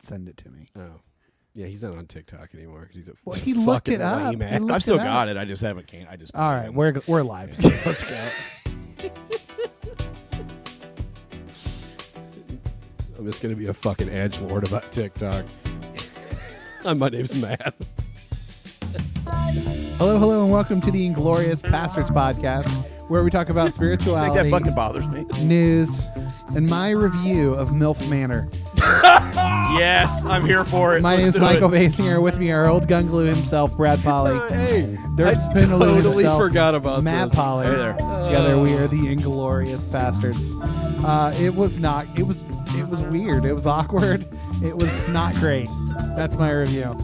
send it to me. Oh. Yeah, he's not on TikTok anymore 'cause he's a Well, f- he looked fucking it up. lame He ass. looked I've still it up. got it. I just haven't can I just All right, we're we're live. let's go. I'm just gonna be a fucking edge lord about TikTok. Hi, My name's Matt. hello, hello, and welcome to the Inglorious Pastors podcast, where we talk about spirituality, bothers me. news, and my review of MILF Manor. Yes, I'm here for it. My name Let's is do it. Michael Basinger. With me, our old gun glue himself, Brad Polly. Uh, hey, Dirk I Spindler totally himself, forgot about Matt this. Uh, Polly. Hey there. Together we are the Inglorious Bastards. Uh, it was not. It was. It was weird. It was awkward. It was not great. That's my review.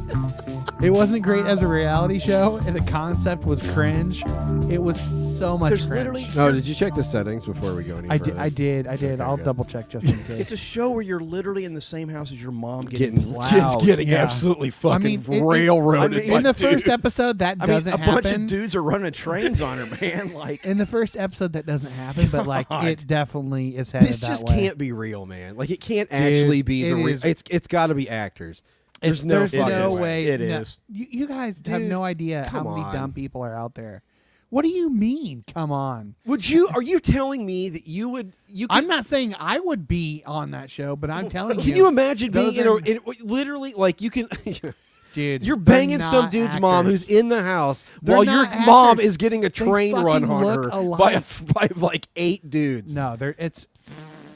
It wasn't great as a reality show, and the concept was cringe. It was so much There's cringe. literally- Oh, did you check the settings before we go any I further? did. I did. I did. Okay, I'll good. double check just in case. It's a show where you're literally in the same house as your mom getting, Getting plowed. just getting Yeah. absolutely I fucking mean, it- it- railroaded. I mean, by in the dudes. first episode, that I mean, doesn't a happen. bunch of dudes are running trains on her, man. Like in the first episode, that doesn't happen, but like God. it definitely is headed this that just way. can't be real, man. Like it can't actually be it the real. is- It's it's got to be actors. There's no There's fucking no way. way. It no- is. You, you guys have Dude, no idea how come many on. dumb people are out there. What do you mean? Come on. would you? Are you telling me that you would? You could, I'm not saying I would be on that show, but I'm telling Can you, you imagine being those in a? are- In, literally, like you can. dude, they're You're banging some not dude's mom actors. who's in the house They're while your not mom actors. is getting a train run fucking on her look alike. by a, by like eight dudes. no, they're it's.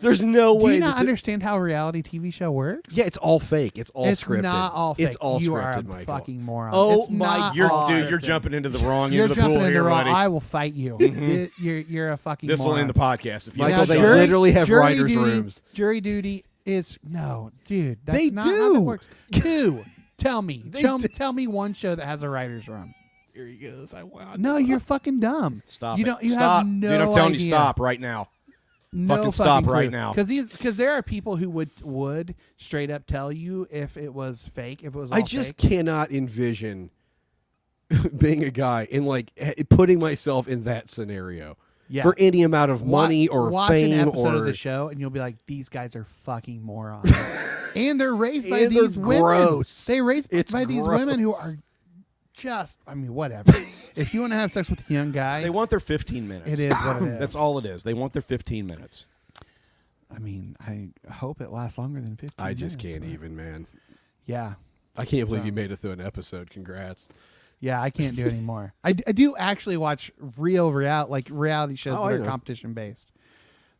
There's no Do way. you that not the- understand how a reality TV show works? yeah, it's all fake. It's all it's scripted. not all fake. It's all you scripted, are a Michael. fucking moron. Oh It's my, not you're, all dude, you're scripted. jumping into the wrong You're end of the jumping pool in here, the wrong. buddy. I will fight you. Mm-hmm. You- you're you're a fucking. This will moron. end the podcast. If you Now, Michael, they jury- literally have jury writers' duty- rooms. Jury duty is no, dude. That's They not How do. that works. Two. Tell me. They Tell, do. tell me one show that has a writers' room. Here he goes. I wow. No, you're fucking dumb. Stop. You it. don't. You stop. have no Dude, I'm telling idea. you, stop right now. No Fucking stop clue. right now. Because because there are people who would would straight up tell you if it was fake. If it was. All I just fake. cannot envision being a guy and like h- putting myself in that scenario Yeah. for any amount of Wa- money or watch fame an episode or of the show, and you'll be like, "These guys are fucking morons," and they're raised by And they're these women. gross. They raised It's by these women who gross. are just—I mean, whatever. if you want to have sex with a young guy, they want their 15 minutes. it is what it is. That's all it is. They want their 15 minutes. I mean, I hope it lasts longer than fifteen. I just minutes, can't but- even, man. Yeah, I can't believe So- you made it through an episode. Congrats. yeah, I can't do it anymore. I, d- I do actually watch real reality, like reality shows Oh, I that are know. competition based.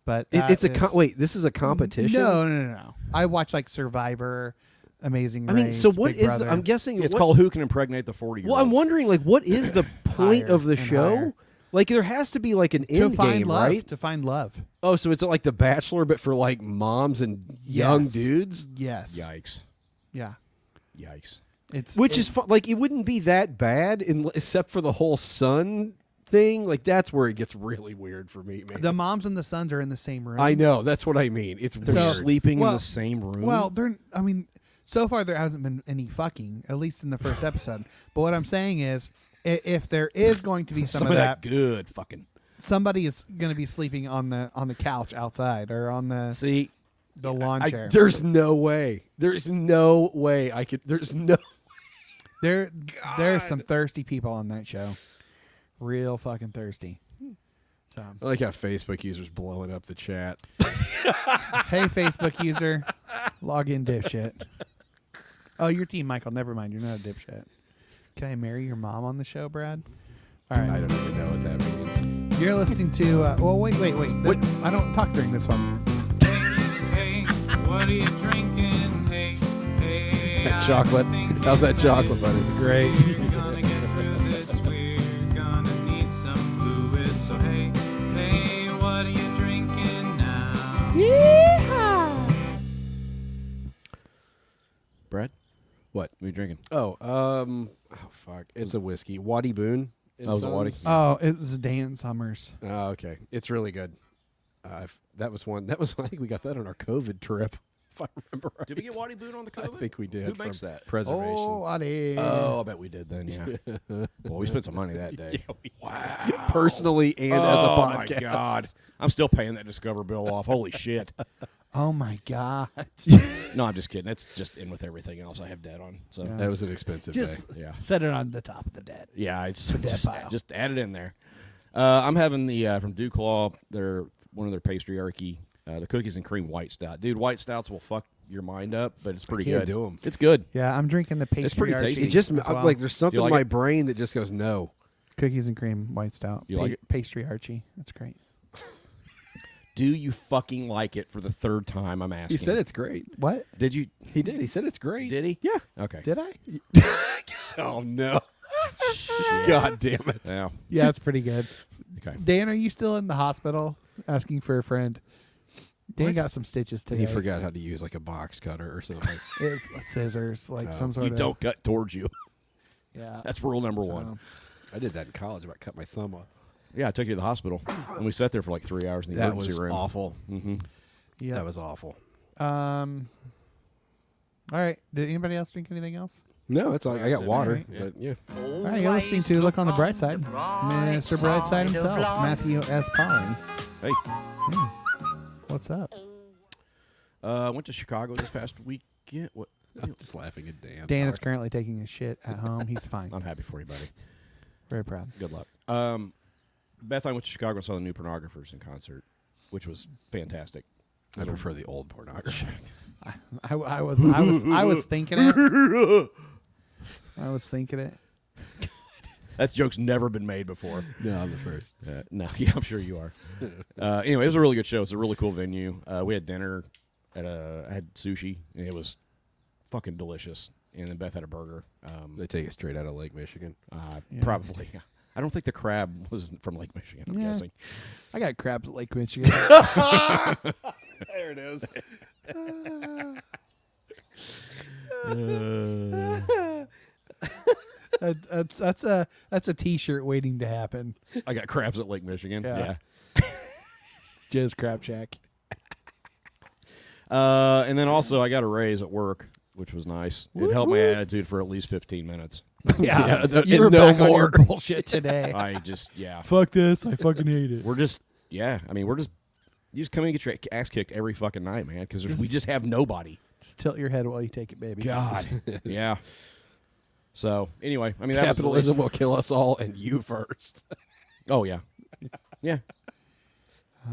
But It- that it's a is- co- wait. This is a competition. No, no, no, no. I watch like Survivor, Amazing. I mean, so Race, what Big is? Brother. The, I'm guessing It's what- called Who Can Impregnate the 40 Year Well, I'm Old. wondering, like, what is the point Higher of the and show? higher. Like, there has to be like an to end find game, love. right? To find love. Oh, so it's like The Bachelor, but for like moms and young Yes. dudes. Yes. Yeah. Yikes! Yikes! It's which it- is fu- like it wouldn't be that bad in, except for the whole sun thing like that's where it gets really weird for me man the moms and the sons are in the same room. i know that's what i mean it's They're weird. sleeping in well- the same room. Well, they're. I mean, so far there hasn't been any fucking, at least in the first episode. But what I'm saying is, i- if there is going to be some, some of that, good fucking. somebody is going to be sleeping on the on the couch outside or on the See, the lawn I- chair. there's no way there's no way i could there's no there there are some thirsty people on that show. Real fucking thirsty. So I like how facebook users blowing up the chat hey Facebook user, log in dipshit. Oh, your team, Michael. Never mind. You're not a dipshit. Can I marry your mom on the show, Brad? All i right. don't even know what that means You're listening to. Uh, well, wait, wait, wait. What- I don't talk during this one. Hey, what are you drinking? Hey, hey. that chocolate how's that chocolate buddy Great. We're gonna get through this. We're gonna need some fluid. So hey, hey, what are you drinking now? Brad, what what are you drinking? oh um oh fuck it's a whiskey waddy boone and Oh, it was a Waddy. Sons. Oh, it was Dan Summers. Oh, okay. It's really good. Uh, if- that was one. That was. I think we got that on our COVID trip, if I remember right. Did we get Waddy Boone on the I cover? think we did. Who makes from that? Preservation. Oh, I did. Oh, I bet we did then. Yeah. well, we spent some money that day. Oh, wow. Personally and as a podcast. my god, I'm still paying that Discover bill off. Holy shit! Oh my god. No, I'm just kidding. That's just in with everything else I have debt on. So Yeah. That was an expensive Just- day. yeah. Set it on the top of the dead. Yeah, it's just, pile. just add it in there. Uh, I'm having the uh, from Duke Law. They're one of their pastryarchy, uh, the cookies and cream white stout. Dude, white stouts will fuck your mind up, but it's pretty can't good. do 'em. It's good. Yeah, I'm drinking the pastry. It's pretty tasty. uh, It just uh, as well. like there's something like in my it? brain that just goes no. cookies and cream white stout. You like it? Pastry Archie. That's great. Do you fucking like it for the third time? I'm asking. it's great. What Did you? He did. He said it's great. Did he? Yeah. Okay. did I? Oh no. Shit. God damn it. Yeah. Yeah, it's pretty good. Okay. Dan, are you still in the hospital asking for a friend? Dan got some stitches today. He forgot how to use like a box cutter or something. It's scissors, like some sort Uh, You of. don't cut towards you. Yeah. That's rule number So, one. I did that in college. About cut my thumb off. Yeah, I took you to the hospital, and we sat there for like three hours in the That emergency was room. Mm-hmm. awful. Yeah. That was awful. Um. All right. Did anybody else drink anything else? No, that's all. I got it. water, Yeah. but yeah. All right, you're listening to Look on the Bright Side, Mr. Brightside himself, Matthew S. Pollen. Hey, What's up, uh, went to Chicago this past weekend. What? I'm just laughing at Dan. Dan? Is Sorry. currently taking his shit at home. He's fine. I'm happy for you, buddy. Very proud. Good luck. Um, Beth, I went to Chicago and saw the new pornographers in concert, which was fantastic. I prefer the old pornography. I, I was I was I was thinking it. I was thinking it. That joke's never been made before. no, I'm the first. Uh, no, yeah, I'm sure you are. Uh, anyway, it was a really good show. It's a really cool venue. Uh, we had dinner at a. I had sushi, and it was fucking delicious. And then Beth had a burger. Um, They take it straight out of Lake Michigan. Uh, Yeah. Probably. I don't think the crab was from Lake Michigan. I'm Yeah. guessing. I got crabs at Lake Michigan. There it is. That- that's that's a that's a T-shirt waiting to happen. I got crabs at Lake Michigan. Yeah. Yeah. Jizz crab shack. Uh, and then also I got a raise at work, which was nice. it helped my attitude for at least 15 minutes. Yeah, no- you and were no back on your more. bullshit today. I just yeah. Fuck this! I fucking hate it. We're just yeah. I mean we're just you just come in and get your ass kicked every fucking night, man, because we just have nobody. Just tilt your head while you take it, baby. yeah. So anyway, I mean that was the Capitalism will kill us all, and you first. least- Oh yeah. Yeah.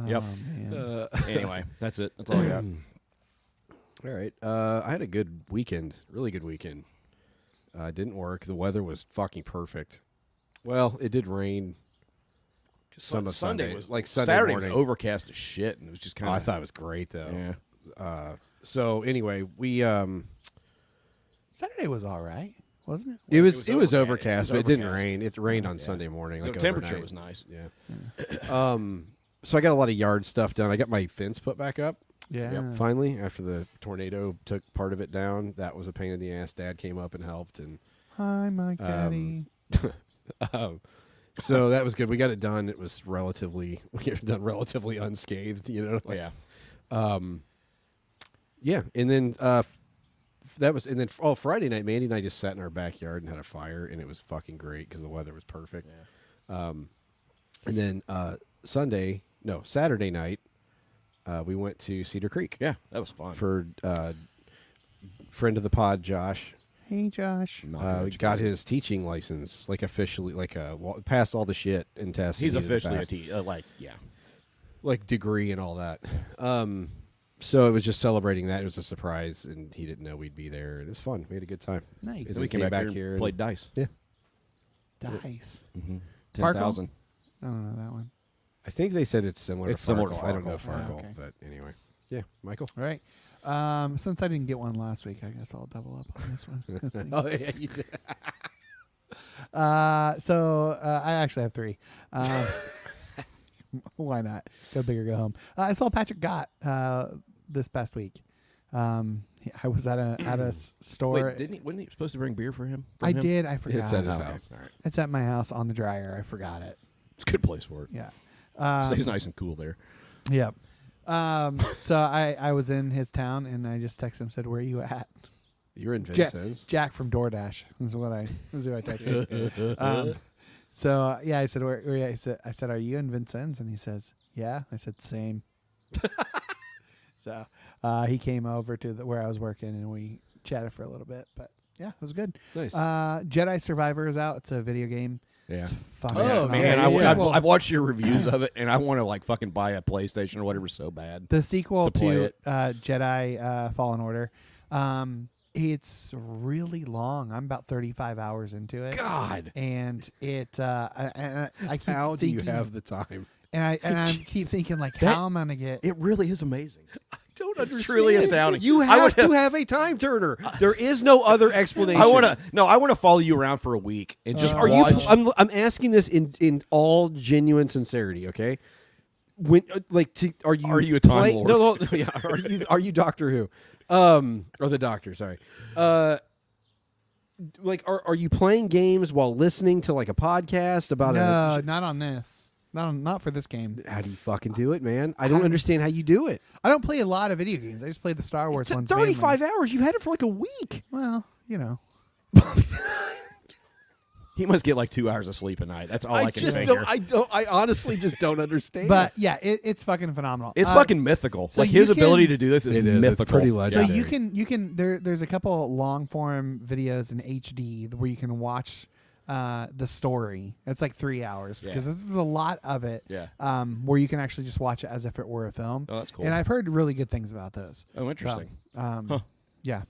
Yep. Oh, man. Uh, Anyway, that's it. That's all I got. Hmm. All right. Uh, I had a good weekend. Really good weekend. I uh, didn't work. The weather was fucking perfect. Well, it did rain. Some of Sunday. Like Sunday Saturday was morning. overcast as shit, and it was just kind Oh, of. I thought it was great though. yeah. Uh, so anyway, we um, Saturday was all right, wasn't it? it was was it was overca- it overcast, was but it didn't overcast. rain. It rained on Sunday morning. Like the temperature overnight. was nice. Yeah. um. So I got a lot of yard stuff done. I got my fence put back up. Yeah. Yep, finally, after the tornado took part of it down, that was a pain in the ass. Dad came up and helped, and Hi, my daddy. um, so that was good. We got it done. It was relatively we got it done relatively unscathed. You know, like, yeah. Um, yeah, and then uh, f- that was, and then oh, Friday night, Mandy and I just sat in our backyard and had a fire, and it was fucking great because the weather was perfect. Um, and then uh, Sunday, no, Saturday night, uh, we went to Cedar Creek Yeah, that was fun. for uh, friend of the pod, Josh. Hey, Josh. Not Uh, much, got 'cause his teaching license, like officially, like uh, wa- passed all the shit and tests. he He's needed to officially a pass T. Uh, like, yeah. like degree and all that. Um, so it was just celebrating that. It was a surprise, and he didn't know we'd be there. And it was fun. We had a good time. Nice. And So we came back, here, Mm-hmm. and and- played dice. Yeah, Dice. Ten thousand. I don't know that one. I think they said it's similar. It's to similar to Farkle. I don't know Farkle. Ah, Farkle, okay. but anyway. Yeah, Michael. All right. Um, since I didn't get one last week, I guess I'll double up on this one. Let's see. Oh yeah, you did. Uh, so uh, I actually have three. Um, why not? Go big or go home. Uh, I saw Patrick Gott uh, this past week. Um, he- I was at a at a s- store. Wait, didn't he? Wasn't he supposed to bring beer for him? I did. I forgot. It's at his Oh, okay. house. All right. It's at my house on the dryer. I forgot it. It's a good place for it. Yeah. Um, Stays nice and cool there. Yep. Um, so I, I was in his town and I just texted him said, "Where are you at?" You were in Jack, Vincennes. Jack from DoorDash is what I is who I texted. um, so yeah, I said, "Where?" where I said, "I said, are you in Vincennes?" And he says, "Yeah." I said, "Same." so Uh, he came over to the, where I was working and we chatted for a little bit. But yeah, it was good. Nice. Uh, Jedi Survivor is out. It's a video game. Yeah. It's fucking Oh, phenomenal. man, yeah, I, yeah, yeah. I've, I've watched your reviews of it, and I want to like fucking buy a PlayStation or whatever so bad. the sequel to play to, it. uh, Jedi uh, Fallen Order. Um, it's really long. I'm about 35 hours into it, God, and it. Uh, I, I, I keep how do you thinking- have the time? And I and I keep thinking like, how am I gonna get? It really is amazing. Don't It's truly astounding. You I have would- to have a time turner. There is no other explanation. I want to no. I want to follow you around for a week and just Uh, Are you? Uh, watch. I'm, I'm asking this in in all genuine sincerity. Okay. When uh, like to, are you Are you a Time play- Lord? No, no, no, yeah. Are you are you Doctor Who? Um, or the Doctor? Sorry. Uh, like are are you playing games while listening to like a podcast about No, a? not on this. Not on, not for this game. How do you fucking do it, man? I don't understand how you do it. I don't play a lot of video games. I just play the Star Wars It's ones. mainly. 35 hours. You've had it for like a week. Well, you know. He must get like two hours of sleep a night. That's all I, can just figure. don't. I don't. I honestly just don't understand. But yeah, it, it's fucking phenomenal. it's Uh, fucking mythical. so like his you can- ability to do this is It is. It's mythical. pretty So legendary. you can you can there there's a couple long form videos in HD where you can watch uh, the story. It's like three hours Yeah. because this is a lot of it. Yeah. Um, where you can actually just watch it as if it were a film. Oh, that's cool. And I've heard really good things about those. oh, interesting. So, um, Huh. yeah.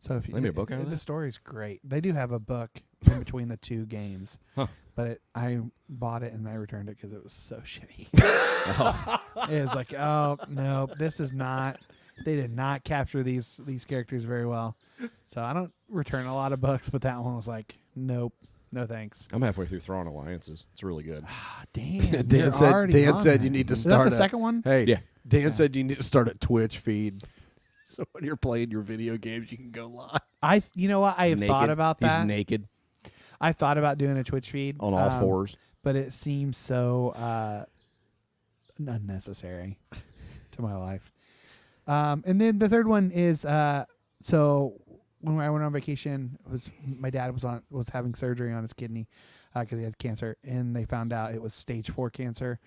So if you, Maybe a book out of the that? story's great. They do have a book in between the two games, Huh. but it, I bought it and I returned it because it was so shitty. It was like, oh no, this is not. They did not capture these these characters very well. So I don't return a lot of books, but that one was like, nope, no thanks. I'm halfway through Throne Alliances. It's really good. Ah, Dan, Dan you're said- already Dan on said that. you need to Is start that the a- second one. Hey, Yeah. Dan said you need to start a Twitch feed. So when you're playing your video games, you can go live. I, you know what, I have Naked. thought about that. He's naked I thought about doing a Twitch feed on all um, fours. but it seems so uh, unnecessary to my life. Um, and then the third one is uh, so when I went on vacation, it was my dad was on was having surgery on his kidney because he had cancer, and they found out it was stage four cancer.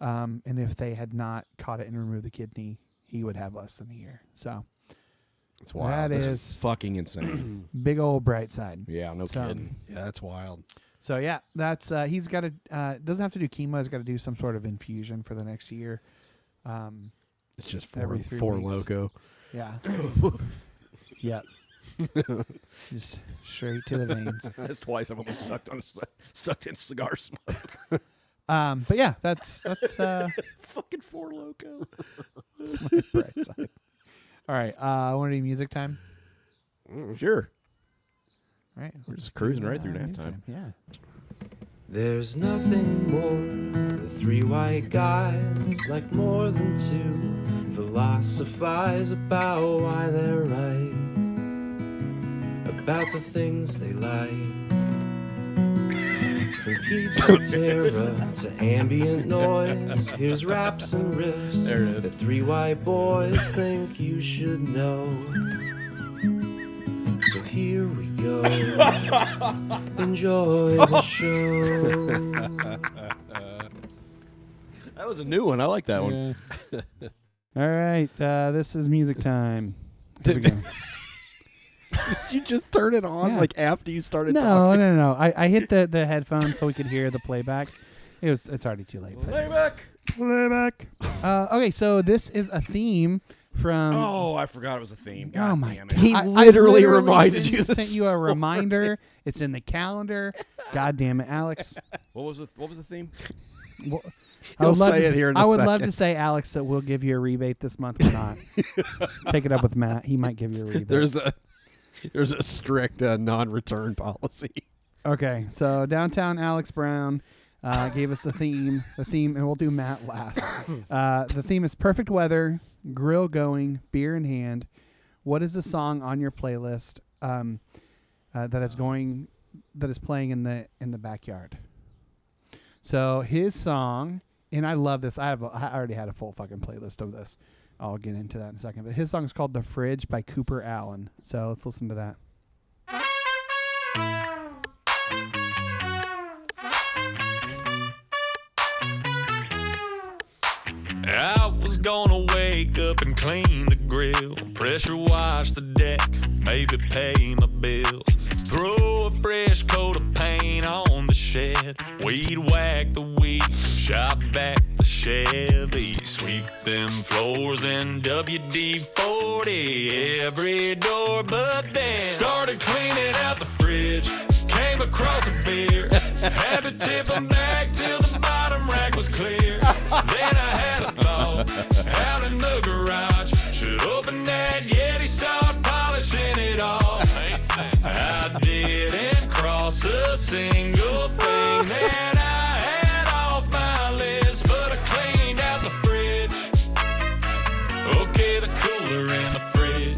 Um, and if they had not caught it and removed the kidney, he would have less than a year. So That's that That's is fucking insane. big old bright side. yeah, no So- kidding. yeah, that's wild. So yeah, that's uh, he's got to uh, doesn't have to do chemo. He's got to do some sort of infusion for the next year. Um, It's just Every four, three four weeks. loco. yeah, yeah, just straight to the veins. That's twice I've almost sucked on a, c- sucked in cigar smoke. Um, but yeah, that's that's uh, fucking four loco. bright side. All right, uh, I want to do music time. Mm. Sure. All Right, We're just cruising right through Uh, nap music time. Yeah. There's nothing more the three white guys like more than two philosophize about why they're right about the things they like from peeps to terror to ambient noise here's raps and riffs There it is. the three white boys think you should know so here we go enjoy the show That was a new one. I like that one. Yeah. All right, uh, this is music time. Here we go. you just turn it on Yeah. like after you started talking. No, no, no. I, I hit the, the headphones so we could hear the playback. It was it's already too late. but- Playback. Playback. Uh, okay, so this is a theme from. Oh, I forgot it was a theme. Oh God my damn it. He literally reminded sent, you this Sent you a reminder. It's in the calendar. God damn it, Alex. What was the what was the theme? Well, He'll love say to, it here in a I would love second. to say, Alex, that we'll give you a rebate this month or not. Take it up with Matt. He might give you a rebate. There's a there's a strict uh, non-return policy. Okay, so downtown Alex Brown uh, gave us the theme. The theme, and we'll do Matt last. Uh, the theme is perfect weather, grill going, beer in hand. What is the song on your playlist um, uh, that is going that is playing in the in the backyard? So his song, and I love this. I have a, I already had a full fucking playlist of this. I'll get into that in a second. But his song is called "The Fridge" by Cooper Allen. So let's listen to that. I was gonna wake up and clean the grill. wheel. Pressure wash the deck, maybe pay my bills. Throw a fresh coat of paint on the shed. Weed whack the weed, shop back the Chevy. Sweep them floors in WD 40, every door but then. Started cleaning out the fridge, came across a beer. Had to tip 'em back till the bottom rack was clear. Then I had a thought out in the garage. Should open that Yeti, start polishing it off. I didn't cross a single thing that I had off my list, but I cleaned out the fridge. Okay, the cooler in the fridge.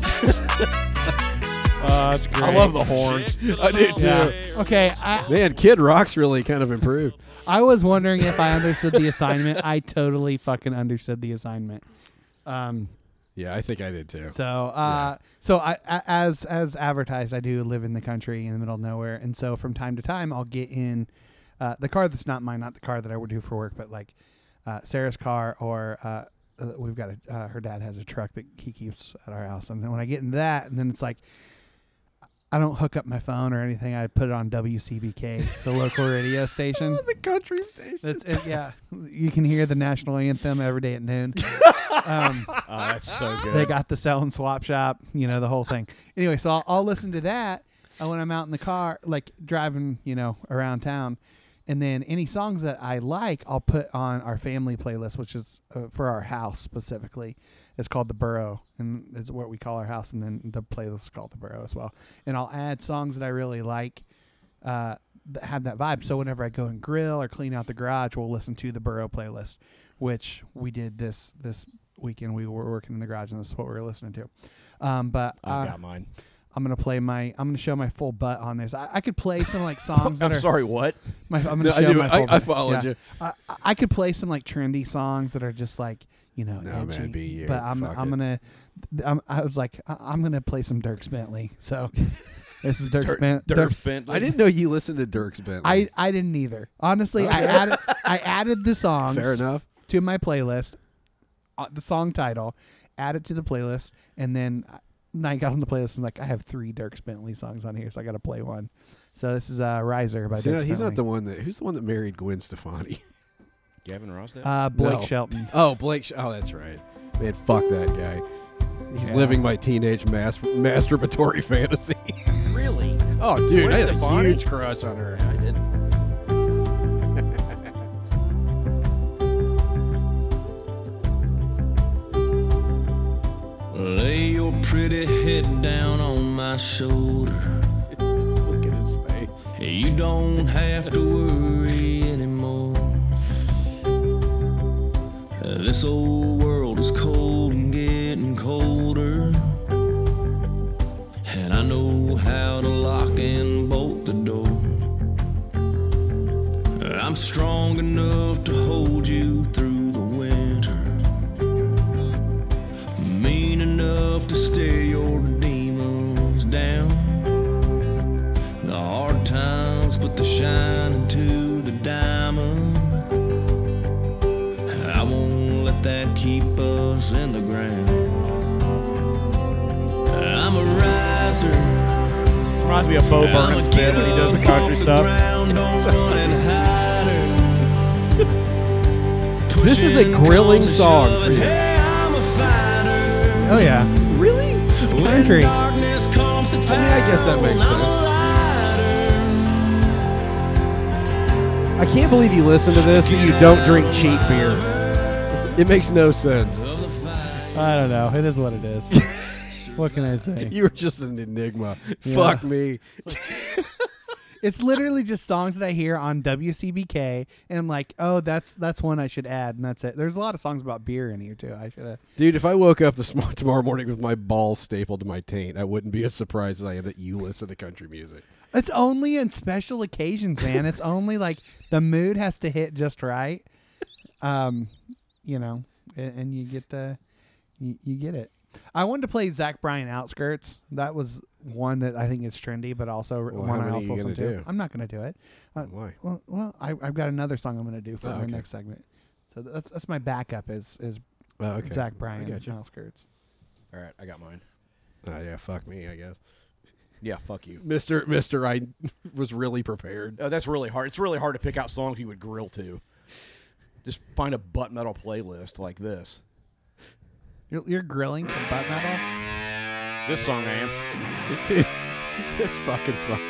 Oh, that's great. I love the horns. I do too. Yeah. Okay, I, Man, Kid Rock's really kind of improved. I was wondering if I understood the assignment. I totally fucking understood the assignment. Um, Yeah, I think I did too. So, uh, so I, a- as as advertised, I do live in the country in the middle of nowhere, and so from time to time, I'll get in uh, the car that's not mine, not the car that I would do for work, but like uh, Sarah's car, or uh, uh, we've got a, uh, her dad has a truck that he keeps at our house, and then when I get in that, and then it's like. I don't hook up my phone or anything. I put it on WCBK, the local radio station. the country station. That's it, yeah. You can hear the national anthem every day at noon. um, Oh, that's so good. they got the sell and swap shop, you know, the whole thing. Anyway, so I'll, I'll listen to that uh, when I'm out in the car, like driving, you know, around town. And then any songs that I like, I'll put on our family playlist, which is uh, for our house specifically. It's called The Burrow, and it's what we call our house. And then the playlist is called The Burrow as well. And I'll add songs that I really like uh, that have that vibe. So whenever I go and grill or clean out the garage, we'll listen to the Burrow playlist, which we did this this weekend. We were working in the garage, and this is what we were listening to. Um, but Oh, I uh, got mine. I'm gonna play my I'm gonna show my full butt on this. I, I could play some like songs. that I'm are, sorry. What? My, I'm gonna No, I show knew my it. full I- I butt. followed you. I, I- I could play some like trendy songs that are just like you know No, man, edgy, be you. but I'm Fuck I'm it. gonna I'm, I was like I, I'm gonna play some Dirk Bentley. So this is Dirk Bentley. Dirk Bentley. I didn't know you listened to Dirks Bentley. I, I didn't either. Honestly, I added I added the songs Fair enough. to my playlist, uh, the song title, add it to the playlist, and then I, and I got on the playlist and like I have three Dirk Bentley songs on here, so I got to play one. So this is uh, Riser by See, no, Dirk he's not the Bentley. one that. Who's the one that married Gwen Stefani? Gavin Rossdale. uh, Blake No. Shelton. Oh, Blake. Sh- Oh, that's right. Man, fuck that guy. He's Yeah. living my teenage mas- masturbatory fantasy. really? Oh, dude, Gwen I had a Stefani? huge crush on her. I did. Lay your pretty head down on my shoulder. Look at his face. You don't have to worry anymore. This old world is cold and getting colder. And I know how to lock and bolt the door. I'm strong enough to hold you through the winter. Mean enough to stare your demons down. The hard times put the shine into the diamond. I won't let that keep us in the ground. I'm a riser. Reminds me of Bo I'm Burnham's a bit get when he does the up country off the stuff. ground, don't run and hide her. This is a Pushing grilling comes to song shove, for you. Hey, I'm a fighter. Oh yeah, Really? it's When country. darkness comes to mean, I guess that town, makes I'm a sense. lighter. I can't believe you listen to this, but you don't drink cheap beer. It makes no sense. I don't know. It is what it is. what can I say? You were just an enigma. Yeah. Fuck me. It's literally just songs that I hear on WCBK, and I'm like, oh, that's that's one I should add, and that's it. There's a lot of songs about beer in here too. I should have. Dude, if I woke up this mo- tomorrow morning with my balls stapled to my taint, I wouldn't be as surprised as I am that you listen to country music. It's only in special occasions, man. It's only like the mood has to hit just right. Um, you know, a- and, you get the you, you get it. I wanted to play Zach Bryan Outskirts. That was one that I think is trendy, but also Well, one how I many also you gonna listen to. do? I'm not going to do it. Uh, Why? Well, well, I, I've got another song I'm going to do for Oh, my okay. next segment. So that's that's my backup is is Oh, okay. Zach Bryan gotcha. Outskirts. All right, I got mine. Uh, yeah, fuck me, I guess. Yeah, fuck you. Mister, Mister, I was really prepared. Oh, that's really hard. It's really hard to pick out songs you would grill to. Just find a butt metal playlist like this. You're, you're grilling to butt metal? This song I am. Dude, this fucking song.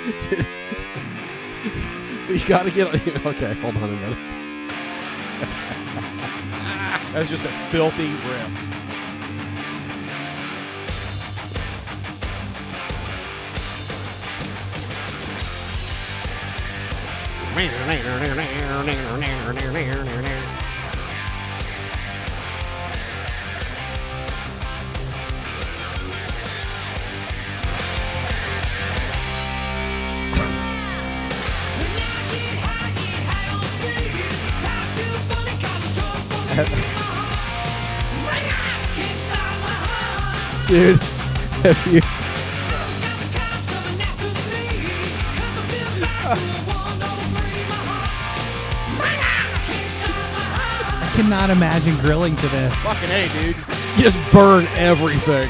Dude. we gotta get. Okay, hold on a minute. That's just a filthy riff. Dude, have you? I cannot imagine grilling to this. Fucking hey, dude. You just burn everything.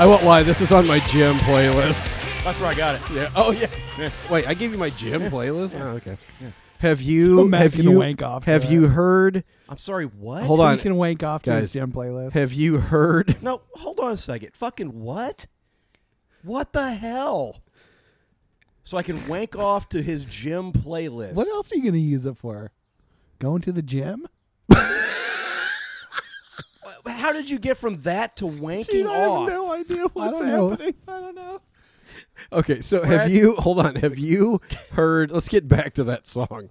I won't lie, this is on my gym playlist. That's where I got it. Yeah. Oh yeah. Wait, I gave you my gym playlist. Oh, okay. Have So you? Matt have can you? wank off to have that. you heard? I'm sorry. What? Hold So on. You can wank off to Guys. his gym playlist. Have you heard? No, hold on a second. Fucking what? What the hell? So I can wank off to his gym playlist. What else are you going to use it for? Going to the gym? How did you get from that to wanking Dude, I off? have no idea what's I don't know. happening. I don't know. Okay, so have you? Hold on. Have you heard? Let's get back to that song.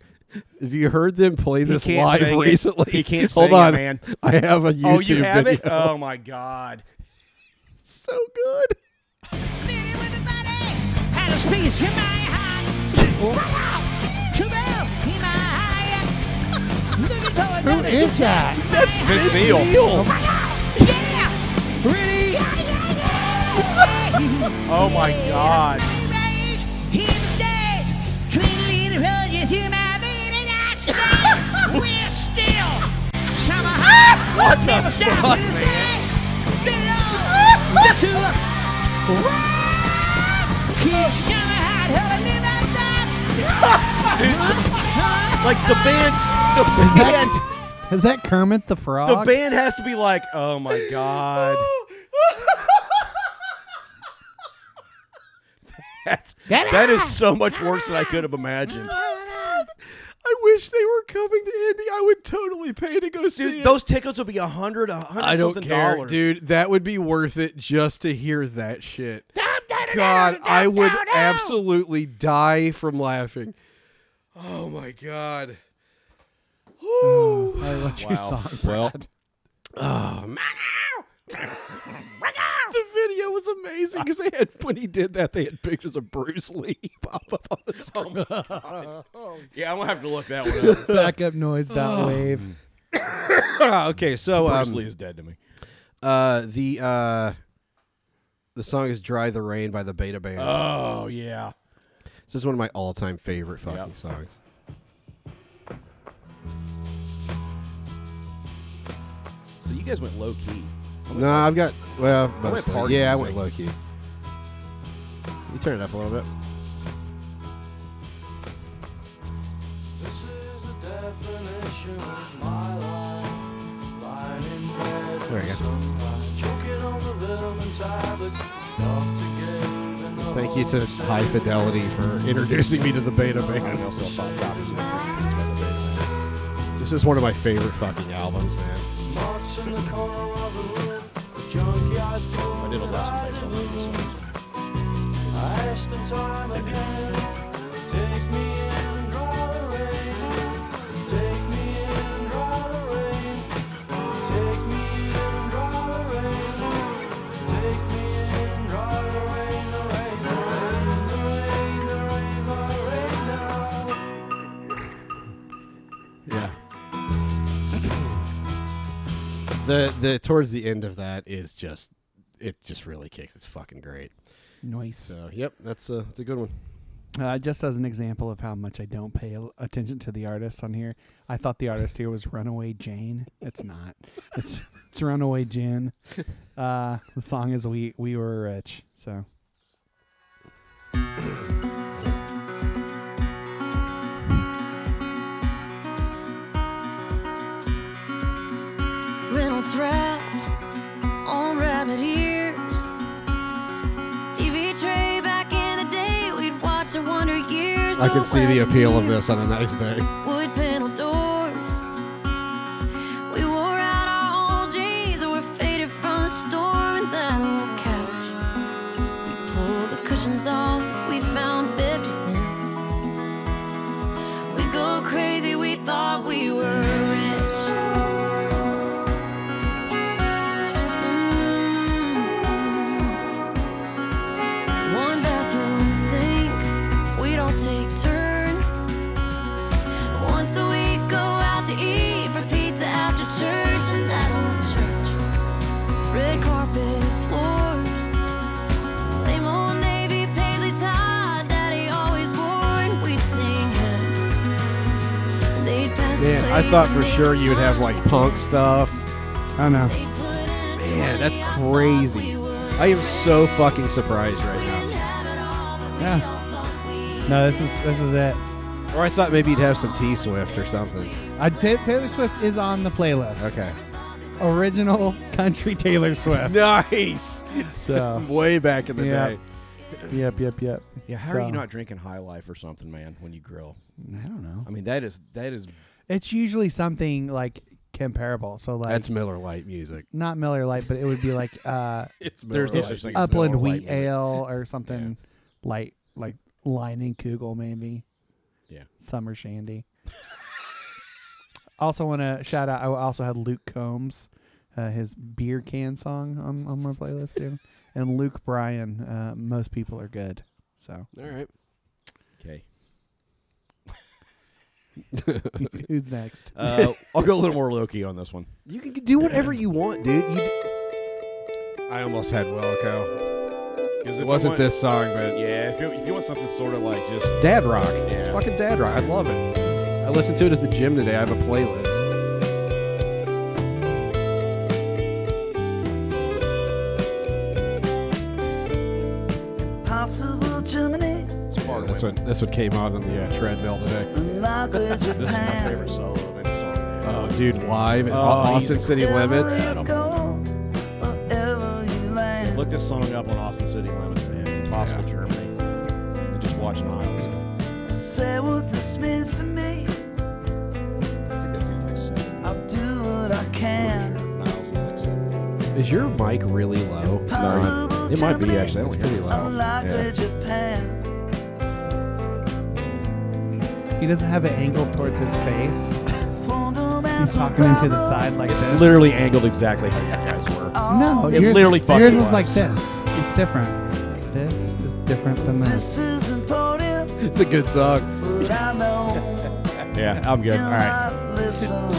Have you heard them play this can't live sing it. recently? He can't Hold sing it, on, man. I have a YouTube oh, you have video. it? Oh my god. so good. Who is that? Vince Neil. Oh my god. What the fuck, Like the band the band Is that Kermit the Frog? the band has to be like, "Oh my god." That's, that is so much worse than I could have imagined. I wish they were coming to Indy. I would totally pay to go see Dude, it. those tickets will be a hundred, a hundred I don't something care, dollars. dude. That would be worth it just to hear that shit. God, I would absolutely die from laughing. Oh my god. I let your song. Well, The video was amazing because they had when he did that, they had pictures of Bruce Lee pop up on the song. yeah, I'm gonna have to look that one up. Backup noise. Oh. Dot wave. okay, so Bruce um, Lee is dead to me. uh, the uh, the song is "Dry the Rain" by the Beta Band. Oh yeah. this is one of my all-time favorite fucking songs. So you guys went low key. No, I've got well, went mostly. party yeah, I music. went low key. You turn it up a little bit. There you go. Thank you to High Fidelity for introducing me to the Beta Band. This is one of my favorite fucking albums, man. I did a lesson based on those songs. Yeah. the the towards the end of that is just it just really kicks. It's fucking great. Noise. So yep, that's a that's a good one. Uh, just as an example of how much I don't pay l- attention to the artists on here, I thought the artist here was Runaway Jane. It's not. It's it's Runaway Jen. Uh, the song is "We We Were Rich." So rental trap on rabbit ears. TV tray back in the day, we'd watch a Wonder Years. I can see the appeal of this on a nice day. Wood panel doors. We wore out our old jeans, and were faded from the storm. And that old couch, we pull the cushions off. We found 50 cents. We go crazy. We thought we were rich. One bathroom sink, we don't take turns. Once a week, go out to eat for pizza after church in that old church. Red carpet floors, same old navy paisley tie that he always wore. And we'd sing hymns. They'd pass the Man, I plate thought when for they sure were you would have done. like punk stuff. I don't know. They'd put in a Man, that's 20, I thought crazy. we were I am so fucking surprised right didn't now. have it all, but we Yeah. all thought we No, this is this is it. Or I thought maybe you'd have some T Swift or something. I, Ta- Taylor Swift is on the playlist. Okay. Original country Taylor Swift. Nice. So Way back in the Yeah. day. yep, yep, yep. Yeah, how are So- you not drinking High Life or something, man? When you grill, I don't know. I mean that is that is It's usually something like comparable. So like That's Miller Lite music. not Miller Lite, but it would be like uh It's There's no such thing as Upland Miller Lite Wheat music. Ale or something light, like Lining Kugel maybe. Yeah. Summer Shandy. also want to shout out. I also had Luke Combs, uh, his beer can song on on my playlist too, and Luke Bryan. Uh, Most people are good. So All right. okay. who's next? Uh, I'll go a little more low key on this one. You can do whatever you want, dude. You. D- I almost had Wilco. It wasn't this song, but Yeah, if you, if you want something sort of like just Dad Rock. It's Yeah. fucking Dad Rock. I love it. I listened to it at the gym today. I have a playlist. Possible Germany, Yeah, that's what that's what came out on the uh, treadmill today. unlikely this is my Japan. favorite solo of any song. they have. Oh, dude, live at Oh, Austin he's- City Limits. Wherever you go, wherever you land. Look this song up on Austin City Limits, man. Impossible Germany. And just watching Isles. Say what this means to I me. think that dude's like seven. I'll do what I can. Niles is like seven. Is your mic really low? Possible It might be Germany, actually. I It's don't pretty hear it. loud. Unlikely Yeah. Japan. He doesn't have it angled towards his face. Fundamental He's talking into the problem. side like It's this. literally angled exactly how you guys were. no, It yours- literally fucking yours was was. like this. It's different. This is different than this. This is important, It's a good song. but I know Yeah, I'm good. you'll All right. not listen. Oh,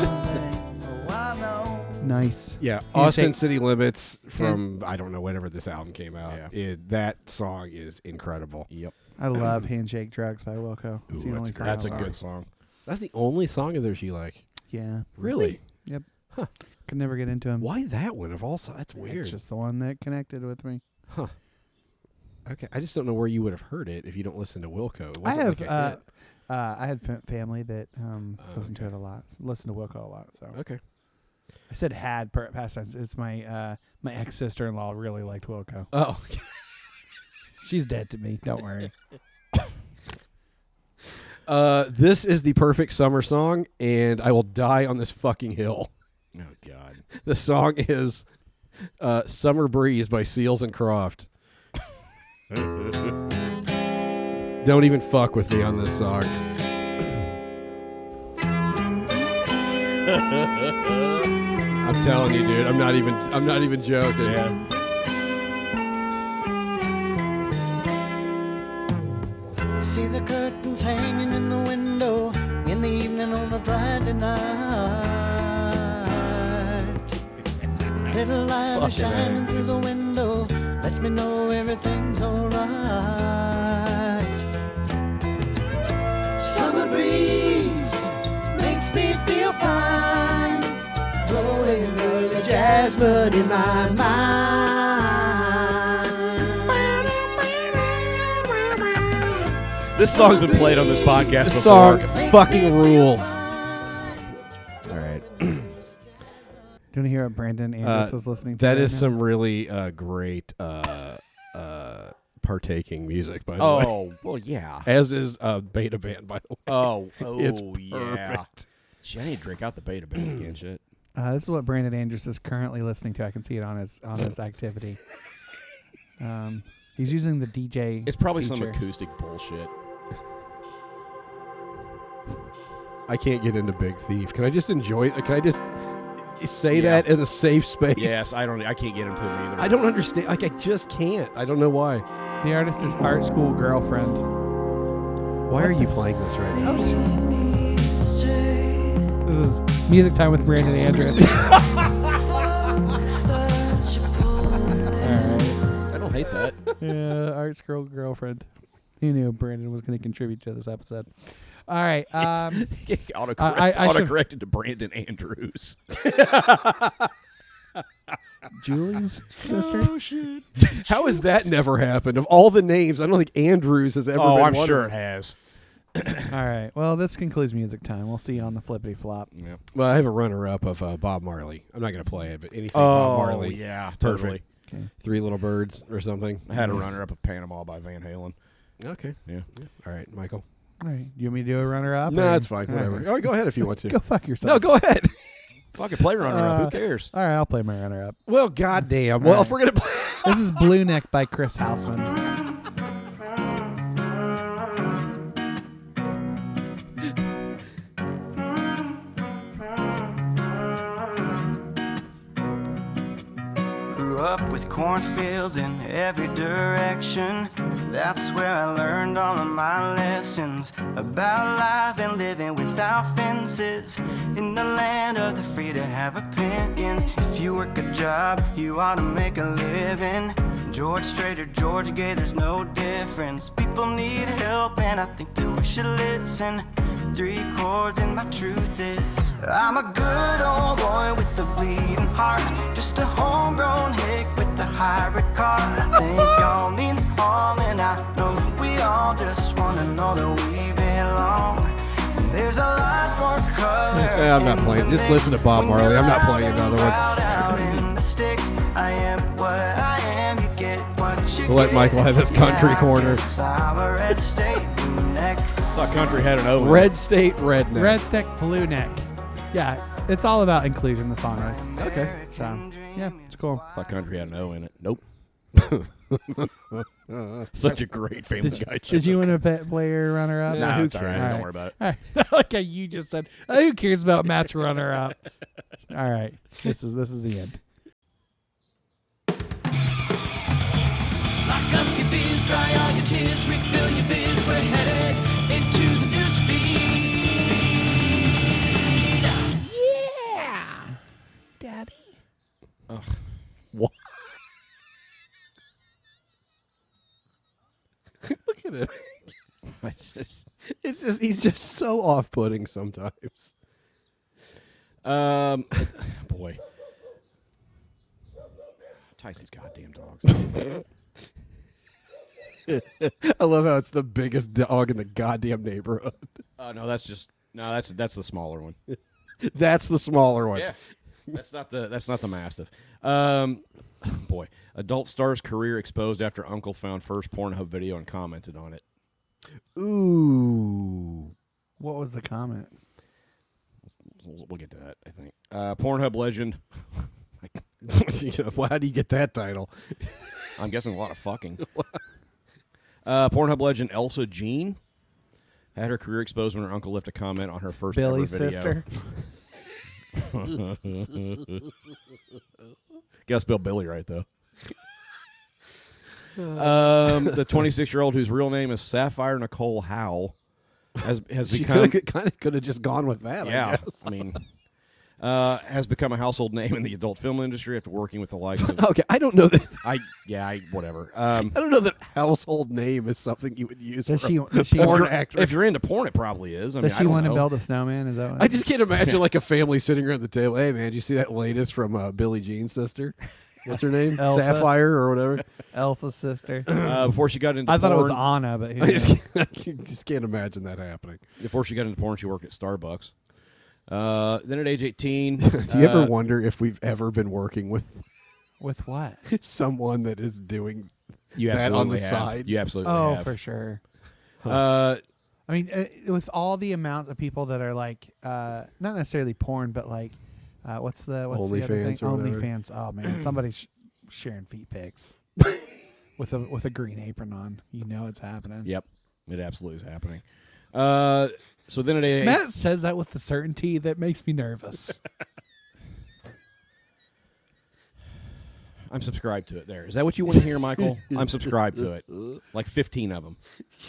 I know. Nice. Yeah, You Austin take- Hmm. City Limits from I don't know whenever this album came out. Yeah. It- that song is incredible. Yep. I love Handshake Drugs by Wilco. It's the Ooh, only that's song. That's I a love. good song. That's the only song of theirs you like. Yeah. Really? Yep. Could never get into him. Why that one of all? so- That's weird. It's just the one that connected with me. okay, I just don't know where you would have heard it if you don't listen to Wilco. It I wasn't have like a uh, hit. uh, I had fa- family that um, Oh, listened to it a lot. Listened to Wilco a lot. So okay. I said had per- past tense. It's my uh, my ex sister in law really liked Wilco. Oh, She's dead to me. Don't worry. Uh, this is the perfect summer song, and I will die on this fucking hill. Oh, God. The song is uh, "Summer Breeze" by Seals and Croft. Don't even fuck with me on this song. I'm telling you, dude. I'm not even. I'm not even joking. See the curtains hanging in the window in the evening on a Friday night. Little light is shining through the window, lets me know everything's alright. whispered in my mind. This song's been played on this podcast This before. song fucking rules. All right. Do you want to hear what Brandon Anders Uh, is listening to? That right is now? some really uh, great uh, uh, partaking music, by the way. Oh, well, yeah. As is uh, Beta Band, by the way. Oh, oh, It's yeah. perfect. Shit, I need to drink out the beta band again, shit. Uh, this is what Brandon Andrews is currently listening to. I can see it on his on his activity. Um, he's using the DJ. It's probably some feature. acoustic bullshit. I can't get into Big Thief. Can I just enjoy? uh, Can I just say Yeah. that in a safe space? Yes, I don't. I can't get into them either. I don't understand. Like I just can't. I don't know why. The artist is Art School Girlfriend. Why are you playing this right now? This is music time with Brandon Andrews. All right. I don't hate that. Yeah, Art School Girlfriend. He knew Brandon was going to contribute to this episode. All right. Um, autocorrect, I- I should- autocorrected to Brandon Andrews. Julie's sister. shit! How has that never happened? Of all the names, I don't think Andrews has ever. Oh, been I'm one of sure them. it has. All right. Well, this concludes music time. We'll see you on the flippity flop. Yeah. Well, I have a runner-up of uh, Bob Marley. I'm not going to play it, but anything Oh, Bob Marley. yeah, perfect. totally. Three Little Birds or something. I had a runner-up of Panama by Van Halen. Okay. Yeah. All right, Michael. All right. You want me to do a runner up? No, that's fine. Whatever. Oh, go ahead if you want to. Go fuck yourself. no, go ahead. Fucking play runner-up. Uh, Who cares? All right, I'll play my runner up. Well, goddamn. Well, if we're gonna play. This is Blue Neck by Chris Houseman. Grew up with cornfields in every direction. That's where I learned all of my lessons about life and living without fences. In the land of the free to have opinions. If you work a job, you ought to make a living. George Strait or George Gay, there's no difference. People need help, and I think that we should listen. Three chords, and my truth is I'm a good old boy with a bleeding heart. Just a homegrown hick with a hybrid car. I think all means all, and I know we all just want to know that we belong. And there's a lot more color. Yeah, I'm not in playing. the Just mix. listen to Bob When Marley. you're I'm not out playing and another one. proud out in the sticks. I am what I am. You get what you We'll let get. Michael have his country Yeah, I corner. guess I'm a red state neck. thought country had an O. in it. Red State Redneck. Red Stick, Blue Neck. Yeah, it's all about inclusion, the song is. Okay. So, yeah, it's cool. Thought country had an O in it. Nope. Such a great Family Guy joke. Did you want to pe- play your runner up? No, who it's all right. cares? Don't worry about it. All right. like how you just said, "Oh, who cares about match runner up? All right, this is this is the end. Lock up your fears, dry all your tears, refill your beers. We're headed into the news feed. Yeah, Daddy. What? Look at it. It's just- It's just he's just so off-putting sometimes. Um, boy. Tyson's goddamn dogs. I love how it's the biggest dog in the goddamn neighborhood. uh, no, that's just no. That's that's the smaller one. That's the smaller one. Yeah, that's not the that's not the mastiff. Um, boy, adult star's career exposed after uncle found first Pornhub video and commented on it. Ooh. What was the comment? We'll, we'll get to that, I think. Uh, Pornhub legend. Why do you get that title? I'm guessing a lot of fucking. Uh, Pornhub legend Elsa Jean had her career exposed when her uncle left a comment on her first ever Billy's video. sister. Gotta spell Billy right though. um, the 26 year old whose real name is Sapphire Nicole Howell has has She become kind of could have just gone with that. I yeah. guess. I mean, uh, has become a household name in the adult film industry after working with the likes of. Okay, I don't know that. I yeah, I whatever. Um, I don't know that household name is something you would use Does for she- a does she- porn If you're- actress. if you're into porn, it probably is. I mean, Does I she don't want to know. build a snowman? Is that what I just can't imagine like a family sitting around the table. Hey, man, did you see that latest from uh, Billie Jean's sister? What's her name? Elsa. Sapphire or whatever. Elsa's sister? Uh, before she got into I thought it was porn- Anna, but who I just knows? can't, I can- just can't imagine that happening. Before she got into porn, she worked at Starbucks. Uh, then at age 18, Do you ever uh, wonder if we've ever been working with with what? someone that is doing? you that on absolutely the have. side? You absolutely Oh, have. for sure. Uh, I mean, uh, with all the amount of people that are like, uh, not necessarily porn, but like, uh, what's the what's the other thing? OnlyFans or whatever. OnlyFans. Oh man, somebody's sh- sharing feet pics with a with a green apron on. You know it's happening. yep, it absolutely is happening. Uh, so then at age Matt says that with the certainty that makes me nervous. I'm subscribed to it. There is that what you want to hear, Michael? I'm subscribed to it. Like 15 of them.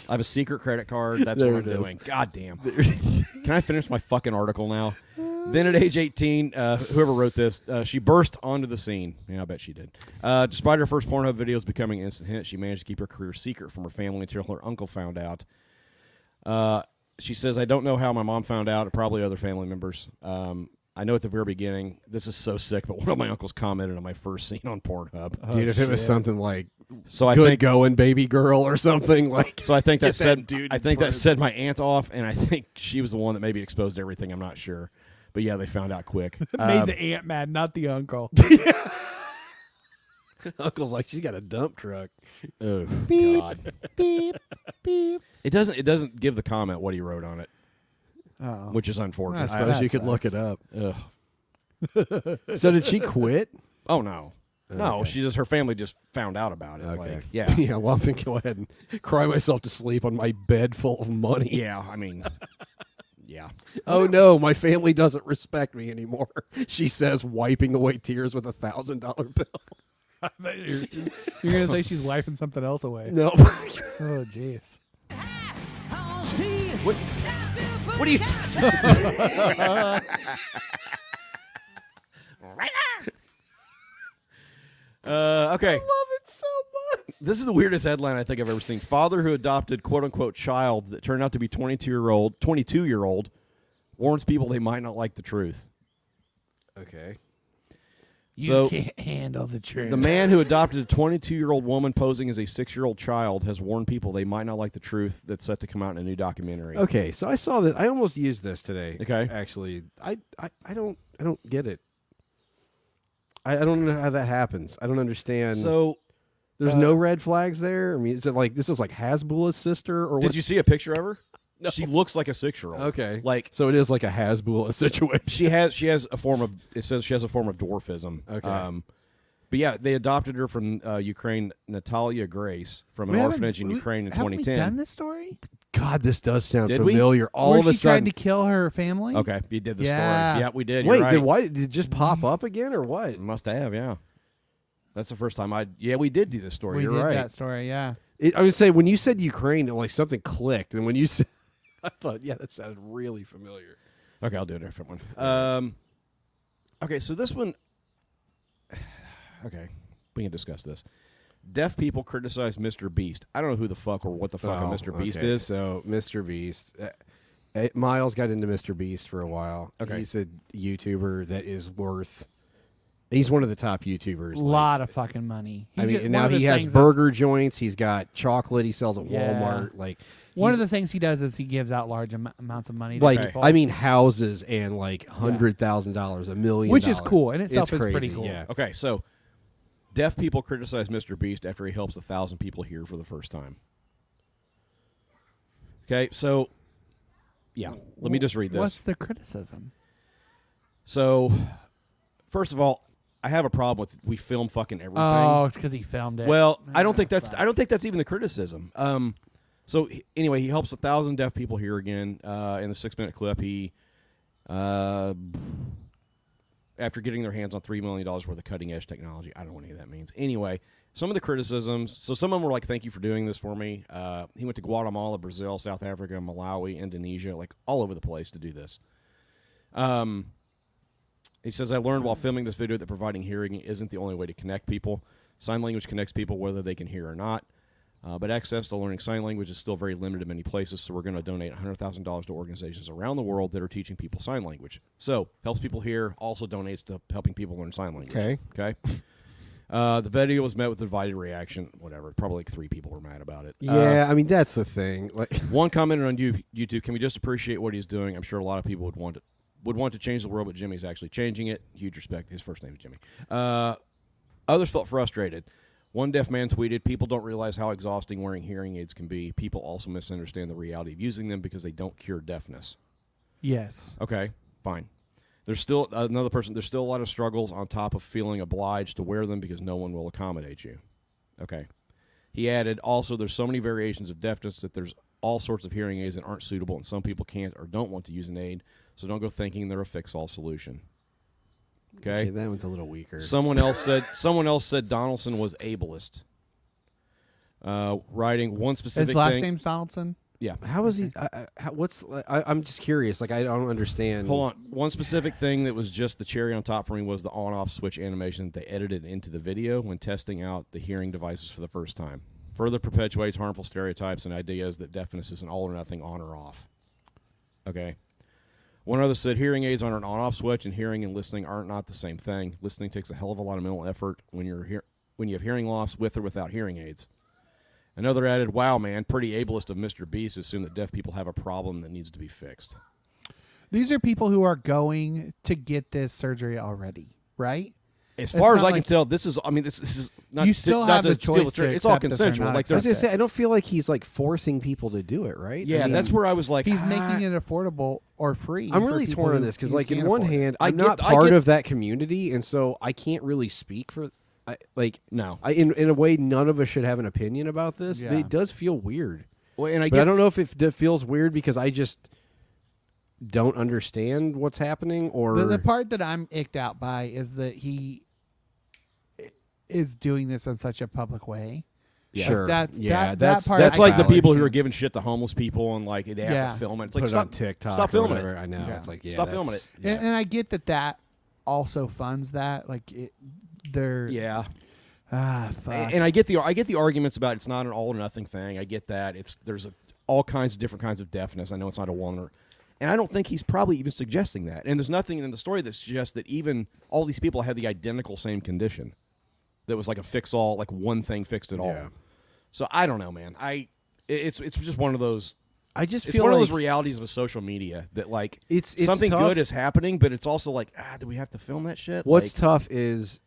I have a secret credit card. That's There what I'm it is. doing. God damn. Can I finish my fucking article now? Then at age 18, uh, whoever wrote this, uh, she burst onto the scene. Yeah, I bet she did. Uh, despite her first Pornhub videos becoming an instant hit, she managed to keep her career secret from her family until her uncle found out. Uh, she says, I don't know how my mom found out, or probably other family members. Um, I know at the very beginning, this is so sick, but one of my uncles commented on my first scene on Pornhub. Dude, if it was something like so I "Good think going, baby girl" or something like. so I think that Get that said dude I in think that front of- said my aunt off, and I think she was the one that maybe exposed everything. I'm not sure, but yeah, they found out quick. Made Um, the aunt mad, not the uncle. Uncle's like she's got a dump truck. oh Beep. God! beep beep. It doesn't it doesn't give the comment what he wrote on it, Oh, which is unfortunate. That's I So wish that you could look sucks. it up. Ugh. So did she quit? Oh no, no, Okay. she just her family just found out about it. Like yeah, yeah. Well, I'm gonna go ahead and cry myself to sleep on my bed full of money. yeah. I mean, yeah. Oh no, my family doesn't respect me anymore. She says, wiping away tears with a thousand dollar bill. you're, you're gonna say she's wiping something else away. No, Oh jeez. What? What are you? T- uh, okay. I love it so much. This is the weirdest headline I think I've ever seen. Father who adopted quote unquote child that turned out to be twenty two year old twenty two year old warns people they might not like the truth. okay. You So- can't handle the truth. The man who adopted a 22 year old woman posing as a six year old child has warned people they might not like the truth that's set to come out in a new documentary. Okay, so I saw that. I almost used this today. Okay. actually, I, I, I don't, I don't get it. I, I don't know how that happens. I don't understand. So, there's no red flags there. I mean, is it like this is like Hasbullah's sister or did what? you see a picture of her? She looks like a six year old. Okay, Like, so it is like a Hasbullah situation. she has she has a form of it says she has a form of dwarfism. Okay. Um, but yeah, they adopted her from uh, Ukraine, Natalia Grace, from an We haven't- orphanage in we- Ukraine in haven't we 2010. done this story? God, this does sound Did we? familiar. All Where of a she sudden, tried to kill her family. Okay, you did the Yeah. story. Yeah, we did. wait, you're right. then why did it just pop up again or what? Must have, yeah. That's the first time I. Yeah, we did do this story. we you're did right. that story. Yeah. It, I would say when you said Ukraine, like something clicked, and when you said, I thought, yeah, that sounded really familiar. Okay, I'll do a different one. Um, okay, so this one. Okay, we can discuss this. Deaf people criticize Mr. Beast. I don't know who the fuck or what the fuck a Oh, Mr. Beast okay. is. So Mr. Beast, uh, uh, Miles got into Mr. Beast for a while. Okay. he's a YouTuber that is worth. He's one of the top YouTubers. A like- lot of fucking money. He I mean, ju- and one now of the he has things is- burger joints. He's got chocolate. He sells at Yeah. Walmart. Like One of he's- the things he does is he gives out large am- amounts of money. To like people, I mean houses and like hundred thousand dollars, a million, Which is dollars. cool. In itself, it's it's pretty crazy, cool. Yeah. Okay, so deaf people criticize Mr. Beast after he helps a thousand people hear for the first time. Okay, so yeah, let me just read this. what's the criticism? so, first of all, I have a problem with we film fucking everything. Oh, it's because he filmed it. Well, I don't think that's I don't think that's even the criticism. Um, so he- anyway, he helps a thousand deaf people hear again. Uh, in the six minute clip, he uh, after getting their hands on three million dollars worth of cutting edge technology. I don't know what any of that means. Anyway, some of the criticisms. So some of them were like, "Thank you for doing this for me." Uh, he went to Guatemala, Brazil, South Africa, Malawi, Indonesia, like all over the place to do this. Um, He says, I learned while filming this video that providing hearing isn't the only way to connect people. Sign language connects people whether they can hear or not. Uh, but access to learning sign language is still very limited in many places, so we're going to donate $100,000 to organizations around the world that are teaching people sign language. So, helps people hear, also donates to helping people learn sign language. Okay. Okay. Uh, the video was met with a divided reaction, whatever. Probably like three people were mad about it. Uh, Yeah, I mean that's the thing. Like, one commenter on You- YouTube, can we just appreciate what he's doing? I'm sure a lot of people would want to would want to change the world, but Jimmy's actually changing it. Huge respect. His first name is Jimmy. Uh, others felt frustrated. One deaf man tweeted, "People don't realize how exhausting wearing hearing aids can be. People also misunderstand the reality of using them because they don't cure deafness." Yes. Okay, fine. There's still another person. There's still a lot of struggles on top of feeling obliged to wear them because no one will accommodate you. Okay. He added, also, there's so many variations of deafness that there's all sorts of hearing aids that aren't suitable, and some people can't or don't want to use an aid, so don't go thinking they're a fix-all solution. Okay. okay, that one's a little weaker. Someone else said. Someone else said Donaldson was ableist. Uh, writing one specific. His last thing- name's Donaldson. Yeah. how is he? I, I- how, what's? I, I'm just curious. Like I don't understand. Hold on. One specific thing that was just the cherry on top for me was the on off switch animation that they edited into the video when testing out the hearing devices for the first time. Further perpetuates harmful stereotypes and ideas that deafness is an all or nothing on or off. Okay. One other said hearing aids are an on off switch and hearing and listening aren't not the same thing. Listening takes a hell of a lot of mental effort when you're hear- when you have hearing loss with or without hearing aids. Another added, "Wow, man, pretty ableist of Mr. Beast to assume that deaf people have a problem that needs to be fixed." These are people who are going to get this surgery already, right? As It's far as not I can like- tell, this is. I mean, this, this is not. You to- still not have the to steal choice to straight. It's all accept this or consensual. not Like, I they're- was gonna accept say I don't feel like he's like forcing people to do it, right? I yeah, mean, that's where I was like, He's ah, making it affordable or free. I'm for really people torn on who- this because, who like, in can't one afford it. hand, I I'm get- not I part get- of that community, and so I can't really speak for, I, like, No. I in in a way, none of us should have an opinion about this. But Yeah. it does feel weird. Well, and I but I get. don't know if it d- feels weird because I just don't understand what's happening, or the, the part that I'm icked out by is that he i- is doing this in such a public way. Yeah. Like, Sure. that, Yeah, that, that's- that part that's I like the can people who are understand. giving shit to homeless people and like they have Yeah. to film it. It's put like it stop on TikTok. Stop or filming whatever. it. I know Yeah. it's like yeah, stop filming it. that's- And, and I get that that also funds that. Like it, they're Yeah, ah fuck. Uh, and, and I get the I get the arguments about it's not an all or nothing thing. I get that it's there's a, all kinds of different kinds of deafness. I know it's not a one or, and I don't think he's probably even suggesting that. And there's nothing in the story that suggests that even all these people had the identical same condition, that was like a fix all, like one thing fixed it all. Yeah. So I don't know, man. I it- it's it's just one of those. I just It's feel one like of those realities of social media that like It's- it's something tough. good is happening, but it's also like ah, do we have to film that shit? what's Like, tough is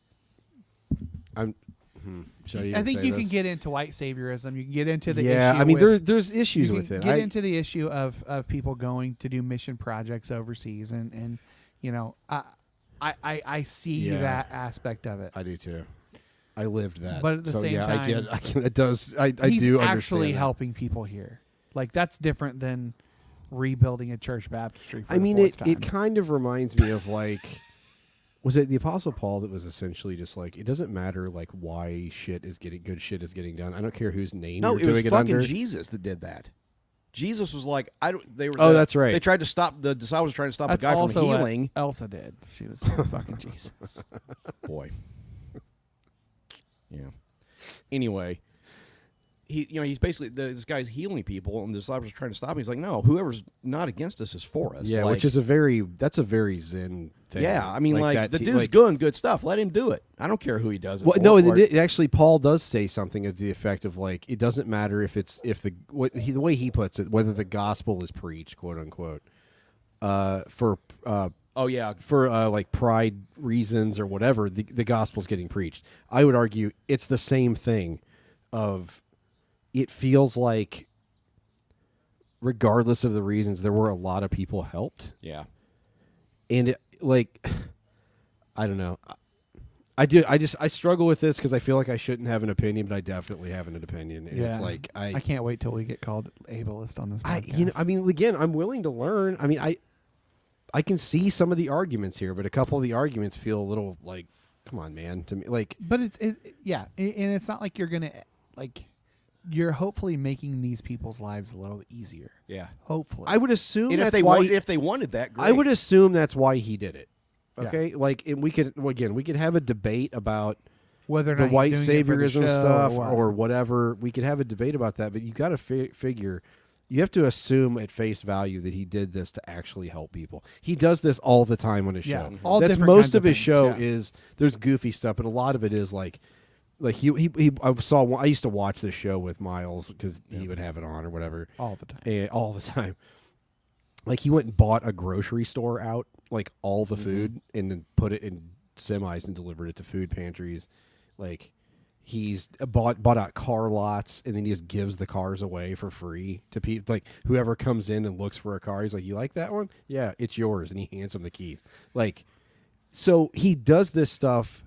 I'm. Hmm, should I even think say you can this? get into white saviorism. You can get into the yeah, Issue I mean with- there, there's issues you with can it. Get I, into the issue of of people going to do mission projects overseas, and and you know I I I, I see Yeah. that aspect of it. I do too. I lived that. But at the so, same yeah, I time, get, I can, it does. I, I He's do actually understand that. helping people here. Like that's different than rebuilding a church baptistry. For I the mean, fourth it, time. it kind of reminds me of like, was it the Apostle Paul that was essentially just like, it doesn't matter like why shit is getting good shit is getting done. I don't care whose name No, you're it doing was it fucking under. Jesus that did that. Jesus was like, I don't. They were. Oh, the- that's right. They tried to stop the disciples trying to stop that's a guy from also what healing. Elsa did. She was fucking Jesus. Boy. Yeah. Anyway, he you know he's basically the, this guy's healing people, and the disciples are trying to stop him. He's like, no, whoever's not against us is for us. yeah, Like, which is a very that's a very Zen thing. yeah. I mean, like, that the te- dude's like- doing good stuff. Let him do it. I don't care who he does it. Well, for, no, or- it, it actually Paul does say something to the effect of like it doesn't matter if it's if the what he, the way he puts it whether the gospel is preached quote unquote uh, for uh, oh yeah. for uh, like pride reasons or whatever, the, the gospel's getting preached. I would argue it's the same thing. Of it feels like, regardless of the reasons, there were a lot of people helped, Yeah. and it, like, I don't know. I- I do. I just I struggle with this because I feel like I shouldn't have an opinion, but I definitely have an opinion, and it's like I, I can't wait till we get called ableist on this. I Podcast. you know I mean again I'm willing to learn. I mean I I can see some of the arguments here, but a couple of the arguments feel a little like come on man to me like But it's it, yeah, a- and it's not like you're gonna like you're hopefully making these people's lives a little easier. Yeah. Hopefully, I would assume And if that's they why wanted, if they wanted that, great. I would assume that's why he did it. Yeah. Okay, like and we could well, again we could have a debate about Whether or the not he's white doing it for the saviorism show stuff or or, what. whatever. We could have a debate about that, but you got to fi- figure. You have to assume at face value that he did this to actually help people. He does this all the time on his Yeah, mhm. show. all That's different most kinds of, of his things, show yeah. is there's goofy stuff, but a lot of it is like, like he he, he I saw one, I used to watch this show with Miles because he would have it on or whatever all the time. and Eh, all the time. Like he went and bought a grocery store out, like all Mm-hmm. the food, and then put it in semis and delivered it to food pantries. Like he's uh, bought bought out car lots, and then he just gives the cars away for free to people. Like whoever comes in and looks for a car, he's like, "You like that one? Yeah, it's yours," and he hands him the keys. Like, so he does this stuff.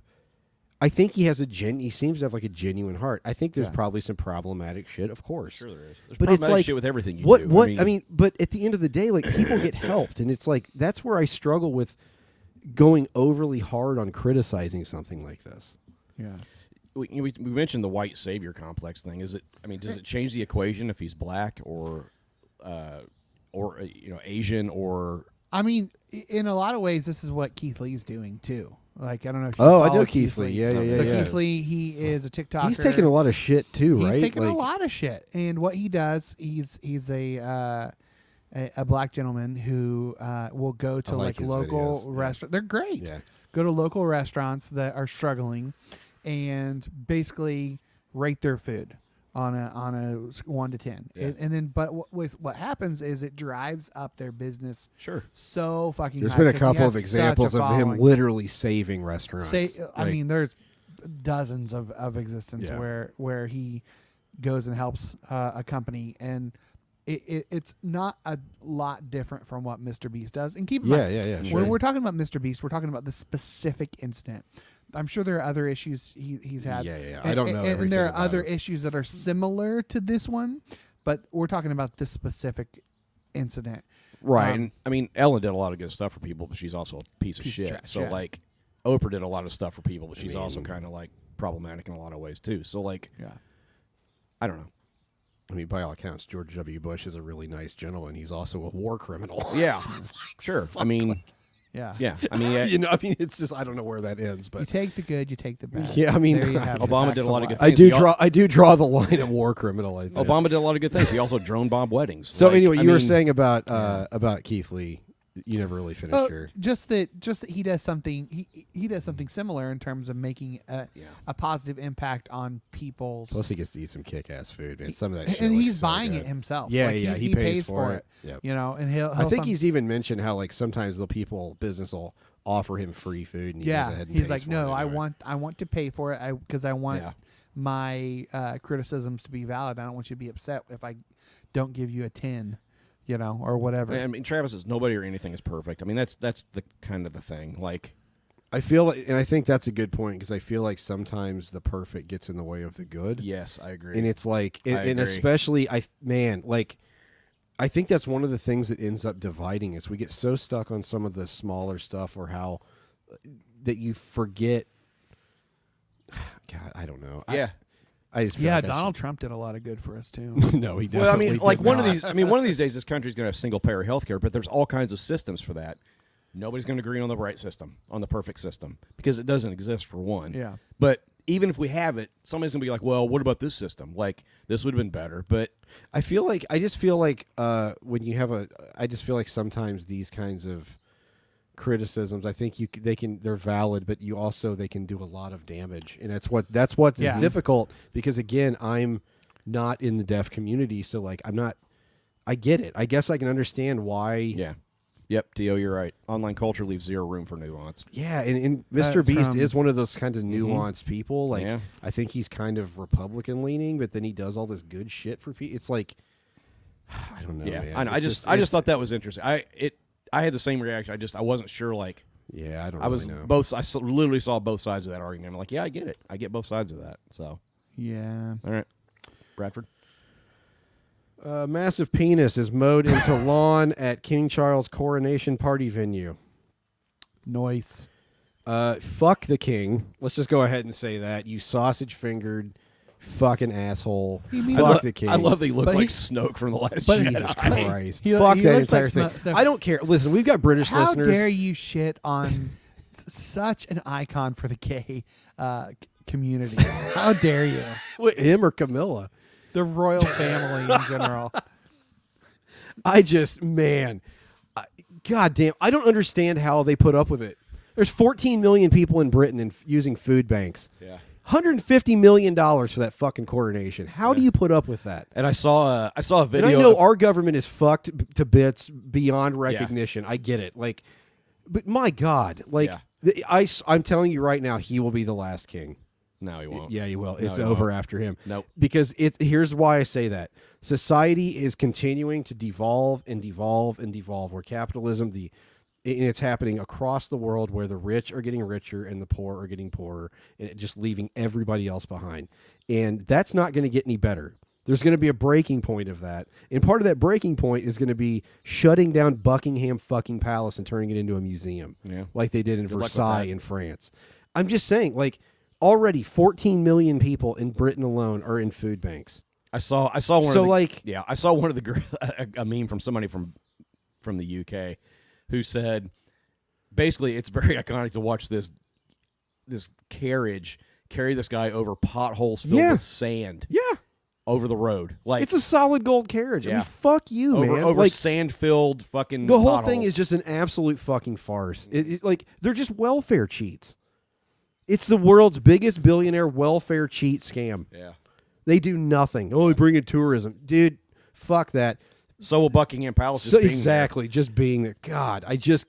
I think he has a gen. He seems to have like a genuine heart. I think there's probably some problematic shit, of course. Sure, there is. There's but it's problematic like shit with everything you what, do. I What I mean- mean, but at the end of the day, like people get helped, and it's like that's where I struggle with going overly hard on criticizing something like this. Yeah. we, we, we mentioned the white savior complex thing. Is it? I mean, does it change the equation if he's black or, uh, or uh, you know, Asian or? I mean, i- in a lot of ways, this is what Keith Lee's doing too. Like I don't know. if you Oh, I know follow Keith Lee. Yeah, yeah, yeah, So yeah. Keith Lee, he is a TikToker. He's taking a lot of shit too, right? He's taking Like, a lot of shit, and what he does, he's he's a uh, a, a black gentleman who uh, will go to like like, his local videos, yeah. restaurant. They're great. Yeah. Go to local restaurants that are struggling, and basically rate their food on a on a s- one to ten, and, and then but what with- what happens is it drives up their business. Sure. So fucking. There's high been a 'cause he couple has of examples such a of him following. literally saving restaurants. Say, I Like, mean, there's dozens of of existence Yeah. where where he goes and helps uh, a company, and it, it it's not a lot different from what Mr. Beast does. And keep in Yeah, mind, yeah, yeah, sure. when we're talking about Mr. Beast, we're talking about this specific incident. I'm sure there are other issues he, he's had. Yeah, yeah, yeah. I And- don't and- know And, everything there are about other him. issues that are similar to this one, but we're talking about this specific incident. Right. Um, and, I mean, Ellen did a lot of good stuff for people, but she's also a piece of Piece of shit. trash, so yeah. like, Oprah did a lot of stuff for people, but she's also kind of like problematic in a lot of ways too. So like, Yeah. I don't know. I mean, by all accounts, George W. Bush is a really nice gentleman. He's also a war criminal. Yeah. sure. I mean, Yeah. yeah. I mean, yeah, you know, I mean, it's just I don't know where that ends, You but take the good, you take the bad. Yeah, I mean, There you have it. Obama did Facts a lot of good I things. do He al- draw I do draw the line at war criminal. I think. Obama did a lot of good things. He also drone bomb weddings. So Like, anyway, you I were mean, saying about uh, about Keith Lee. You never really finished Oh, your. just that just that he does something he he does something similar in terms of making a a positive impact on people's Plus, he gets to eat some kick-ass food, man. Some of that, shit and looks he's so buying good. it himself. Yeah, Like, yeah, he, he, pays, for it. Yep. You know, and he'll, I he'll think some- he's even mentioned how like sometimes the people business will offer him free food, and he goes yeah. ahead and He's pays like, for no, it I anyway." want I want to pay for it. I because I want Yeah. my uh, criticisms to be valid. I don't want you to be upset if I don't give you a ten, you know, or whatever. I mean, Travis is nobody or anything is perfect. I mean, that's that's the kind of the thing. Like, I feel, like, and I think that's a good point because I feel like sometimes the perfect gets in the way of the good. yes, I agree. and it's like and, I and agree. especially i man like i think that's one of the things that ends up dividing us we get so stuck on some of the smaller stuff or how uh, that you forget god i don't know I- yeah. i, just feel yeah, like I Donald Trump did a lot of good for us too. should- no he definitely Well, I mean, did like one of not. these. I mean, one of these days, this country's going to have single payer health care, but there's all kinds of systems for that. Nobody's going to agree on the right system, on the perfect system, because it doesn't exist for one. Yeah. But even if we have it, somebody's going to be like, "Well, what about this system? Like, this would have been better." But I feel like I just feel like uh, when you have a, I just feel like sometimes these kinds of criticisms, I think you c- they can they're valid, but you also they can do a lot of damage, and that's what that's what's Mm-hmm. Yeah. difficult because again, I'm not in the deaf community, so like I'm not, I get it. I guess I can understand why. yeah, yep, To you're right. Online culture leaves zero room for nuance. Yeah, and, and That's um, Mr. Beast from- is one of those kind of nuanced people. Like, Mm-hmm. Yeah. I think he's kind of Republican leaning, but then he does all this good shit for people. It's like, I don't know. yeah, Oh, man. I, know. I It's just, I just it's- thought that was interesting. I it, I had the same reaction. I just, I wasn't sure. Like, Yeah, I don't. I was really know. both. I s- literally saw both sides of that argument. I'm like, yeah, I get it. I get both sides of that. So, yeah. all right, Bradford. Uh, massive penis is mowed into lawn at King Charles coronation party venue. Noise. Uh, fuck the king. Let's just go ahead and say that you sausage fingered fucking asshole. means- fuck I lo- the king. I love that he looked But like he- Snoke from the last but he- Jedi. Jesus Christ. He- fuck he that looks like entire thing. Smo- Snoke. I don't care. Listen, we've got British How listeners. dare you shit on just such an icon for the gay uh, c- community. How dare you? Wait, him or Camilla? The royal family in general. I just, man, I, God damn, I don't understand how they put up with it. There's 14 million people in Britain and f- using food banks. Yeah. 150 million dollars for that fucking coronation. How do you put up with that? And I saw uh, I saw a And video. I know of- our government is fucked b- to bits beyond recognition. I get it. Like, but my God, like, Yeah. the, I, s- I'm telling you right now, he will be the last king. no, he won't. Yeah, you will. No, It's he over won't. after him. Nope. Because it here's why I say that. Society is continuing to devolve and devolve and devolve where capitalism the and it's happening across the world where the rich are getting richer and the poor are getting poorer and it just leaving everybody else behind. And that's not going to get any better. There's going to be a breaking point of that. And part of that breaking point is going to be shutting down Buckingham fucking Palace and turning it into a museum. Yeah. Like they did in luck with Versailles that. in France. I'm just saying, like, already 14 million people in Britain alone are in food banks. I saw I saw one. So, of the, like- yeah, I saw one of the gr- a, a meme from somebody from from the UK who said basically it's very iconic to watch this this carriage carry this guy over potholes filled Yeah. with sand over the road like It's a solid gold carriage. I Yeah. mean, fuck you, over, man. over like, sand filled fucking the whole thing potholes. is just an absolute fucking farce. It, it- like, they're just welfare cheats. It's the world's biggest billionaire welfare cheat scam. yeah. They do nothing. Oh, they bring in tourism. Dude, fuck that. So will Buckingham Palace. just So, being there. exactly. Just being there. God, I just.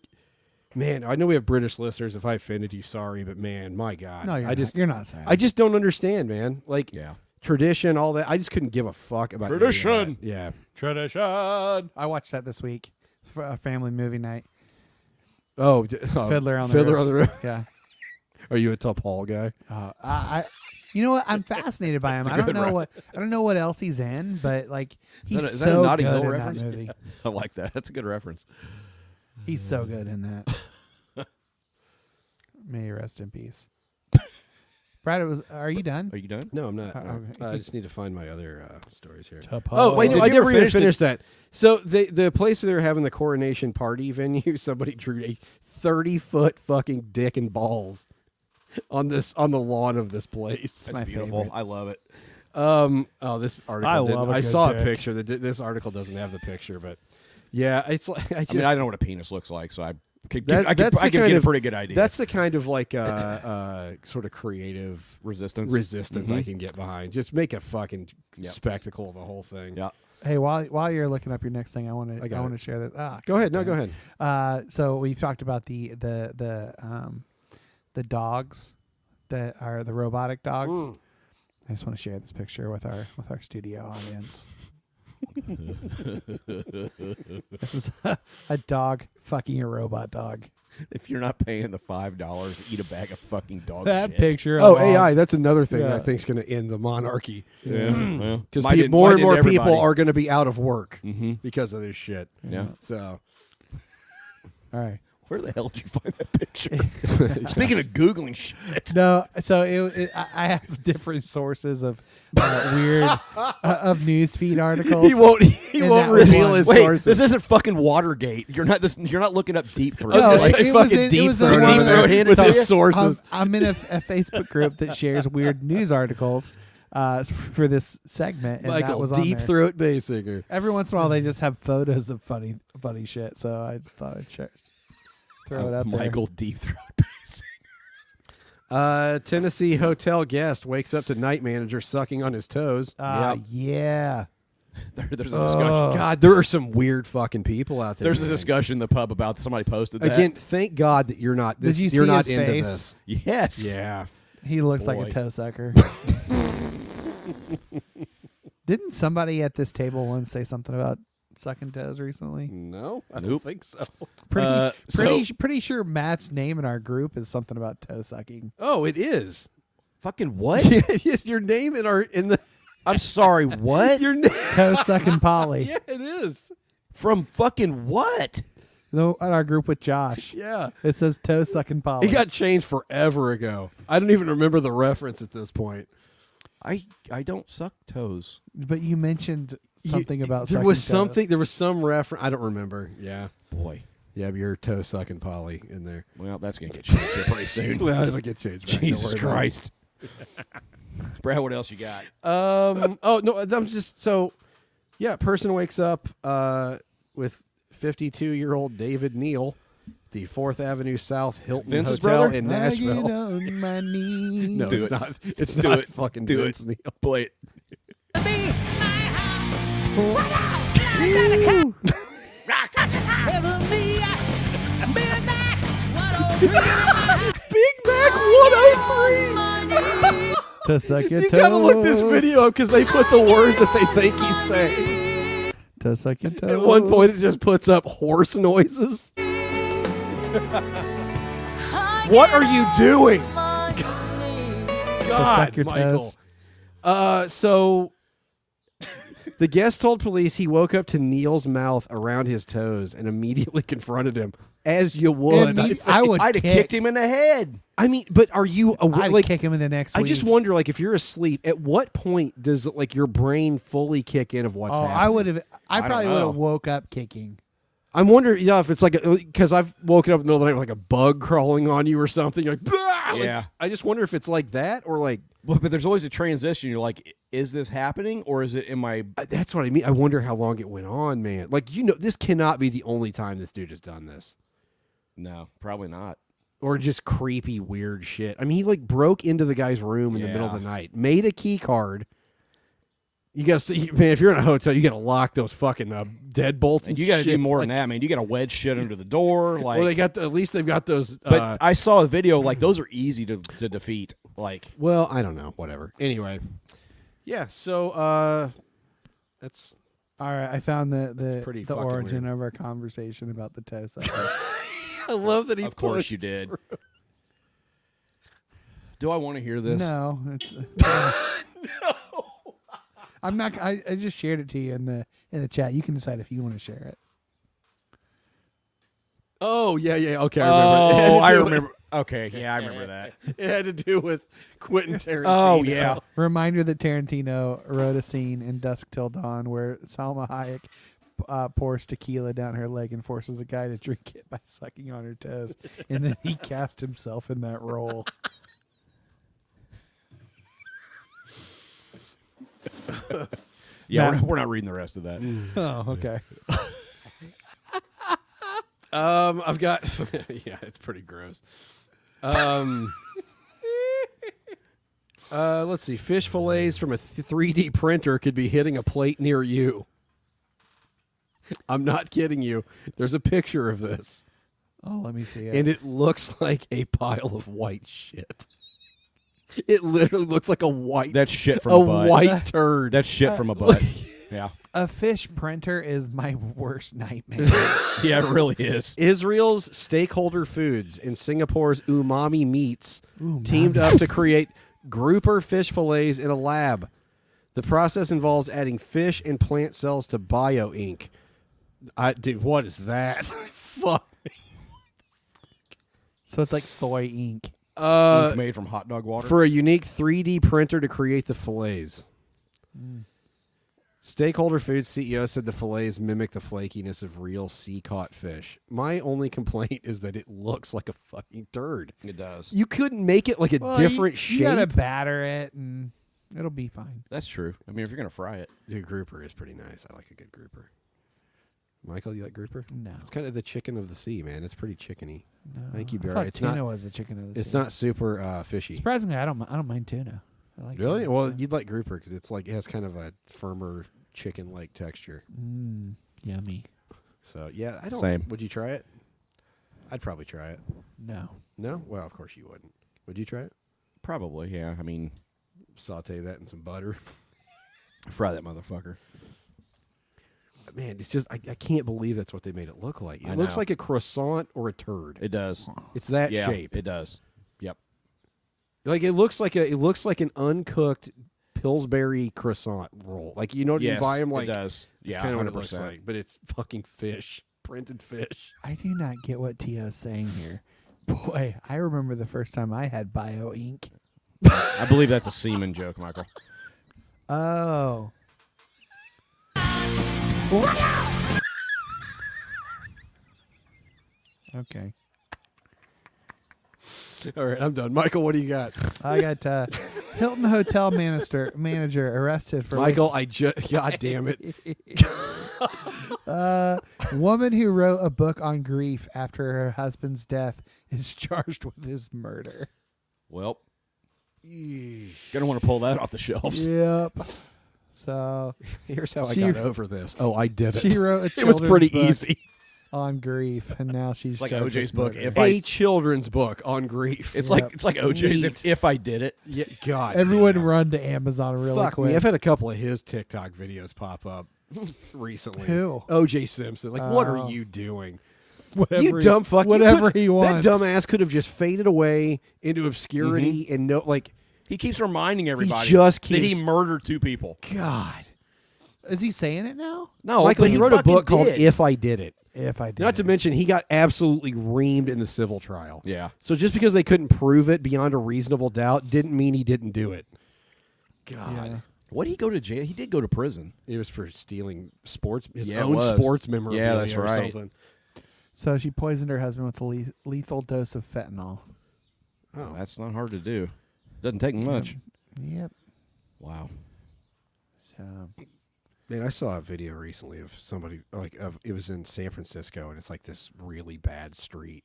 Man, I know we have British listeners. If I offended you, sorry, but man, my God, No, you're I just not, you're not saying. I just don't understand, man. Like Yeah. tradition, all that. I just couldn't give a fuck about any of that. Tradition. Yeah, Tradition. I watched that this week for a family movie night. Oh, d- oh, Fiddler on the Fiddler Roof. on the Roof. Yeah. Are you a top Hall guy? Uh, I, I, you know what? I'm fascinated by him. I don't know what I don't know what else he's in, but like he's that a- is that a so Notting good Hill in reference? that movie. I like that. That's a good reference. He's so good in that. May he rest in peace. Brad, it was. Are you done? Are you done? No, I'm not. Uh, no. okay. Uh, I just need to find my other uh, stories here. Apollo. Oh wait, no, Did I you never ever even finish the- finished that. So the the place where they were having the coronation party venue, somebody drew a thirty foot fucking dick and balls on this on the lawn of this place. That's my beautiful. favorite. I love it. Um. Oh, this article. I didn't- love a I good saw a dick. picture. That di- this article doesn't have the picture, but yeah, it's like I just. I mean, I don't know what a penis looks like, so I could, that- I could, that's I the could kind get of- a pretty good idea. That's the kind of like uh, uh sort of creative resistance. resistance I Mhm. can get behind. Just make a fucking Yep. spectacle of the whole thing. Yeah. Hey, while while you're looking up your next thing, I want I to got I, want it. to share this. Ah, Go ahead. No, go ahead. Uh, so we've talked about the the the um, the dogs that are the robotic dogs. Mm. I just want to share this picture with our with our studio audience. this is a, dog fucking a robot dog. If you're not paying the five dollars, eat a bag of fucking dog That shit. picture. Oh, alone- AI. That's another thing that I Yeah. think's going to end the monarchy Yeah, well, because mine did- Mm. more mine and did more people everybody. are going to be out of work Mhm. because of this shit. Yeah. So All right. Where the hell did you find that picture? Speaking of googling shit, No, so it, it, I I have different sources of uh, weird uh, of newsfeed articles. he won't. He And won't that was reveal one. his wait, sources. this isn't fucking Watergate. You're not this. You're not looking up deep throat. No, it- Like, it was fucking in- it deep was in throat one over of there the- with so- his sources. I'm, I'm in a, a Facebook group that shares weird news articles uh, for this segment, and that Michael, was on deep there. throat bass singer. Every once in a while, they just have photos of funny, funny shit. So I just thought I'd share, throw it up Oh, Michael deep throat. Uh, Tennessee hotel guest wakes up to night manager sucking on his toes. there. Uh, Yeah. There, there's a discussion. God, there are some weird fucking people out there. There's a man. discussion in the pub about somebody posted that. Again, thank God that you're not. This, Did you are see not his into face? this. yes, Yeah. He looks like Boy. a toe sucker. Didn't somebody at this table once say something about sucking toes recently? No, I Nope. think so. Pretty, Uh, pretty, so- pretty sure Matt's name in our group is something about toe sucking. Oh, it is. Fucking what? Yeah, yes, your name in our in the I'm sorry. What? your name. Toe sucking Polly. Yeah, it is. From fucking what? No, in our group with Josh. Yeah. It says toe sucking Polly. It got changed forever ago. I don't even remember the reference at this point. I I don't suck toes. but you mentioned You- something about there sucking was toes. something. There was some reference. I don't remember. Yeah. Boy, You have your toe sucking Polly in there. Well, that's gonna get changed here pretty soon. well, it'll get changed. Back. Don't worry Jesus about it. Christ. Brad, what else you got? Um. oh no, I'm just so. Yeah, person wakes up uh, with 52 year old David Neal, the Fourth Avenue South Hilton Vince's Hotel brother? in I get Nashville. on my knees. No, Do it's it. not. It's Do not it. fucking Do Vince it. Neal. Play it. Big Mac Oh, 103. To suck your You toes. gotta look this video up because they put the words that they think he's saying. To suck your toes. At one point, it just puts up horse noises. What are you doing? suck God, your Michael. toes. Uh, so the guest told police he woke up to Neil's mouth around his toes and immediately confronted him. As you would, Imme- I, think. I would I'd have kick, kicked him in the head. I mean, but are you awake? I'd like, kick him in the next I week. just wonder, like, if you're asleep, at what point does like your brain fully kick in of what's Oh, happening? I would have. I, don't probably would know. have woke up kicking. I'm wondering, yeah, if it's like because I've woken up in the middle of the night with like a bug crawling on you or something. You're like, "Bah!" Like, Yeah. I just wonder if it's like that or like Well, but there's always a transition. You're like, is this happening or is it in my? I- that's what I mean. I wonder how long it went on, man. Like you know, this cannot be the only time this dude has done this No, probably not. or just creepy, weird shit. I mean, he like broke into the guy's room in the middle of the Yeah. night, made a key card. You gotta see, man. If you're in a hotel, you gotta lock those fucking uh, deadbolts. And you got to do shit. more Like, than that, man. You got to wedge shit under the door. Like, well, they got the, at least they've got those. but uh, I saw a video like those are easy to, to defeat. Like, Well, I don't know. Whatever. Anyway. Yeah. So uh that's All right, I found the the, pretty the fucking origin of our conversation about the toe sucker. I love that he of course you did. Do I want to hear this? no, it's I'm not. I, I just shared it to you in the in the chat. You can decide if you want to share it. Oh, yeah, yeah. Okay, I remember. Oh, It had to do I remember. Okay, yeah, I remember that. with- it had to do with Quentin Tarantino. Oh yeah, Reminder that Tarantino wrote a scene in Dusk Till Dawn where Salma Hayek uh, pours tequila down her leg and forces a guy to drink it by sucking on her toes, and then he cast himself in that role. yeah. We're Matt- not, we're not reading the rest of that. Mm. Oh, okay. Um, I've got. yeah, it's pretty gross. Um. Uh, let's see. Fish fillets from a th- 3D printer could be hitting a plate near you. I'm not kidding you. There's a picture of this. Oh, let me see it. and it looks like a pile of white shit. It literally looks like a white That's shit from a a butt. white turd. That's shit from a butt. yeah, a fish printer is my worst nightmare. yeah, it really is. Israel's stakeholder foods and Singapore's umami meats teamed up to create grouper fish fillets in a lab. The process involves adding fish and plant cells to bio ink. I dude, what is that? Fuck. so it's like soy ink. Uh, Ink made from hot dog water. for a unique 3D printer to create the fillets. Mm. Stakeholder Foods CEO said the fillets mimic the flakiness of real sea caught fish. My only complaint is that it looks like a fucking turd. it does. You couldn't make it like a Well, different you, shape. You gotta batter it, and it'll be fine. That's true. I mean, if you're gonna fry it, Dude, grouper is pretty nice. I like a good grouper. Michael, you like grouper? No. It's kind of the chicken of the sea, man. It's pretty chickeny. I think you'd be I all thought right. It's tuna not. was a chicken of the It's sea. not super uh, fishy. Surprisingly, I don't. mi- I don't mind tuna. I like Really? tuna. Well, you'd like grouper because it's like it has kind of a firmer chicken-like texture. Mm, yummy. So yeah, I don't. Same. Would you try it? I'd probably try it. No. No, well, of course you wouldn't. Would you try it? probably. Yeah, I mean, Saute that in some butter. fry that motherfucker. Man, it's just I, I can't believe that's what they made it look like. It I looks know. like a croissant or a turd. It does. it's that yeah, shape. it does. Yep. like it looks like a it looks like an uncooked Pillsbury croissant roll. Like you know what you Yes, buy them it like does. It's Yeah, kind of what it looks 100%. like, but it's fucking fish, printed fish. I do not get what Tio's saying here. Boy, I remember the first time I had bio ink. I believe that's a semen joke, Michael. Oh. Okay. All right, I'm done. Michael, what do you got? I got uh, Hilton Hotel manager manager arrested for Michael, I just God damn it. Uh, woman who wrote a book on grief after her husband's death is charged with his murder. Well, gonna want to pull that off the shelves. Yep. So Here's how She- I got over this. Oh, I did it. she wrote a it was children's pretty book. easy. on grief, and now she's It's like charged with OJ's book. murder. If A I, children's book on grief. it's Yep. like it's like OJ's. If, if I did it, yeah, God. Everyone damn. run to Amazon really Fuck quick. me. I've had a couple of his TikTok videos pop up recently. Who? OJ Simpson. Like, what Oh. are you doing? whatever you dumb fuck. you Whatever could- he wants. That dumbass could have just faded away into obscurity Mm-hmm. and no, like, he keeps reminding everybody just that he keeps- murdered two people. God. Is he saying it now? No, Michael, but he wrote a fucking book called did. If I Did It. If I did, Not to mention, he got absolutely reamed in the civil trial. Yeah. So just because they couldn't prove it beyond a reasonable doubt didn't mean he didn't do it. God. Yeah. What did he go to jail? He did go to prison. It was for stealing sports, his Yeah, it own was. sports Yeah, memorabilia that's or right. something. So she poisoned her husband with a le- lethal dose of fentanyl. Oh, that's not hard to do. Doesn't take much. Yep. Wow. So Man, I saw a video recently of somebody like of it was in San Francisco and it's like this really bad street,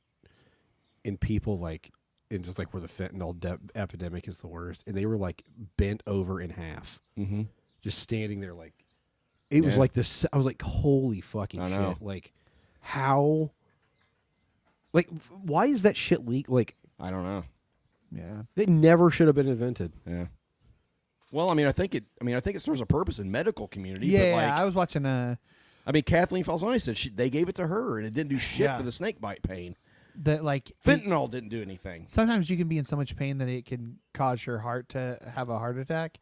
and people like and just like where the fentanyl de- epidemic is the worst, and they were like bent over in half, Mm-hmm. just standing there like it was Yeah. like this. I was like, holy fucking I shit! know. Like how. Like, why is that shit leak? Like, I don't know. yeah, it never should have been invented. Yeah. Well, I mean, I think it. I mean, I think it serves a purpose in medical community. yeah. But like, I was watching uh, a I mean, Kathleen Falzoni said she, they gave it to her, and it didn't do shit Yeah. for the snake bite pain. that like it- Fentanyl didn't do anything. sometimes you can be in so much pain that it can cause your heart to have a heart attack.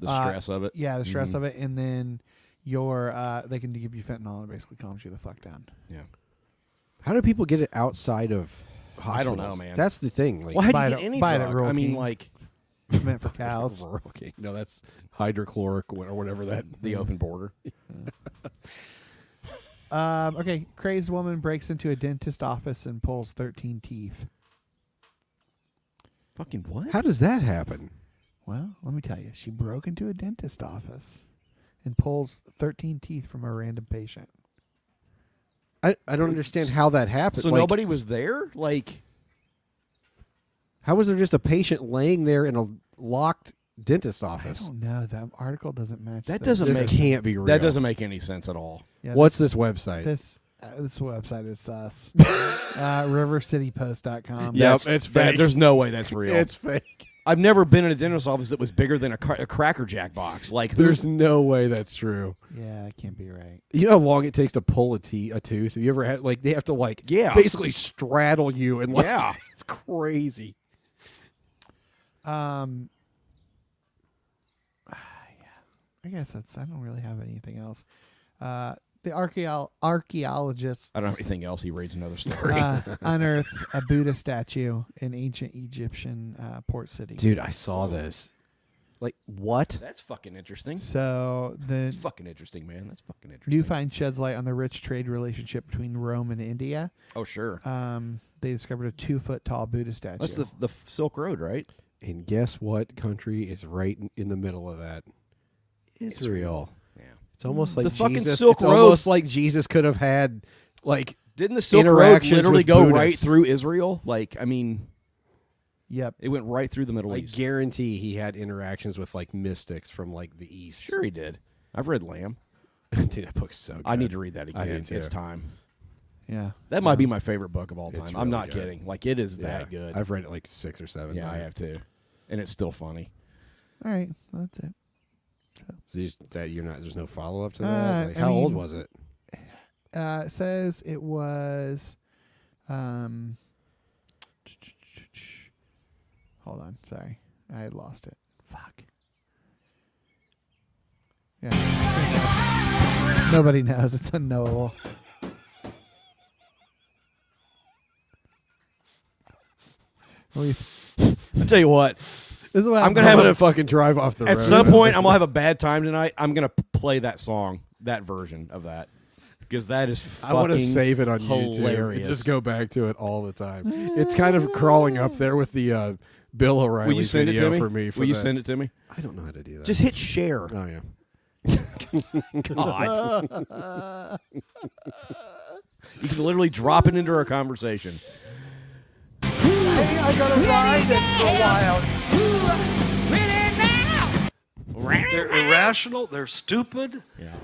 The Uh, stress of it. Mm-hmm. Yeah, the stress of it, and then your uh, they can give you fentanyl and it basically calms you the fuck down. Yeah. How do people get it outside of hospitals? I don't know, man. That's the thing. Like, Well, how do Buy you it get at- any buy it at drug? Rural I mean, King. like It's meant for cows. Rural King. No, that's hydrochloric or whatever that. the open border. Um, okay, crazed woman breaks into a dentist office and pulls thirteen teeth. Fucking what? How does that happen? Well, let me tell you, she broke into a dentist office and pulls thirteen teeth from a random patient. I, I don't understand how that happened. so Like, nobody was there. Like How was there just a patient laying there in a locked dentist I office? don't know. That article doesn't match. That the- doesn't This make- can't be real. that doesn't make any sense at all. Yeah, What's this website? This uh, this website is sus. uh, RiverCityPost.com. Yeah. That's- it's that- fake. There's no way that's real. it's fake. I've never been in a dentist's office that was bigger than a, cra- a Cracker Jack box. Like who- There's no way that's true. Yeah, it can't be right. You know how long it takes to pull a, te- a tooth? Have you ever had like they have to like Yeah. basically straddle you and like Yeah. it's crazy. Um, yeah, I guess that's. I don't really have anything else. Uh, the archaeo- archaeologists I don't have anything else. He reads another story. uh, unearth a Buddha statue in ancient Egyptian uh, port city. Dude, I saw this. Like what? that's fucking interesting. So the That's fucking interesting, man. That's fucking interesting. new find sheds light on the rich trade relationship between Rome and India. oh sure. Uh, Um, they discovered a two foot tall Buddha statue. That's the the Silk Road, right? And guess what country is right in- in the middle of that? Israel. Yeah. It's almost like The fucking Jesus, Silk it's Road- almost like Jesus could have had like Didn't the Silk Road Interactions literally with go Buddhists. right through Israel? Like, I mean, yep. it went right through the Middle I East. guarantee he had interactions with like mystics from like the east. Sure, he did. I've read Lamb. Dude, that book's so good. I need to read that I again. do, It's too. time. Yeah. That might be my favorite book of all time. It's I'm really not good. kidding. Like, it is Yeah. that good. I've read it like six or seven. yeah, I times. have too, and it's still funny. All right. Well, that's it. So you, that you're not. There's no follow up to that. Uh, Like, I how old mean- was it? uh, it says it was. Um, hold on, sorry, I had lost it. Fuck. Yeah. Nobody knows. It's unknowable. We- I tell you what, This is what I'm gonna have I'm it gonna fucking drive off the at road. some point, I'm gonna have a bad time tonight. I'm gonna p- play that song, that version of that. because that is fucking I want to save it on YouTube and hilarious. just go back to it all the time. It's kind of crawling up there with the uh, Bill O'Reilly Will you send it video to me? for me. For Will you that. send it to me? I don't know how to do that. Just hit share. Oh, Oh yeah. God. you can literally drop it into our conversation. Hey, I got a ride They're irrational. They're stupid.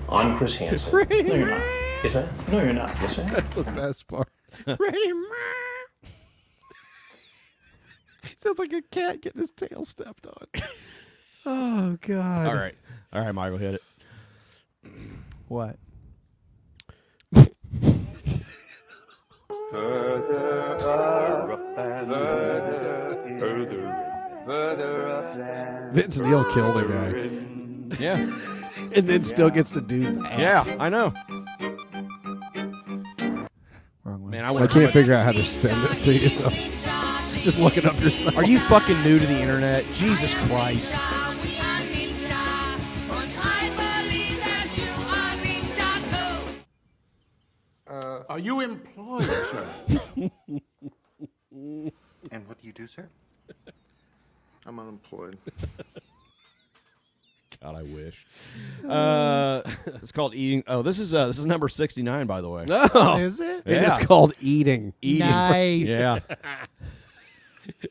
I'm Chris Hansen. no, you're not. Yes, I am. No, you're not. Yes, I am. That's the best part. Ready, Sounds like a cat getting his tail stepped on. Oh God. All right. All right, Michael, hit it. What? Vince Neil killed a guy, Yeah. and then still gets to do that. Yeah, I know. Wrong one. Man, I I want can't figure out how to send this to you, so just look it up yourself. Are you fucking new to the internet? Jesus Christ. Are you employed, sir? And what do you do, sir? I'm unemployed. God, I wish. Uh, it's called eating. Oh, this is uh, this is number sixty nine, by the way. No. Is it? And Yeah. it's called eating. Eating. Nice. Yeah.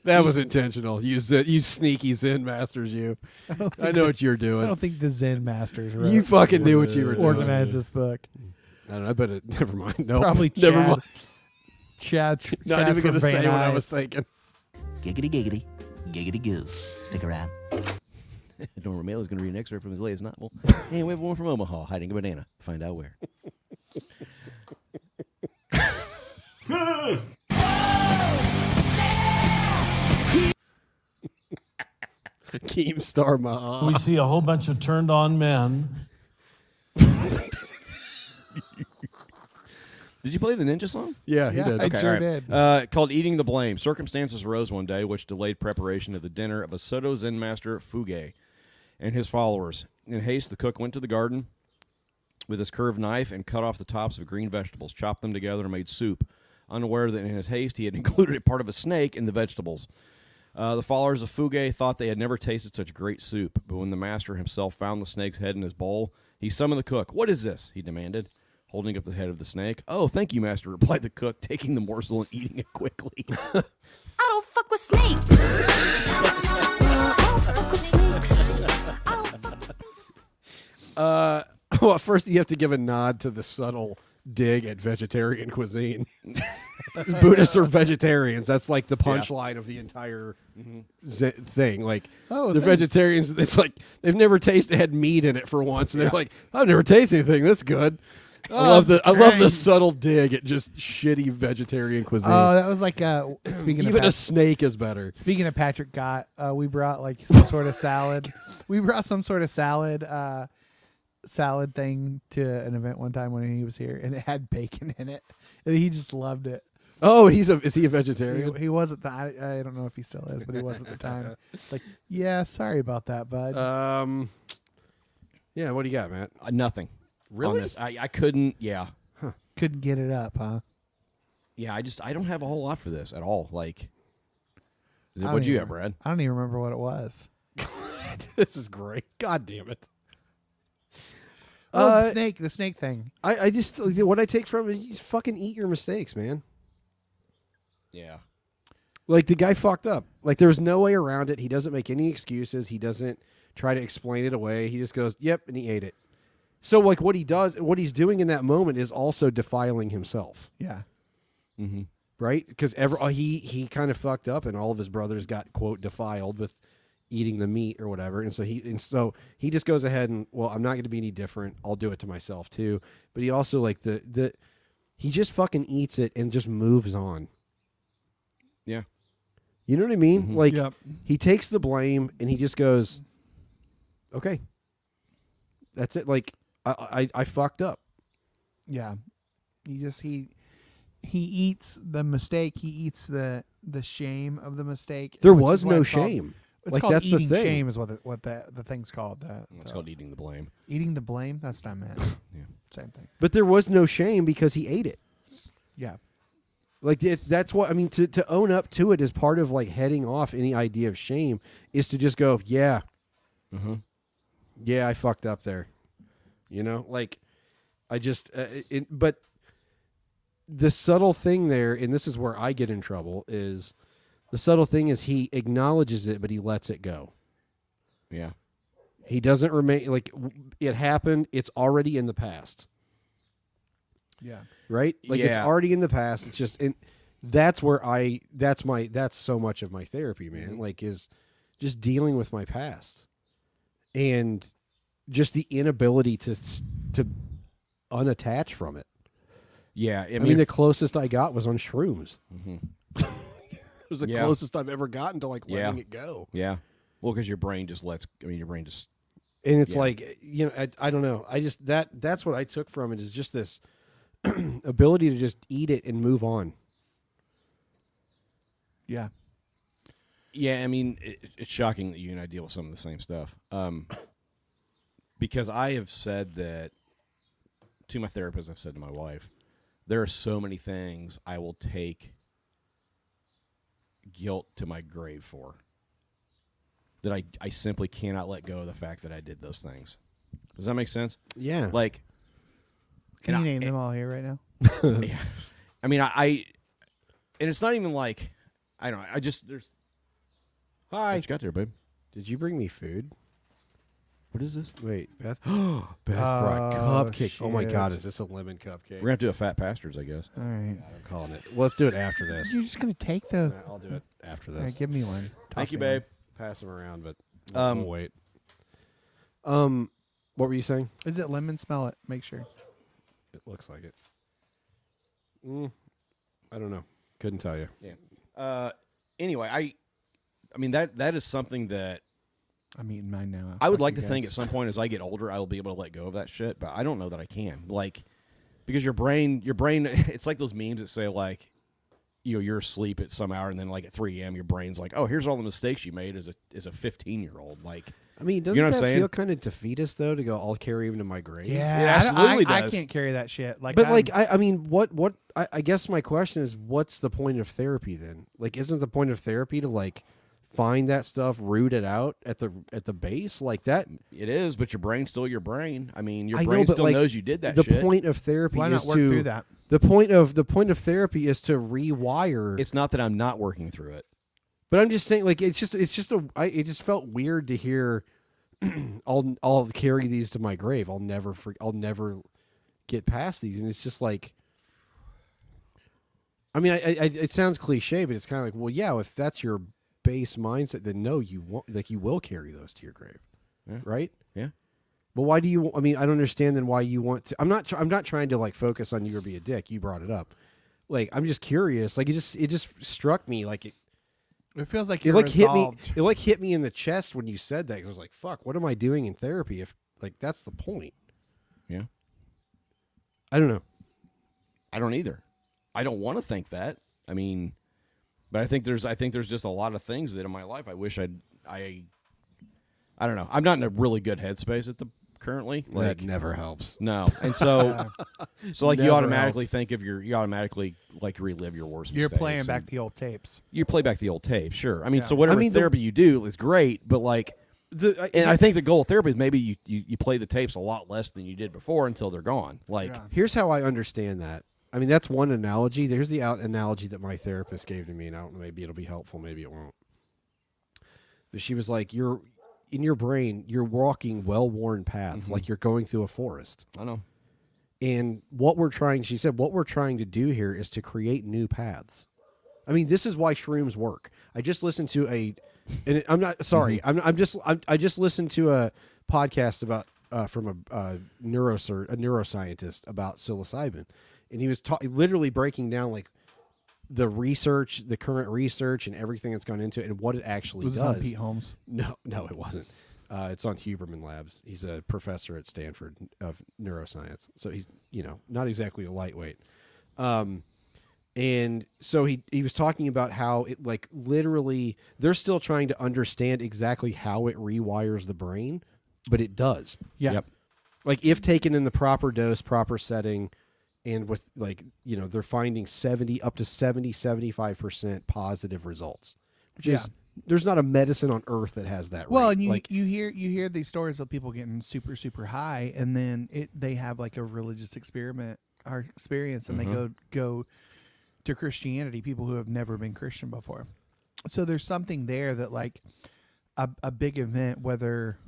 That was intentional. You zi- you sneaky Zen masters, you. don't I think know that- what you're I doing. don't think the Zen masters. Wrote, You fucking knew what you were doing. organized this book. I don't know. I bet it. Never mind. No. Probably Never Chad. mind. Chad. Chad Not even from gonna say Van what I Nuys. was thinking. Giggity giggity. Giggity goo. Stick around. Norman Mailer is going to read an excerpt from his latest novel, and we have one from Omaha, hiding a banana. Find out where. Keemstar Mom. We see a whole bunch of turned on men. Did you play the ninja song? Yeah, he Yeah, did. I Okay, sure all right. did. Uh, called "Eating the Blame." Circumstances arose one day which delayed preparation of the dinner of a Soto Zen master Fuge and his followers. In haste, the cook went to the garden with his curved knife and cut off the tops of green vegetables, chopped them together, and made soup. Unaware that in his haste he had included a part of a snake in the vegetables. Uh, the followers of Fuge thought they had never tasted such great soup, but when the master himself found the snake's head in his bowl, he summoned the cook. What is this? he demanded, holding up the head of the snake. Oh, thank you, master, replied the cook, taking the morsel and eating it quickly. Uh, I don't fuck with snakes. I don't fuck with snakes. I don't fuck Uh, well, first you have to give a nod to the subtle dig at vegetarian cuisine. Buddhists are vegetarians. That's like the punchline of the entire ze- thing. Like Mm-hmm. Oh, they're thanks. vegetarians. It's like they've never tasted had meat in it for once, and they're like, I've never tasted anything this good. I Oh, love the that's I love the great. subtle dig at just shitty vegetarian cuisine. Oh, that was like uh, speaking. Even of a Pat- snake is better. Speaking of Patrick Gott, uh, we brought like some sort of Oh salad. We brought some sort of salad, uh, salad thing to an event one time when he was here, and it had bacon in it, and he just loved it. Oh, he's a is he a He, vegetarian? he was at the. I, I don't know if he still is, but he was at the time. It's like, yeah, sorry about that, bud. Um, yeah. What do you got, Matt? Uh, nothing. Really? On this. I, I couldn't, yeah. Couldn't get it up, huh? Yeah, I just, I don't have a whole lot for this at all. Like, I don't what'd you even- have, Brad? I don't even remember what it was. this is great. God damn it. Oh, Uh, the snake, the snake thing. I, I just what I take from it, you just fucking eat your mistakes, man. Yeah. Like the guy fucked up. Like there was no way around it. He doesn't make any excuses. He doesn't try to explain it away. He just goes, "Yep," and he ate it. So like what he does, what he's doing in that moment is also defiling himself, Yeah. Mm-hmm. right? Because ever uh, he he kind of fucked up, and all of his brothers got quote defiled with eating the meat or whatever. And so he and so he just goes ahead and well, I'm not going to be any different. I'll do it to myself too. But he also like the the he just fucking eats it and just moves on. Yeah. You know what I mean? Mhm. Like Yep. he takes the blame and he just goes, "Okay, that's it." Like I I, I fucked up. Yeah. He just he he eats the mistake. He eats the the shame of the mistake. There which is was why no it's called- shame. it's Like, called that's the eating thing. shame is what the, what the, the thing's called. The, It's the- called eating the blame. eating the blame. That's not meant. Yeah. Same thing. But there was no shame because he ate it. Yeah. Like it, that's what I mean. To to own up to it is part of like heading off any idea of shame is to just go, yeah, mm-hmm. yeah, I fucked up there. You know, like I just, uh, it, it- but the subtle thing there, and this is where I get in trouble, is the subtle thing is he acknowledges it, but he lets it go. Yeah. He doesn't remain like w- it happened. It's already in the past. Yeah. right? Like it's Yeah. already in the past. It's just and that's where I that's my that's so much of my therapy, man. Mm-hmm. Like is just dealing with my past and just the inability to s- to unattach from it. Yeah, I I mean, mean, the if- Mm-hmm. closest I got was on shrooms. it was the Yeah. closest I've ever gotten to like letting it go. Yeah. Well, because your brain just lets. I mean, your brain just. and it's Yeah. like you know I, I don't know i just that that's what i took from it is just this ability to just eat it and move on yeah Yeah, I mean, it, it's shocking that you and I deal with some of the same stuff. Um, because I have said that to my therapist, I've said to my wife, there are so many things I will take guilt to my grave for that I, I simply cannot let go of the fact that I did those things. Does that make sense? Yeah. Like, Can and you I- e name them all here right now? yeah. I mean, I, I, and it's not even like, I don't know. I just, there's, hi. What you got there, babe? did you bring me food what is this wait beth beth brought Oh, cupcake oh my shit. god is this a lemon cupcake We're going to have to do a fat pastards, I guess. All right. i'm calling it well, let's do it after this You're just gonna take the. I'll do it after this. All right, give me one. Thank Toss you, me one. babe. pass them around but we'll, Um, we'll wait um what were you saying Is it lemon? Smell it. Make sure. it looks like it mm, i don't know couldn't tell you Yeah. Uh, anyway, I, I mean that that is something that I'm eating mine now. I would Fuck like you to think guys. at some point as I get older I will be able to let go of that shit, but I don't know that I can. Like, because your brain, your brain, it's like those memes that say like, you know, you're asleep at some hour and then like at 3 a.m. your brain's like, oh, here's all the mistakes you made as a as a 15 year old. Like, I mean, doesn't you know that what I'm saying? feel kind of defeatist though to go? I'll carry him to my grave. Yeah, It I don't- I- absolutely I, does. can't carry that shit. Like, but I'm- like, I, I mean, what, what? I, I guess my question is, what's the point of therapy then? Like, isn't the point of therapy to like find that stuff, root it out at the at the base, like that? It is, but your brain's still your brain. I mean, your I know, brain but, still like, knows you did that. The shit. point of therapy Why not is work to through that? the point of the point of therapy is to rewire. It's not that I'm not working through it. But I'm just saying, like, it's just, it's just a, I, it just felt weird to hear. I'll, I'll carry these to my grave. I'll never, for, I'll never get past these. And it's just like, I mean, I, I, I- it sounds cliche, but it's kind of like, well, yeah, if that's your base mindset, then no, you won't, like, you will carry those to your grave, Yeah. right? Yeah. But why do you? I mean, I don't understand then why you want to. I'm not. tr- I'm not trying to like focus on you or be a dick. You brought it up. Like, I'm just curious. Like, it just, it just struck me. Like, it, it feels like it you're like resolved. hit me. It like hit me in the chest when you said that. 'cause I was like, "Fuck, what am I doing in therapy?" If like that's the point. Yeah. I don't know. I don't either. I don't want to think that. I mean, but I think there's I think there's just a lot of things that in my life I wish I'd I I don't know. I'm not in a really good headspace at the currently. Like that never helps. no. And so so like you Never automatically think of your you automatically like relive your worst You're mistakes playing and- back the old tapes. you play back the old tape, sure. I mean, Yeah. so whatever I mean, the- therapy you do is great, but like, The- I- and I think the goal of therapy is maybe you, you, you play the tapes a lot less than you did before until they're gone. Like, Yeah. Here's how I understand that. I mean, that's one analogy. There's the out analogy that my therapist gave to me, and I don't. know, Maybe it'll be helpful. Maybe it won't. But she was like, "You're in your brain. You're walking well-worn paths, like you're going through a forest." I know. And what we're trying, she said, what we're trying to do here is to create new paths. I mean, this is why shrooms work. I just listened to a, and it- I'm not sorry. Mm-hmm. I'm, I'm just I'm, I just listened to a podcast about uh, from a uh, neurosur a neuroscientist about psilocybin, and he was ta- literally breaking down like the research, the current research, and everything that's gone into it, and what it actually Was this does. on Pete Holmes? No, no, it wasn't. Uh, it's on Huberman Labs. He's a professor at Stanford of neuroscience, so he's you know not exactly a lightweight. Um, and so he he was talking about how it like literally they're still trying to understand exactly how it rewires the brain, but it does. Yeah. Yep. like if taken in the proper dose, proper setting, and with like you know they're finding 70 up to 70 75% positive results which is there's not a medicine on earth that has that Well, rate. and you like you hear you hear these stories of people getting super super high, and then it they have like a religious experiment or experience, and Mhm. they go go to Christianity. People who have never been Christian before. So there's something there that like a a big event, whether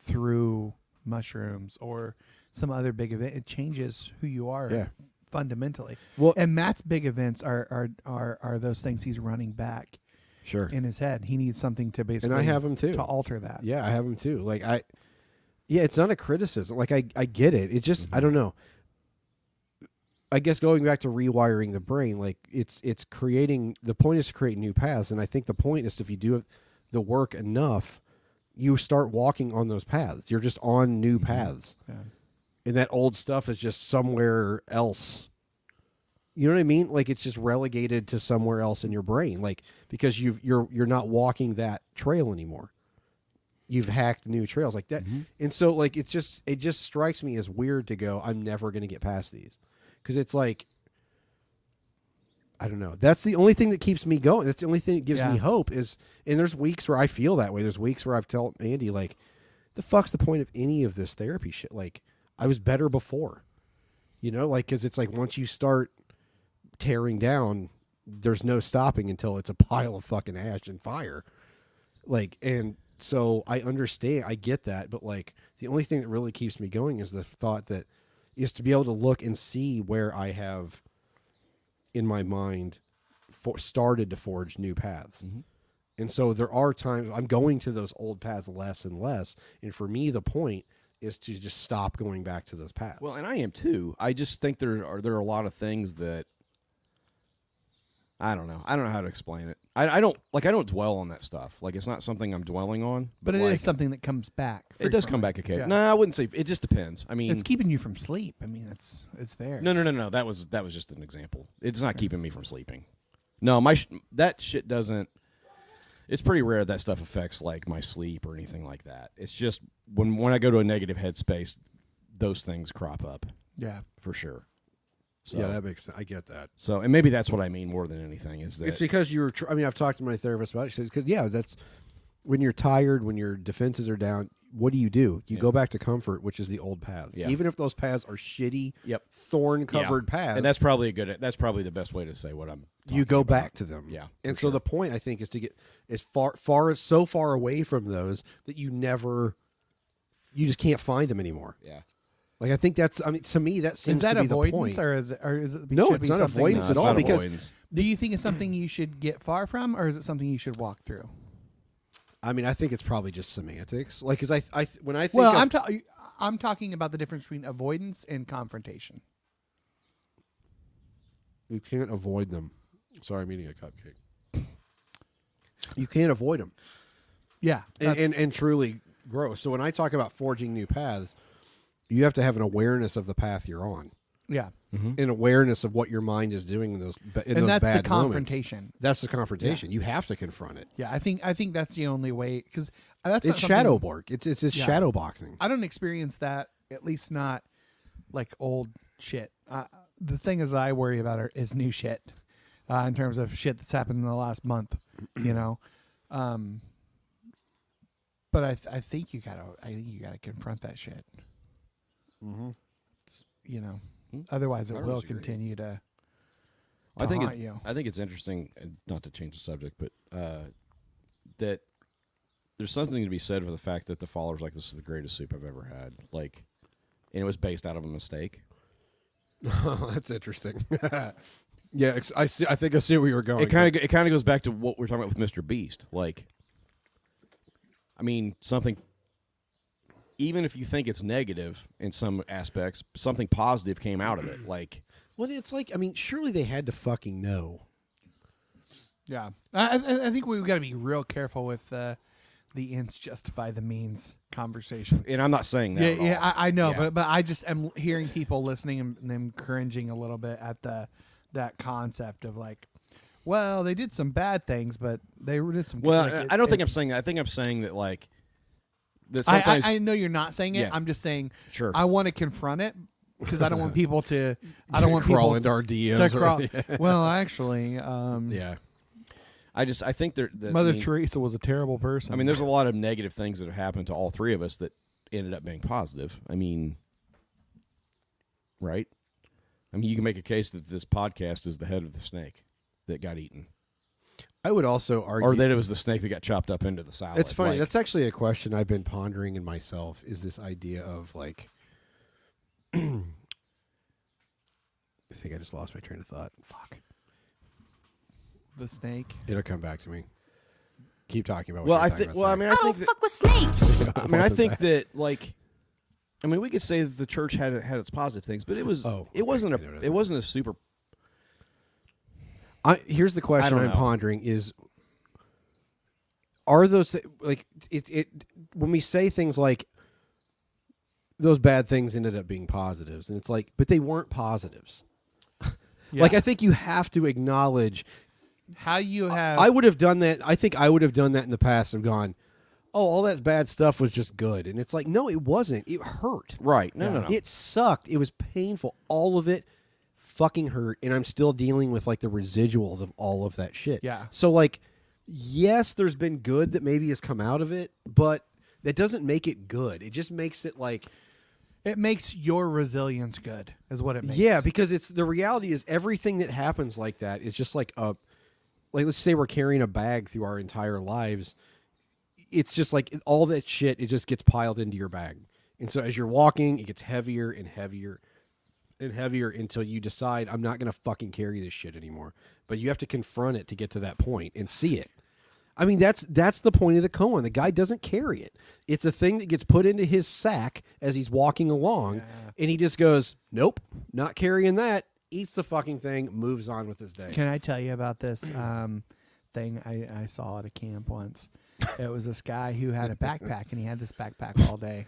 through mushrooms or some other big event, it changes who you are Yeah. fundamentally. Well, and Matt's big events are are are are those things he's running back. Sure. In his head, he needs something to and basically. I have them too To alter that. Yeah, I have them too. Like I, yeah, it's not a criticism. Like I, I get it. It just Mm-hmm. I don't know. I guess going back to rewiring the brain, like it's it's creating the point is to create new paths, and I think the point is if you do the work enough, you start walking on those paths. You're just on new paths, Mm-hmm. Yeah. and that old stuff is just somewhere else. You know what I mean? Like it's just relegated to somewhere else in your brain, like because you you're you're not walking that trail anymore you've hacked new trails like that and so like it's just it just strikes me as weird to go i'm never going to get past these because it's like i don't know that's the only thing that keeps me going that's the only thing that gives me Yeah. hope is and there's weeks where i feel that way there's weeks where i've told andy like the fuck's the point of any of this therapy shit like i was better before you know like because it's like once you start tearing down there's no stopping until it's a pile of fucking ash and fire like and so i understand i get that but like the only thing that really keeps me going is the thought that is to be able to look and see where i have in my mind for, started to forge new paths Mm-hmm. and so there are times i'm going to those old paths less and less and for me the point is to just stop going back to those paths Well, and I am too. I just think there are there are a lot of things that I don't know. I don't know how to explain it. I, I don't like. I don't dwell on that stuff. Like it's not something I'm dwelling on. But But, it is like, something that comes back. It does frequently. come back occasionally. Yeah. No, I wouldn't say it. Just depends. I mean, it's keeping you from sleep. I mean, it's it's there. No, no, no, no. That was that was just an example. It's not keeping me from sleeping. No, my sh- that shit doesn't. It's pretty rare that stuff affects like my sleep or anything like that. It's just when when I go to a negative headspace, those things crop up. Yeah. for sure. Yeah, that makes sense. I get that. So, and maybe that's what I mean more than anything is that It's because you were. Tr- I mean, I've talked to my therapist about it. Because yeah, that's when you're tired, when your defenses are down. What do you do? You go back to comfort, which is the old paths. Yeah. Even if those paths are shitty, thorn covered Yeah. paths, and that's probably a good. That's probably the best way to say what I'm. you talking go about. back to them. Yeah, And so the point I think is to get as far far so far away from those that you never, you just can't find them anymore. Yeah. Like I think that's. I mean, to me, that seems Is that to be the avoidance point. or is it, or is it No, should it's be not something avoidance Uh, that- at No, it's all not because- avoidance. do you think it's something you should get far from, or is it something you should walk through? I mean, I think it's probably just semantics. Like, because I, I when I think well, of- I'm talking. I'm talking about the difference between avoidance and confrontation. You can't avoid them. Sorry, I'm eating a cupcake. You can't avoid them. Yeah, And, that's- and, and truly grow. So when I talk about forging new paths, you have to have an awareness of the path you're on. Yeah. An awareness of what your mind is doing in those ba- in Mm-hmm. And those that's the bad moments. confrontation. That's the confrontation. You have to confront it. Yeah, I think I think that's the only way because that's It's not something- shadow work. It's- it's just shadow boxing. I don't experience that, at least not like old shit. Uh, the thing is, I worry about are, is new shit uh, in terms of shit that's happened in the last month. You know, um, but I th- I think you gotta I think you gotta confront that shit. Mm-hmm. You know, otherwise it Hmm. I don't will disagree. continue to. I think haunt it, you. I think it's interesting, and not to change the subject, but uh, that there's something to be said for the fact that the followers like this is the greatest soup I've ever had. Like, and it was based out of a mistake. Oh, that's interesting. yeah, ex- I see. I think I see where you Oh, were going. it kind of it kind of goes back to what we we're talking about with Mr. Beast. Like, I mean, something. Even if you think it's negative in some aspects, something positive came out of it. Like, Well, it's like I mean, surely they had to fucking know. Yeah, I I, I think we've got to be real careful with uh, the ends justify the means conversation. and I'm not saying that. Yeah, at all. yeah, I, I know, Yeah. but but I just am hearing people listening and them cringing a little bit at the that concept of like, well, they did some bad things, but they did some. Well, like, I- it- I don't it- think I'm saying that. I think I'm saying that like that I- sometimes I, I know you're not saying it. Yeah. I'm just saying. Sure. I want to confront it because I don't want people to. I don't want Crawl people into our to DMs or- crawl- yeah. Well, actually, um, Yeah. I just I think there that, Mother I mean- Teresa was a terrible person. I mean, there's a lot of negative things that have happened to all three of us that ended up being positive. I mean, right? I mean, you can make a case that this podcast is the head of the snake that got eaten, I would also argue, or that it was the snake that got chopped up into the salad. It's funny. Like, That's actually a question I've been pondering in myself is this idea of like I think I just lost my train of thought. Fuck. the snake. It'll come back to me. Keep talking about what well, you're I talking think. about, Well, I mean, I, don't think. that- fuck with snakes. I mean, I Wasn't think that- that like, I mean, we could say that the church had had its positive things, but it was Oh, it wasn't a it wasn't a super. I, here's the question don't I'm know. pondering is are those thi- like it it when we say things like those bad things ended up being positives and it's like but they weren't positives. Like Yeah. I think you have to acknowledge How you have? I would have done that. I think I would have done that in the past and gone, "Oh, all that bad stuff was just good." And it's like, "No, it wasn't. It hurt." Right. No, no, no. It sucked. It was painful. All of it fucking hurt, and I'm still dealing with like the residuals of all of that shit. Yeah. So like, yes, there's been good that maybe has come out of it, but that doesn't make it good. It just makes it like It makes your resilience good, is what it makes. yeah, because it's the reality is everything that happens like that is just like a like let's say we're carrying a bag through our entire lives. It's just like all that shit it just gets piled into your bag. And so as you're walking, it gets heavier and heavier and heavier until you decide I'm not going to fucking carry this shit anymore. But you have to confront it to get to that point and see it. I mean that's that's the point of the koan. The guy doesn't carry it. It's a thing that gets put into his sack as he's walking along, and he just goes, "Nope, not carrying that." Eats the fucking thing, moves on with his day. Can I tell you about this um, thing I, I saw at a camp once? It was this guy who had a backpack, and he had this backpack all day.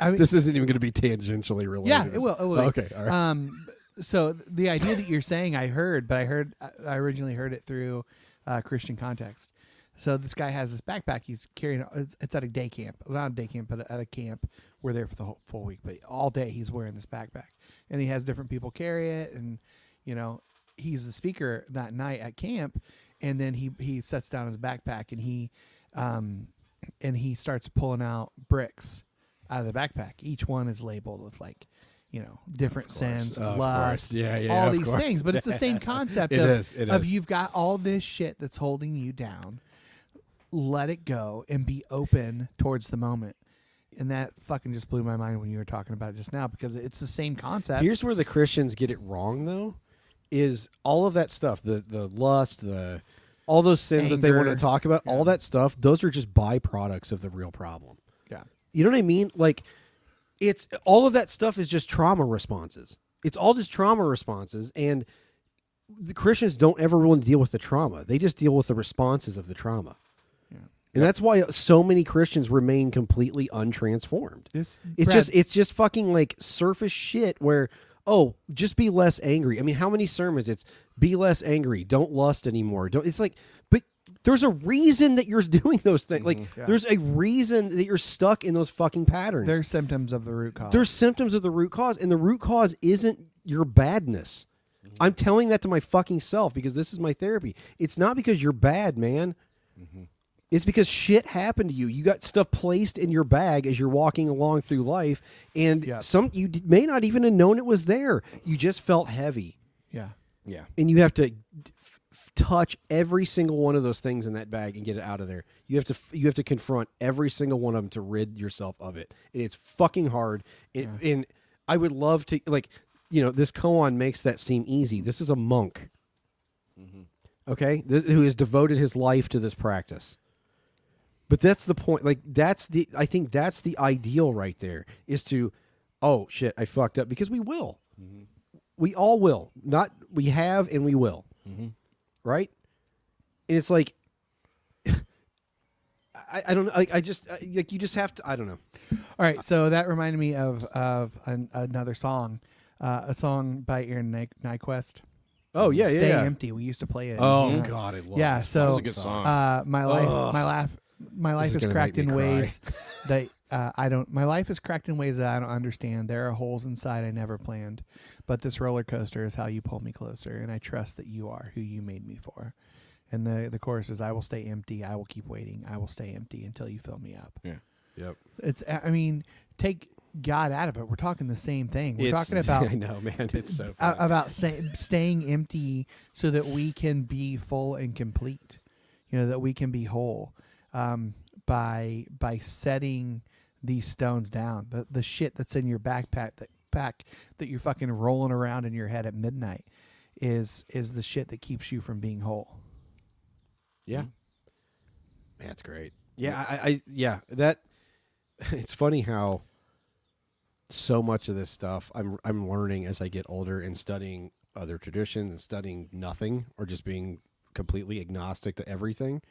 I mean- this isn't even going to be tangentially related. Yeah, is it will. It will. Okay, all right. Um, so th- the idea that you're saying, I heard, but I heard, I- I originally heard it through uh, Christian context. So this guy has this backpack. He's carrying. It's, it's at a day camp, not a day camp, but at a camp. We're there for the whole full week, but all day he's wearing this backpack, and he has different people carry it, and you know, he's the speaker that night at camp, and then he he sets down his backpack and he, um, and he starts pulling out bricks out of the backpack. Each one is labeled with like, you know, different sins, Of lust, course. Yeah, yeah, all of these course. things. But it's the same concept It of, is, it of is. you've got all this shit that's holding you down. Let it go and be open towards the moment. And that fucking just blew my mind when you were talking about it just now because it's the same concept. Here's where the Christians get it wrong, though, is all of that stuff the the lust, the all those sins that they want to Anger. talk about, all that stuff. Those are just byproducts of the real problem. Yeah. You know what I mean? Like, it's all of that stuff is just trauma responses. It's all just trauma responses, and the Christians don't ever really deal with the trauma. They just deal with the responses of the trauma. And that's why so many Christians remain completely untransformed. This, it's Brad- just it's just fucking like surface shit where oh just be less angry. I mean, how many sermons? It's be less angry. Don't lust anymore. Don't. It's like, but there's a reason that you're doing those things. Like Mm-hmm. Yeah. there's a reason that you're stuck in those fucking patterns. They're symptoms of the root cause. There's symptoms of the root cause, and the root cause isn't your badness. I'm telling that to my fucking self because this is my therapy. It's not because you're bad, man. It's because shit happened to you. You got stuff placed in your bag as you're walking along through life, and some you d- may not even have known it was there. You just felt heavy, yeah. Yeah. and you have to d- f- touch every single one of those things in that bag and get it out of there. You have to f- you have to confront every single one of them to rid yourself of it, and it's fucking hard. It, And I would love to like you know this koan makes that seem easy. This is a monk okay th- who has devoted his life to this practice but that's the point like that's the i think that's the ideal right there is to oh shit i fucked up because we will we all will not we have and we will right and it's like I, I don't know. Like I just I, like you just have to. I don't know. All right, so that reminded me of of an, another song, uh, a song by Aaron Ny- Nyquist. Oh, yeah, yeah, Stay yeah. empty. We used to play it. uh, Oh, yeah. God, I love yeah. this So song. That was a good song. Uh, my life, Ugh. my laugh, my life is is, gonna cracked make in me cry. ways that uh, I don't. My life is cracked in ways that I don't understand. There are holes inside I never planned, but this roller coaster is how you pull me closer, and I trust that you are who you made me for. And the the chorus is, "I will stay empty. I will keep waiting. I will stay empty until you fill me up." Yeah. Yep. It's. I mean, take God out of it. We're talking the same thing. We're It's- talking about. I know, man. It's so a- funny. about sa- staying empty so that we can be full and complete you know that we can be whole um, by by setting these stones down the, the shit that's in your backpack that pack that you're fucking rolling around in your head at midnight is is the shit that keeps you from being whole Yeah. Mm-hmm. That's great. Yeah, I, I yeah, that it's funny how so much of this stuff I'm I'm learning as I get older and studying other traditions and studying nothing or just being completely agnostic to everything.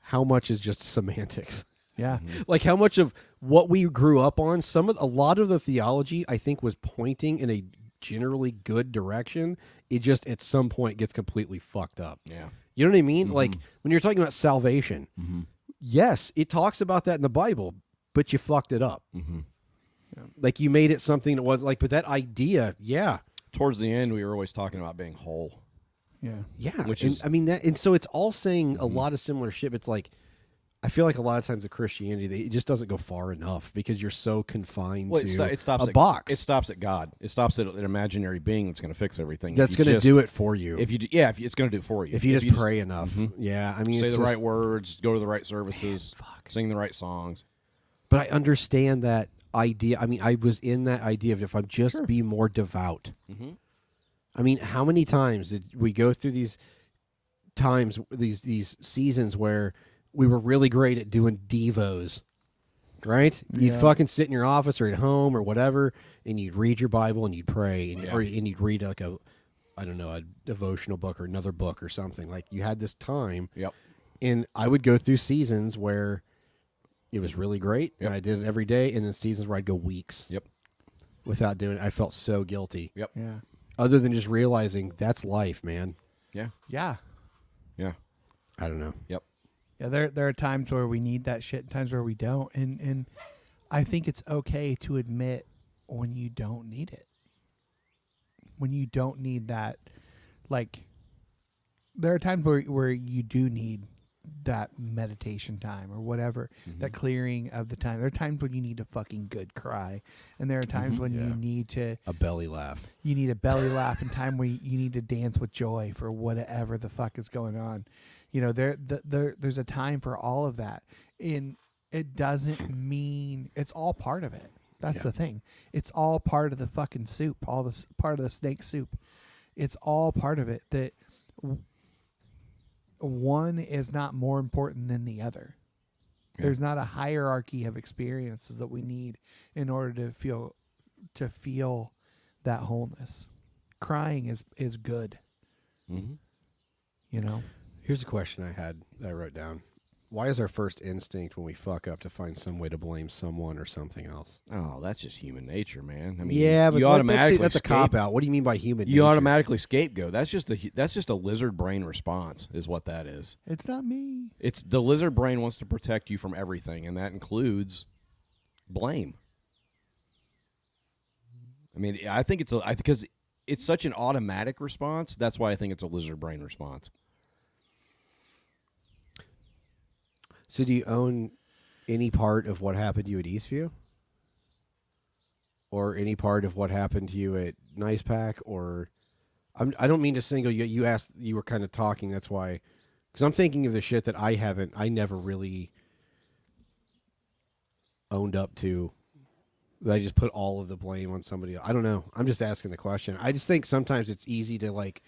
How much is just semantics? Yeah. Like how much of what we grew up on, some of a lot of the theology I think was pointing in a generally good direction. It just at some point gets completely fucked up. Yeah. You know what I mean? Like when you're talking about salvation, yes, it talks about that in the Bible, but you fucked it up. Like you made it something that was like, but that idea, yeah. Towards the end, we were always talking about being whole. Yeah. Yeah. Which and, is- I mean that and so it's all saying a lot of similar shit. but It's like I feel like a lot of times with Christianity, they, it just doesn't go far enough because you're so confined Well, to it, sto- it stops a at, box. It stops at God. It stops at an imaginary being that's going to fix everything. If That's you gonna just- do it for you. If you, do, yeah, if you, it's going to do it for you. Mm-hmm. If you just pray enough. Yeah, I mean, say it's the just- right words, go to the right services, sing the right songs. But I understand that idea. I mean, I was in that idea of if I'm just be more devout. Mhm. I mean, how many times did we go through these times, these these seasons where we were really great at doing devos, right? You'd Yeah. fucking sit in your office or at home or whatever, and you'd read your Bible and you'd pray, and, or, Yeah. and you'd read like a, I don't know, a devotional book or another book or something. Like you had this time. Yep. And I would go through seasons where it was really great, and I did it every day, and then seasons where I'd go weeks. Yep. Without doing it, I felt so guilty. Yep. Yeah. Other than just realizing that's life, man. Yeah. yeah Yeah. I don't know. Yep. Yeah, there there are times where we need that shit, and times where we don't, and and I think it's okay to admit when you don't need it, when you don't need that. Like, there are times where where you do need that meditation time or whatever, that clearing of the time. There are times when you need a fucking good cry, and there are times Mhm. when Yeah. you need to A belly laugh. you need a belly laugh and time where you need to dance with joy for whatever the fuck is going on. You know, there, th there there's a time for all of that. And it doesn't mean it's all part of it. That's the thing. It's all part of the fucking soup, all this part of the snake soup. It's all part of it that w- one is not more important than the other. There's not a hierarchy of experiences that we need in order to feel to feel that wholeness. Crying is is good. Mm-hmm. You know. Here's a question I had that I wrote down. Why is our first instinct when we fuck up to find some way to blame someone or something else? Oh, that's just human nature, man. I mean, yeah, you but let- that's- automatically that's, a scape- cop out. What do you mean by human? You nature? automatically scapegoat. That's just a hu- that's just a lizard brain response, is what that is. It's not me. It's the lizard brain wants to protect you from everything, and that includes blame. I mean, I think it's a I because it's such an automatic response. That's why I think it's a lizard brain response. So do you own any part of what happened to you at Eastview? Or any part of what happened to you at Nice Pack or I'm, I don't mean to single you you asked you were kind of talking that's why cuz I'm thinking of the shit that I haven't I never really owned up to that I just put all of the blame on somebody. I don't know. I'm just asking the question. I just think sometimes it's easy to like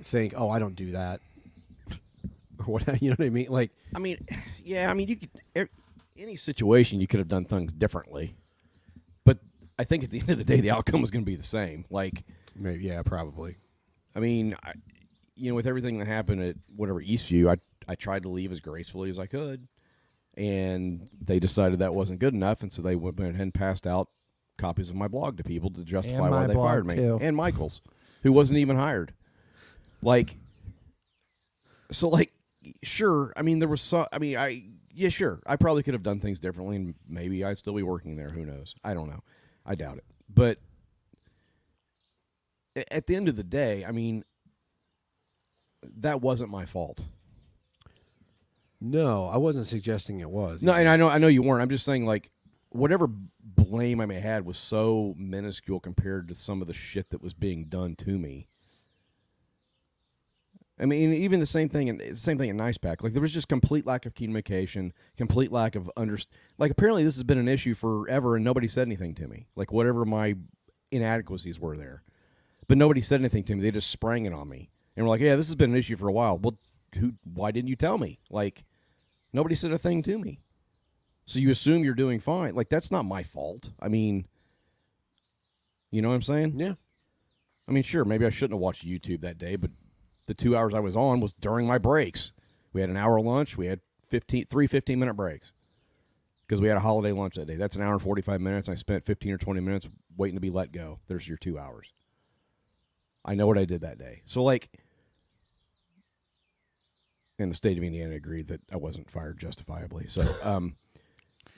think, "Oh, I don't do that." or what you know what I mean? Like I mean, yeah, I mean, you could er, any situation you could have done things differently, but I think at the end of the day, the outcome was going to be the same. Like, maybe, yeah, probably. I mean, I, you know, with everything that happened at whatever Eastview, I I tried to leave as gracefully as I could, and they decided that wasn't good enough, and so they went ahead and passed out copies of my blog to people to justify And why my they blog, fired me too. and Michaels, who wasn't even hired. Like, so like sure. I mean, there was some. I mean, I yeah, sure. I probably could have done things differently, and maybe I'd still be working there. Who knows? I don't know. I doubt it. But a- at the end of the day, I mean, that wasn't my fault. No, I wasn't suggesting it was. No, and I know I know you weren't. I'm just saying like whatever blame I may have had was so minuscule compared to some of the shit that was being done to me. I mean, even the same thing in same thing in Nice Pack. Like there was just complete lack of communication, complete lack of under. Like apparently this has been an issue forever, and nobody said anything to me. Like whatever my inadequacies were there, but nobody said anything to me. They just sprang it on me, and were like, "Yeah, this has been an issue for a while." Well, who? Why didn't you tell me? Like nobody said a thing to me. So you assume you're doing fine. Like that's not my fault. I mean, you know what I'm saying? Yeah. I mean, sure, maybe I shouldn't have watched YouTube that day, but the two hours I was on was during my breaks. We had an hour lunch. We had 15, three 15 minute breaks because we had a holiday lunch that day. That's an hour and 45 minutes. And I spent 15 or 20 minutes waiting to be let go. There's your two hours. I know what I did that day. So, like, and the state of Indiana agreed that I wasn't fired justifiably. So, um,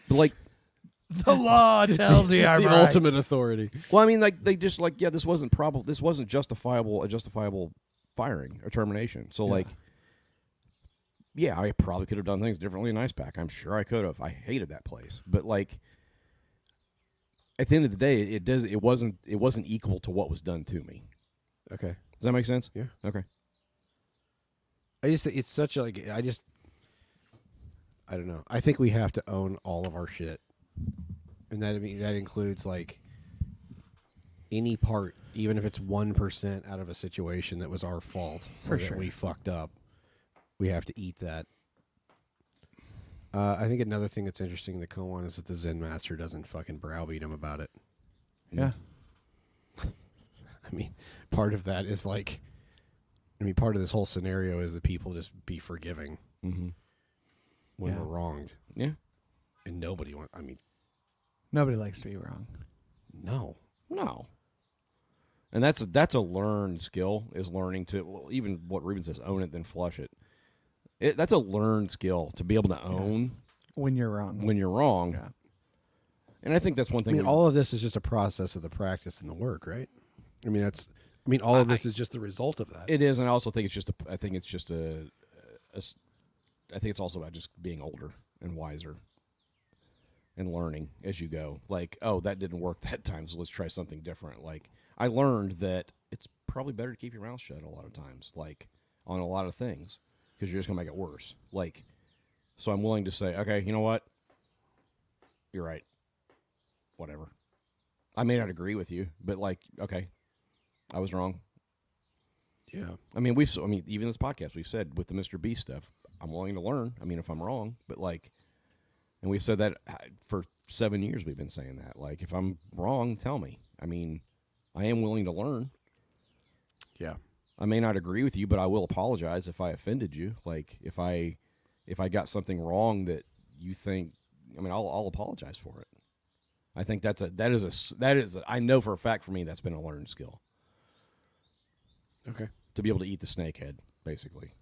but like, The law tells you The I'm right. ultimate authority. Well, I mean, like they just like yeah, this wasn't probable. This wasn't justifiable. A justifiable firing or termination. So Yeah. like, yeah, I probably could have done things differently in Ice Pack. I'm sure I could have. I hated that place, but like, at the end of the day, it does. It wasn't. It wasn't equal to what was done to me. Okay. Does that make sense? Yeah. Okay. I just it's such a like I just I don't know. I think we have to own all of our shit, and that I mean that includes like any part, even if it's one percent out of a situation that was our fault For or sure. that we fucked up. We have to eat that. Uh, I think another thing that's interesting in the koan is that the Zen master doesn't fucking browbeat him about it. Yeah. I mean, part of that is like, I mean, part of this whole scenario is that people just be forgiving Mm-hmm. when Yeah. we're wronged. Yeah. And nobody want. I mean, Nobody likes to be wrong. no. No. And that's that's a learned skill is learning to well, even what Ruben says own it then flush it. it that's a learned skill to be able to own When you're wrong. when you're wrong. And I think that's one I thing. mean, we- all of this is just a process of the practice and the work, right? I mean, that's. I mean, all of this is just the result of that. it is, and I also think it's just a. I think it's just a. a s- I think it's also about just being older and wiser. And learning as you go, like, oh, that didn't work that time, so let's try something different. Like, I learned that it's probably better to keep your mouth shut a lot of times, like on a lot of things, because you're just gonna make it worse. Like, so I'm willing to say, okay, you know what, you're right, whatever. I may not agree with you, but like, okay, I was wrong. Yeah. I mean, we've. I mean, even this podcast, we've said with the Mr. B stuff, I'm willing to learn. I mean, if I'm wrong, but like, and we've said that uh, for seven years. We've been saying that. Like, if I'm wrong, tell me. I mean, I am willing to learn. Yeah. I may not agree with you, but I will apologize if I offended you. Like, if I, if I got something wrong that you think, I mean, I'll, I'll apologize for it. I think that's a that is a s- that is a, I know for a fact for me that's been a learned skill Okay. to be able to eat the snake head basically.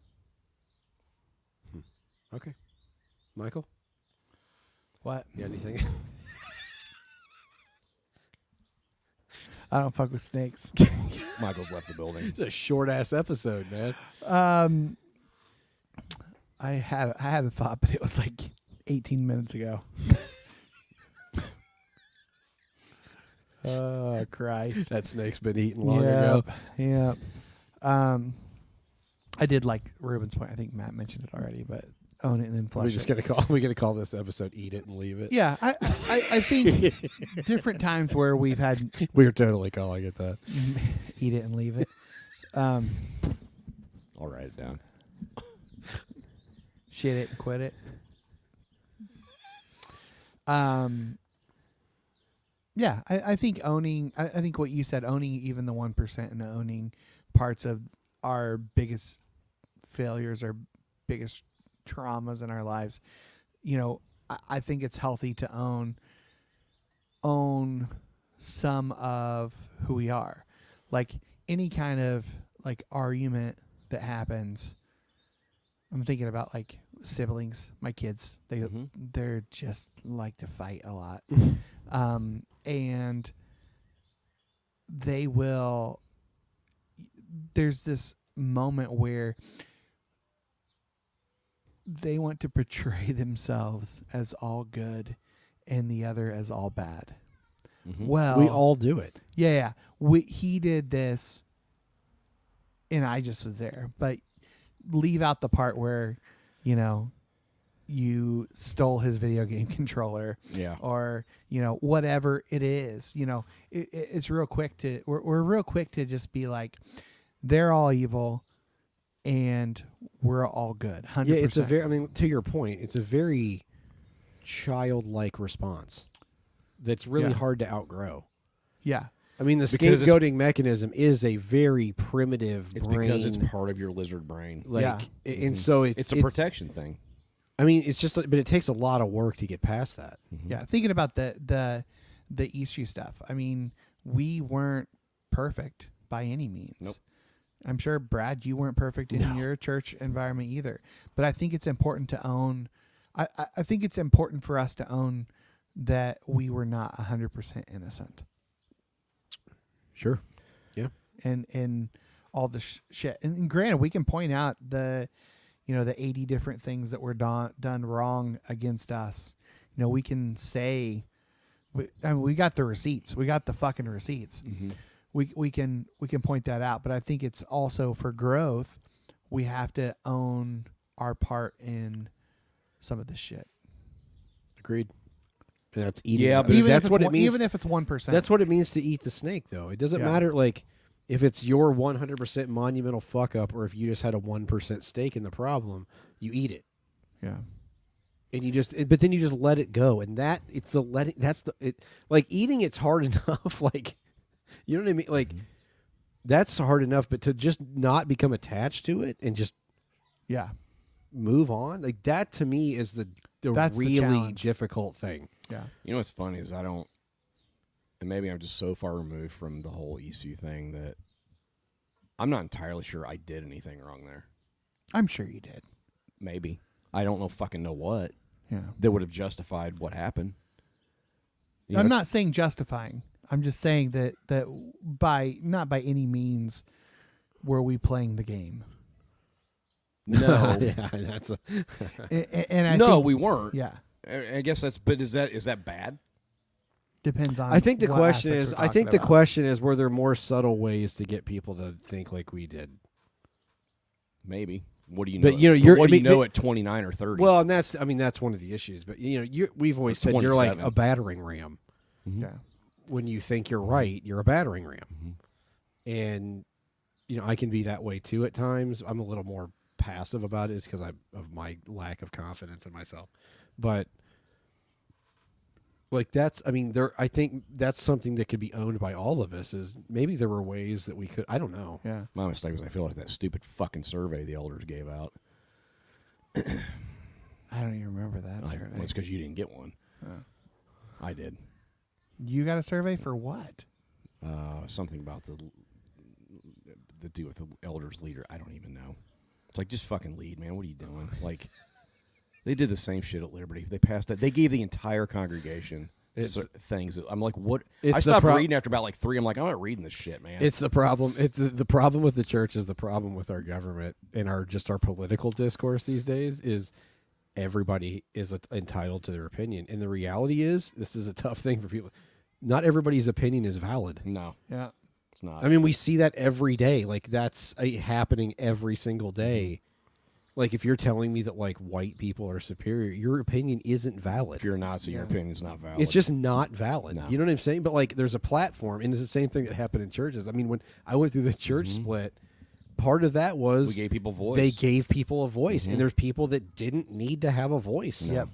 Okay. Michael, What? you got anything? I don't fuck with snakes. Michael's left the building. it's a short ass episode, man. Um, I had I had a thought, but it was like 18 minutes ago. oh Christ! That snake's been eaten long ago. Yeah. Um, I did like Ruben's point. I think Matt mentioned it already, but own it and then flush We're just it. gonna call. We're gonna call this episode "Eat It and Leave It." Yeah, I, I I think different times where we've had we are totally calling it that. eat it and leave it. Um, I'll write it down. shit it and quit it. Um. Yeah, I, I think owning. I, I think what you said, owning even the one percent and owning parts of our biggest failures, our biggest traumas in our lives. You know, I, I think it's healthy to own own some of who we are. Like any kind of like argument that happens, I'm thinking about like siblings, my kids. They they're just like to fight a lot, um, and they will. There's this moment where they want to portray themselves as all good and the other as all bad. Well, we all do it. yeah, yeah. We, he did this, and I just was there. But leave out the part where, you know, you stole his video game controller, Yeah. or you know whatever it is. You know, it, it- it's real quick to we're we're real quick to just be like, they're all evil, and we're all good. 100%. Yeah, it's a very. I mean, to your point, it's a very childlike response that's really Yeah. hard to outgrow. Yeah. I mean, the Because it's- scapegoating mechanism is a very primitive. It's brain. because it's part of your lizard brain. Like, a- Yeah. and Mm-hmm. Mhm. so it's It's a protection thing. I mean, it's just, but it takes a lot of work to get past that. Yeah, thinking about the the the issue stuff. I mean, we weren't perfect by any means. Nope. I'm sure Brad, you weren't perfect in your church environment either. But I think it's important to own. I I, I think it's important for us to own that we were not 100 percent innocent. Sure. Yeah. And and all the sh- shit. And, and granted, we can point out the, you know, the 80 different things that were done done wrong against us. You know, we can say, we, I mean, we got the receipts. We got the fucking receipts. Mm-hmm. We we can we can point that out. But I think it's also for growth. We have to own our part in some of this shit. Agreed. And that's eating. Yeah, it. but- Even if that's it's what it one- means. even if it's 1%. That's what it means to eat the snake, though. It doesn't Yeah. matter, like, if it's your 100% monumental fuck up or if you just had a 1% stake in the problem, you eat it. Yeah. And you just, but then you just let it go. And that, it's the letting, that's the, it, like, eating it's hard enough. like, you know what I mean? Like, Mm-hmm. that's hard enough, but to just not become attached to it and just, yeah, move on. Like, that to me is the, the That's the really challenge. difficult thing. Yeah. You know what's funny is I don't, and maybe I'm just so far removed from the whole Eastview thing that I'm not entirely sure I did anything wrong there. I'm sure you did. Maybe I don't know fucking know what. Yeah. That would have justified what happened. You I'm know, not saying justifying. I'm just saying that that by not by any means were we playing the game. Oh. No. yeah, that's a. and, and I no, think- we weren't. Yeah, I, I guess that's. But is that is that bad? depends on. I think the Um, what question aspects is we're I think talking the about. question is were there more subtle ways to get people to think like we did? Maybe. What do you know? But you know, at- you're what do I you mean, know but- at 29 or 30? Well, and that's I mean that's one of the issues. But you know, you we've always Or said you're like 27. a battering ram. Yeah. When you think you're right, you're a battering ram. And you know, I can be that way too at times. I'm a little more passive about it is because I of my lack of confidence in myself. But like that's I mean there I think that's something that could be owned by all of us is maybe there were ways that we could I don't know. Yeah. My mistake was I feel like that stupid fucking survey the elders gave out. I don't even remember that I- survey. well, it's because you didn't get one. Oh. I did. You got a survey for what? Uh, something about the the deal with the elders leader. I don't even know. It's like just fucking lead, man. What are you doing? Like they did the same shit at Liberty. They passed that. They gave the entire congregation It's- cer- things. that- I'm like, what? It's I the stopped pro- reading after about like three. I'm like, I'm not reading this shit, man. It's the problem. It's the, the problem with the church is the problem with our government and our just our political discourse these days is everybody is a- entitled to their opinion. And the reality is, this is a tough thing for people. Not everybody's opinion is valid. No. Yeah. It's not. I mean, we see that every day. Like that's uh, happening every single day. Like if you're telling me that like white people are superior, your opinion isn't valid. If you're a Nazi, your opinion's not valid. It's just not valid. No. You know what I'm saying? But like, there's a platform, and it's the same thing that happened in churches. I mean, when I went through the church split, part of that was We gave people voice. They Mm-hmm. gave people Mm-hmm. a voice, Mhm. and there's people that didn't need to have a voice. No. Yep.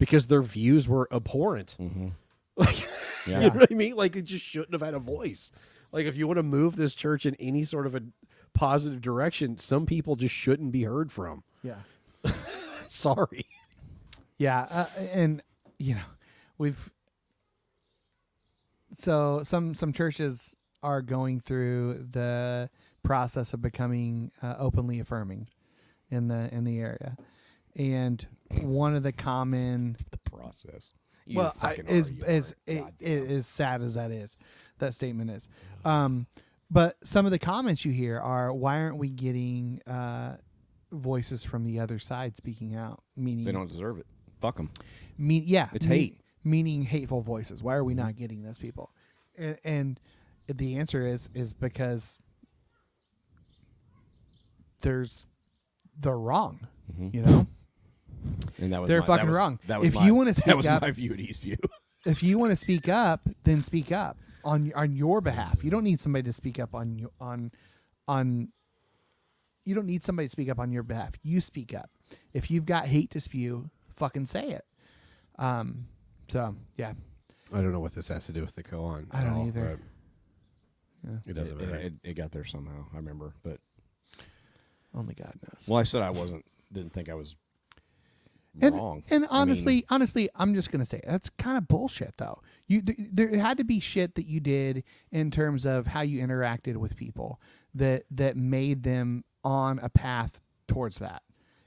Because their views were abhorrent. Like, Yeah. you know what I mean? Like, it just shouldn't have had a voice. Like, if you want to move this church in any sort of a positive direction, some people just shouldn't be heard from. Yeah. Sorry. Yeah, uh, and you know, we've so some some churches are going through the process of becoming uh, openly affirming, in the in the area, and one of the common the process. You well, I, fucking as are, you as are. it, it, as sad as that is, that statement is. Um, but some of the comments you hear are, "Why aren't we getting uh, voices from the other side speaking out?" Meaning They don't deserve it. Fuck them. mean yeah It's mean- hate. Mm-hmm. meaning hateful voices why are we not getting those people and, and the answer is is because there's they're wrong Mm-hmm. you know And that was they're my- that fucking was- wrong That was if my- you want to speak that was up my view and his view. if you want to speak up then speak up on on your behalf you don't need somebody to speak up on you on on you don't need somebody to speak up on your behalf you speak up if you've got hate to spew fucking say it um so yeah I don't know what this has to do with the koan. I at don't all, either. but Yeah. It doesn't It, matter. it, it got there somehow. I remember, but only god knows well, I said I wasn't. Didn't think I was and, wrong. And I mean, honestly, honestly, I'm just gonna say it. that's kind of bullshit, though. You th- there had to be shit that you did in terms of how you interacted with people that that made them on a path towards that.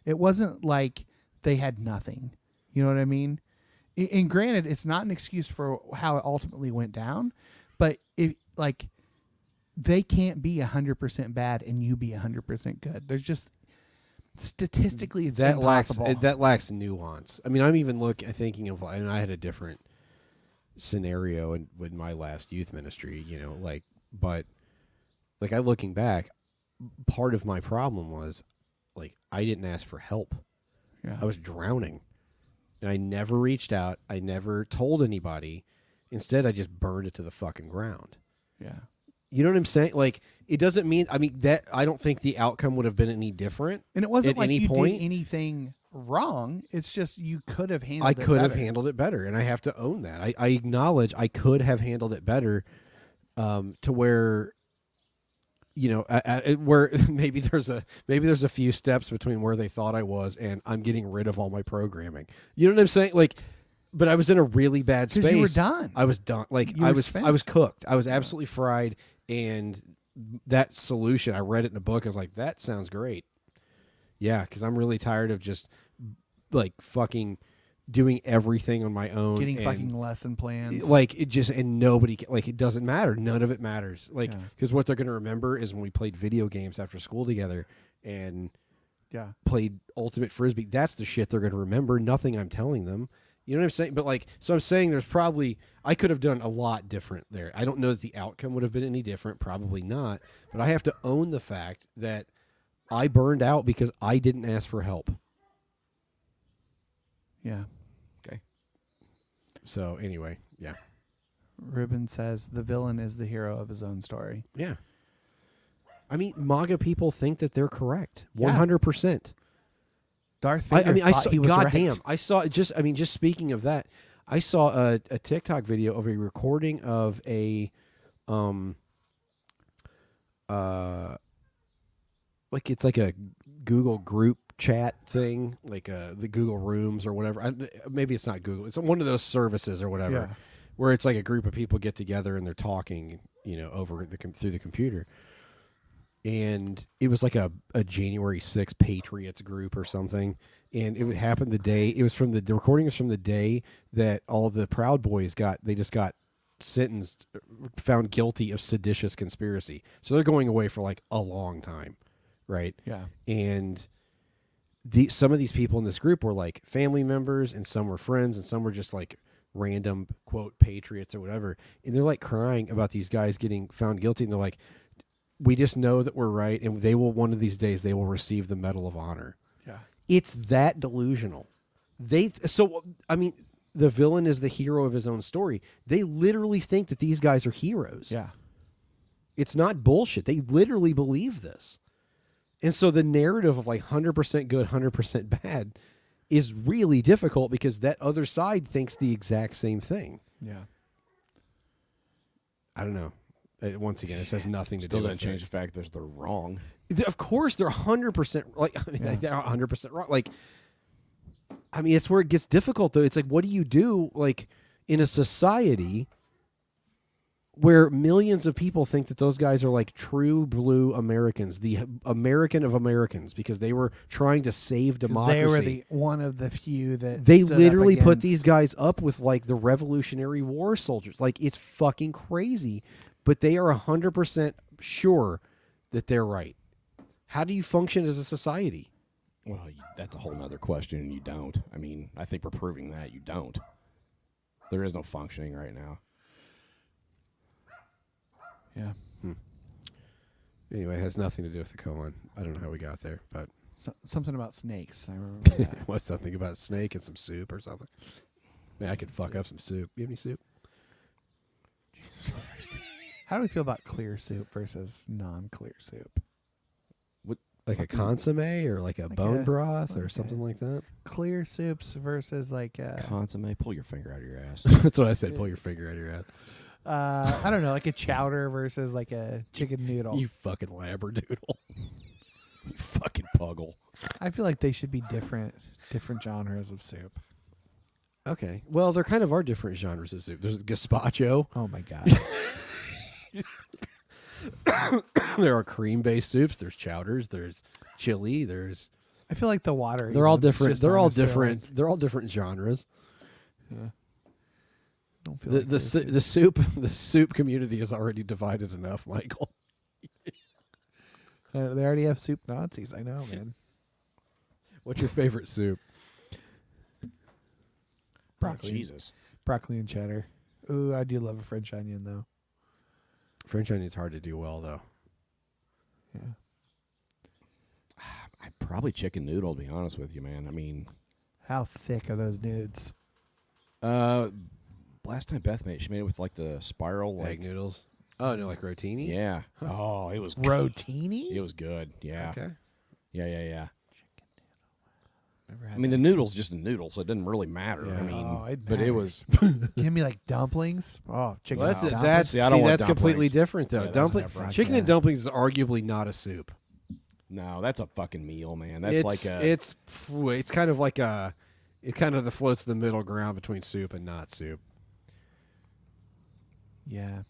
It wasn't like they had nothing. You know what I mean? A- And granted, it's not an excuse for how it ultimately went down, but if like they can't be 100% bad and you be 100% good. There's just statistically it's that lacks impossible. it- that lacks nuance. I mean, I'm even look uh, thinking of and I had a different scenario in with my last youth ministry, you know, like but like I looking back, part of my problem was like I didn't ask for help. Yeah. I was drowning. And I never reached out. I never told anybody. Instead, I just burned it to the fucking ground. Yeah. You know what I'm saying? Like it doesn't mean I mean that I don't think the outcome would have been any different. And it wasn't at like any you point. did anything wrong. It's just you could have handled. I it could have better. handled it better, and I have to own that. I, I acknowledge I could have handled it better, um, to where, you know, a- a- it- where maybe there's a maybe there's a few steps between where they thought I was and I'm getting rid of all my programming. You know what I'm saying? Like, but I was in a really bad 'Cause space. you were done. I was done. Like You I were was spent. I was cooked. I was absolutely fried. And that solution, I read it in a book. I was like, that sounds great. Yeah, because I'm really tired of just like fucking doing everything on my own, Getting and, fucking lesson plans. Like it just and nobody ca- like it doesn't matter. None of it matters. Like Yeah. because what they're gonna remember is when we played video games after school together and Yeah. played ultimate frisbee. That's the shit they're gonna remember. Nothing I'm telling them. You know what I'm saying? But like, so I'm saying there's probably I could have done a lot different there. I don't know that the outcome would have been any different. Probably not. But I have to own the fact that I burned out because I didn't ask for help. Yeah. So anyway, yeah. Ruben says the villain is the hero of his own story. Yeah. I mean, MAGA people think that they're correct. Yeah. One hundred percent. Darth I, Vader. I mean, I thought saw. he was right. Goddamn! I saw just. I mean, just speaking of that, I saw a, a TikTok video of a recording of a, um, uh, like it's like a Google group chat thing, like uh, the Google Rooms or whatever. I, maybe it's not Google. It's one of those services or whatever, Yeah. where it's like a group of people get together and they're talking, you know, over the com- through the computer. And it was like a, a January 6th Patriots group or something. And it would happen the day it was from the, the recording was from the day that all the Proud Boys got they just got sentenced found guilty of seditious conspiracy. So they're going away for like a long time, right? Yeah. And the some of these people in this group were like family members and some were friends and some were just like random quote patriots or whatever. And they're like crying about these guys getting found guilty and they're like we just know that we're right and they will one of these days they will receive the medal of honor. Yeah. It's that delusional. They th- so I mean the villain is the hero of his own story. They literally think that these guys are heroes. Yeah. It's not bullshit. They literally believe this. And so the narrative of like 100% good, 100% bad is really difficult because that other side thinks the exact same thing. Yeah. I don't know. Uh, once again, it says nothing to Still do doesn't with it. change the fact that they're wrong. Th- Of course, they're hundred percent like I mean, Yeah. they're hundred percent wrong. Like, I mean, it's where it gets difficult though. It's like, what do you do like in a society where millions of people think that those guys are like true blue Americans, the American of Americans, because they were trying to save 'Cause democracy They were the one of the few that they stood up literally put against- these guys up with like the Revolutionary War soldiers. Like it's fucking crazy, but they are hundred percent sure that they're right. How do you function as a society? Well, you, that's a whole nother question, and you don't. I mean, I think we're proving that you don't. There is no functioning right now. Yeah. Anyway, it has nothing to do with the Cohen. I don't know how we got there, but So, something about snakes. I remember that. it was something about a snake and some soup or something. Man, I could fuck up some soup. You have any soup? How do we feel about clear soup versus non-clear soup? Like a consomme or like a Like bone a- broth or like something like that? Clear soups versus like uh, Consomme, pull your finger out of your ass. That's what I said. Pull your finger out of your ass. uh, I don't know, like a chowder versus like a chicken noodle. You fucking labradoodle. you fucking puggle. I feel like they should be different, different genres of soup. Okay. Well, there kind of are different genres of soup. There's gazpacho. Oh my god. there are cream-based soups. There's chowders. There's chili. There's I feel like the water. they're all different. They're all different. They're all different genres. Yeah. Don't feel The like the, clear su- the soup the soup community is already divided enough, Michael. Uh, they already have soup Nazis. I know, man. What's your favorite soup? Broccoli. Jesus. Broccoli and cheddar. Ooh, I do love a French onion though. French onion's hard to do well though. Probably chicken noodle, to be honest with you, man. I mean, How thick are those nudes? uh, last time Beth made it, she made it with like the spiral like Egg noodles. Oh no, like rotini. Yeah. Oh, it was good. Rotini? It was good. Yeah. Okay. Yeah, yeah, yeah. Never I had mean, the noodle's just a noodle, so it doesn't really matter. I Yeah. mean, Oh, it but it was. Give me like dumplings. Oh, chicken. Well, that's dumplings. that's See, see, I don't want that's completely dumplings. different though. Yeah, that's Dumpling, different. chicken and Yeah. dumplings is arguably not a soup. No, that's a fucking meal, man. That's it's, like a. it's it's kind of like a it kind of the floats the middle ground between soup and not soup. Yeah.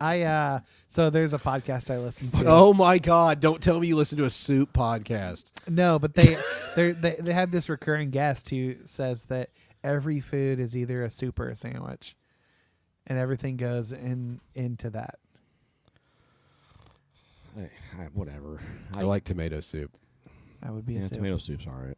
I uh so there's a podcast I listen to. Oh my god! Don't tell me you listen to a soup podcast. No, but they they they they have this recurring guest who says that every food is either a soup or a sandwich, and everything goes in into that. I- I- Ah, whatever. I like tomato soup. That would be a yeah, soup. tomato soup's all right.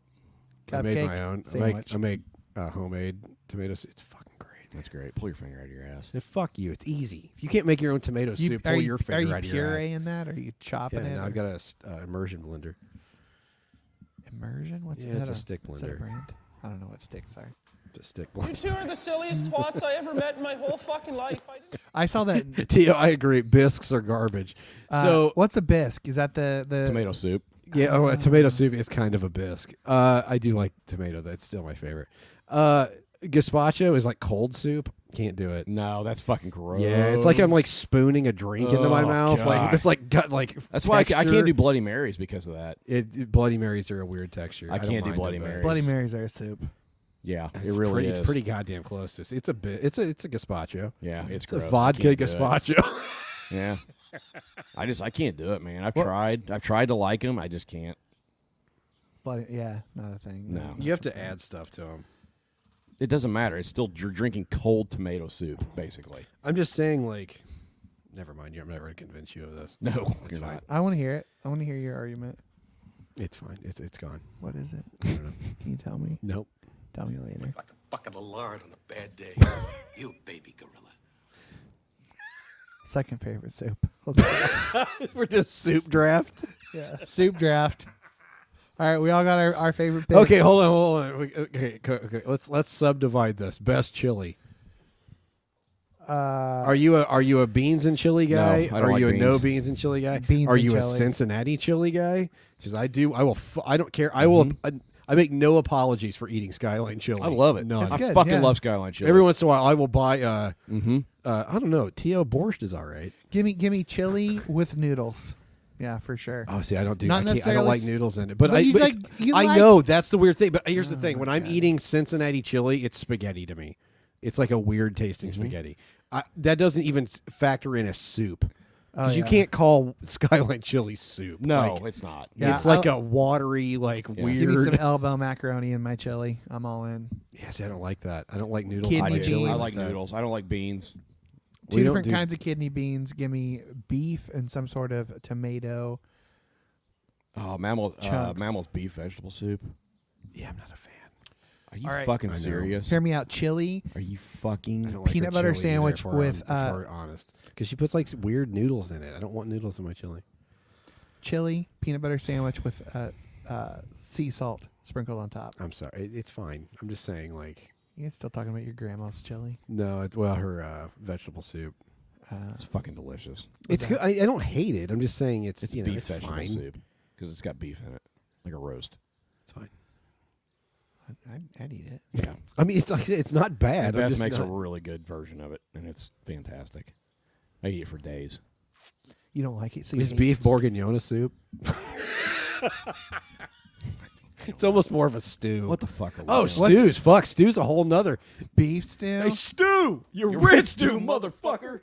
I made my Cupcake, own. I sandwich. make, I make uh, homemade tomato soup. It's fucking great. That's great. Pull your finger out of your ass. Yeah, fuck you. It's easy. If you can't make your own tomato You- soup, are pull you- your finger are you out of your ass. pureeing that? Are you chopping Yeah, it? no, or- I've got a s- uh, immersion blender. immersion. What's Yeah, that it's a stick is that a blender. brand? I don't know what sticks are. It's a stick You two are the silliest twats I ever met in my whole fucking life. I didn't- I saw that. Tio, I agree. Bisques are garbage. uh, so what's a bisque? Is that the Uh, the Tomato soup. Yeah, oh, a Um, tomato soup is kind of a bisque. Uh, I do like tomato. That's still my favorite. Uh, gazpacho is like cold soup. Can't do it. No, that's fucking gross. Yeah, it's like I'm like spooning a drink into my Oh, mouth. Like God. it's like gut like. That's why I, ca- I can't do texture. Bloody Marys because of that. It, it- Bloody Marys are a weird texture. I don't can't do mind Bloody them, but- Marys. Bloody Marys are a soup. Yeah, It's it really pretty, is. It's pretty goddamn close to. It's a bit. It's a it's a gazpacho. Yeah, it's, a gross. I vodka can't do it. gazpacho. yeah, I just I can't do it, man. I've tried. I've tried to like them. I just can't. Bloody, yeah, not a thing. No. you have to add stuff to them. It doesn't matter. It's still you're drinking cold tomato soup, basically. I'm just saying, like, never mind. You're I'm not going to convince you of this. No, it's you're fine. not. I want to hear it. I want to hear your argument. It's fine. It's it's gone. What is it? I don't know. Can you tell me? Nope. Tell me later. bucket of lard on a bad day. you baby gorilla. Second favorite soup. We're just soup draft. yeah, soup draft. All right, we all got our, our favorite picks. Okay, hold on, hold on. We- Okay, co- okay, let's let's subdivide this. Best chili. Uh, are Are you a are you a beans and chili No, guy? I don't are like you a no beans. beans and chili guy? Beans are and you a chili. Cincinnati chili guy? Because I do. I will. F- I don't care. I will. I, I make no apologies for eating skyline chili. Mm-hmm. I love it. None. I It's good, fucking yeah. love Skyline Chili. Every once in a while, I will buy. Uh, mm-hmm. uh, I don't know. T.O. Borscht is all right. give me give me chili with noodles? Yeah, for sure. Oh, see, I don't do. Not I, can't, I necessarily don't like s- noodles in it, but, but I. you but it's- like- you I like- Mm, know that's the weird thing. But here's the thing: when I'm eating Cincinnati chili, it's spaghetti to me. It's like a weird tasting Mm-hmm. spaghetti. I, that doesn't even s- factor in a soup. Oh, 'Cause yeah. you can't call skyline chili soup. No, Like, it's not. Yeah, it's like I'll- a watery, like weird. Give me some elbow macaroni in my chili. I'm all in. Yeah, see, I don't like that. I don't like noodles. Kidney in my chili. beans. I like noodles. I don't like beans. Two different kinds of kidney beans. Give me beef and some sort of tomato. Oh, mammal, uh, Chunks. mammal's beef vegetable soup. Yeah, I'm not a fan. Are you All right. fucking I know. serious? Hear me out. Chili. Are you fucking like peanut butter sandwich with, uh, honest, because she puts like s- weird noodles in it. I don't want noodles in my chili. chili peanut butter sandwich with uh, uh, sea salt sprinkled on top. I'm sorry, it, it's fine. I'm just saying, like, You're still talking about your grandma's chili. Uh, no, it's well, her uh, vegetable soup. it's fucking delicious. It's good. I, I don't hate it. I'm just saying it's, It's you know, beef it's vegetable fine. soup because it's got beef in it, like a roast. It's fine. I'd, I'd eat it. Yeah, I mean, it's like it's not bad. I'm Beth just makes not, a really good version of it, and it's fantastic. I eat it for days. You don't like it, so you is hate beef bourguignon soup? it's almost more of a stew. What the fuck? Are oh, doing? What- stews. Fuck, stews a whole nother beef stew. Hey, stew. You're, You're rich, rich, dude, dude, motherfucker.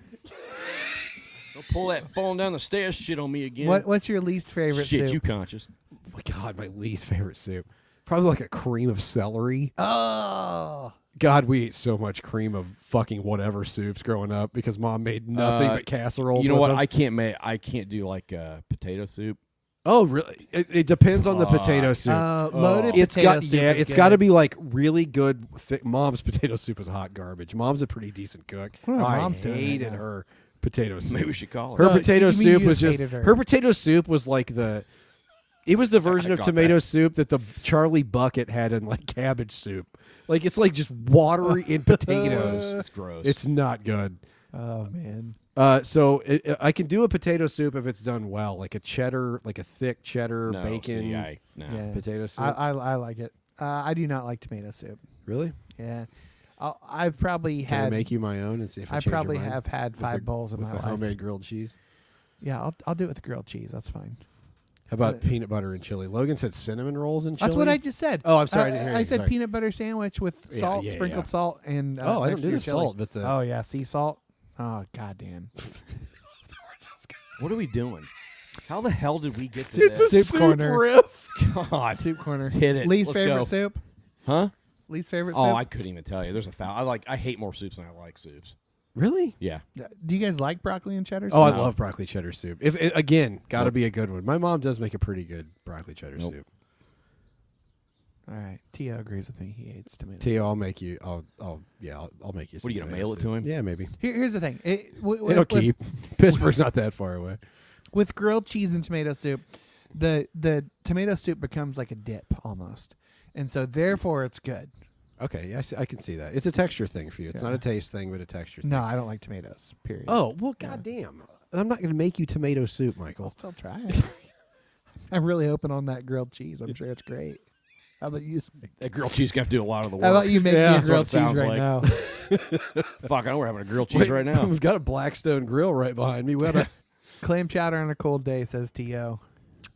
Don't pull that falling down the stairs shit on me again. What What's your least favorite Shit, soup? you conscious? My God, my least favorite soup. Probably like a cream of celery. Oh. God, we ate so much cream of fucking whatever soups growing up because mom made nothing Uh, but casseroles. You know with what? them. I can't make. I can't do like uh, potato soup. Oh, really? It, it depends on the potato Fuck. soup. Oh. Uh, loaded It's potato got soup yeah. is It's got to good. be like really good. Thick. Mom's potato soup is hot garbage. Mom's a pretty decent cook. What are I moms doing right hated now? her potato soup. Maybe we should call her. Her No, potato you mean you soup just was just hated her. her. potato soup was like the. It was the version of got tomato soup that the Charlie Bucket had in like cabbage soup. Like it's like just watery in potatoes. It's gross. It's not good. Oh man. Uh, so it, I can do a potato soup if it's done well, like a cheddar, like a thick cheddar No, bacon see, I- no. Yeah. potato soup. I, I I like it. Uh, I do not like tomato soup. really? Yeah. I'll, I've probably Can had. I make you my own and see if I, I change your probably mind? have had With five the- bowls in with my the life. Homemade grilled cheese. Yeah, I'll I'll do it with grilled cheese. That's fine. How about Uh, peanut butter and chili? Logan said cinnamon rolls and chili. That's what I just said. Oh, I'm sorry. I, I, didn't hear I you. said Sorry. peanut butter sandwich with Yeah, salt, yeah, sprinkled yeah. salt, and uh, Oh, next I don't to do your the chili. salt, but the- oh yeah, sea salt. Oh goddamn. What are we doing? How the hell did we get to It's this? a Soup soup corner. riff. God, Soup corner. Hit it. Least Let's favorite go. soup. Huh? Least favorite Oh, soup. I couldn't even tell you. There's a thousand. I like. I hate more soups than I like soups. Really? Yeah. Do you guys like broccoli and cheddar? Oh, I soup? love broccoli cheddar soup. If it, again, got to be a good one. My mom does make a pretty good broccoli cheddar Nope. soup. All right, Tio agrees with me. He hates tomatoes. Tio, I'll make you. I'll. I'll. Yeah, I'll, I'll make you. What, are you some gonna tomato mail it soup. to him? Yeah, maybe. Here, here's the thing. It, w- w- It'll with- keep. Pittsburgh's not that far away. with grilled cheese and tomato soup, the the tomato soup becomes like a dip almost, and so therefore it's good. Okay, yeah, I, see- I can see that. It's a texture thing for you. It's not a taste thing, but a texture thing. No, I don't like tomatoes. Period. Oh well, goddamn! I'm not going to make you tomato soup, Michael. I'll try it. I'm really hoping on that grilled cheese. I'm sure it's great. How about you? Spike? That grilled cheese gonna have to do a lot of the work. How about you make Yeah, me a that's what grilled cheese it sounds right now? Fuck, I know we're having a grilled cheese Wait, right now. We've got a Blackstone grill right behind me. We gotta- Clam chowder on a cold day, says T.O.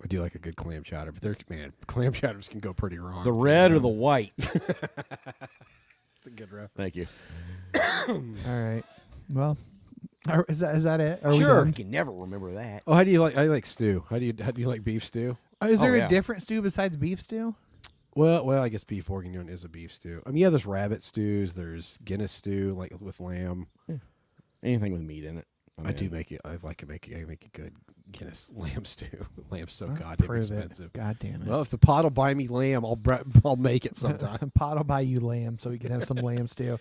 I do like a good clam chowder, but there, man, clam chowders can go pretty wrong. The too, red or man. the white? It's a good reference. Thank you. All right. Well, are, is that is that it? Are we Sure. done? You can never remember that. Oh, how do you like? I like stew. How do you? How do you like beef stew? Uh, Is Oh, there yeah. a different stew besides beef stew? Well, well, I guess beef bourguignon is a beef stew. I mean, yeah, there's rabbit stews. There's Guinness stew, like with lamb. Anything with meat in it. I'm I do in. make it. I like to make. it- I make a good Guinness lamb stew. Lamb's so Well, goddamn prove it. expensive. God damn it. Well, if the pot'll buy me lamb, I'll br- I'll make it sometime. Pot will buy you lamb so we can have some lamb stew.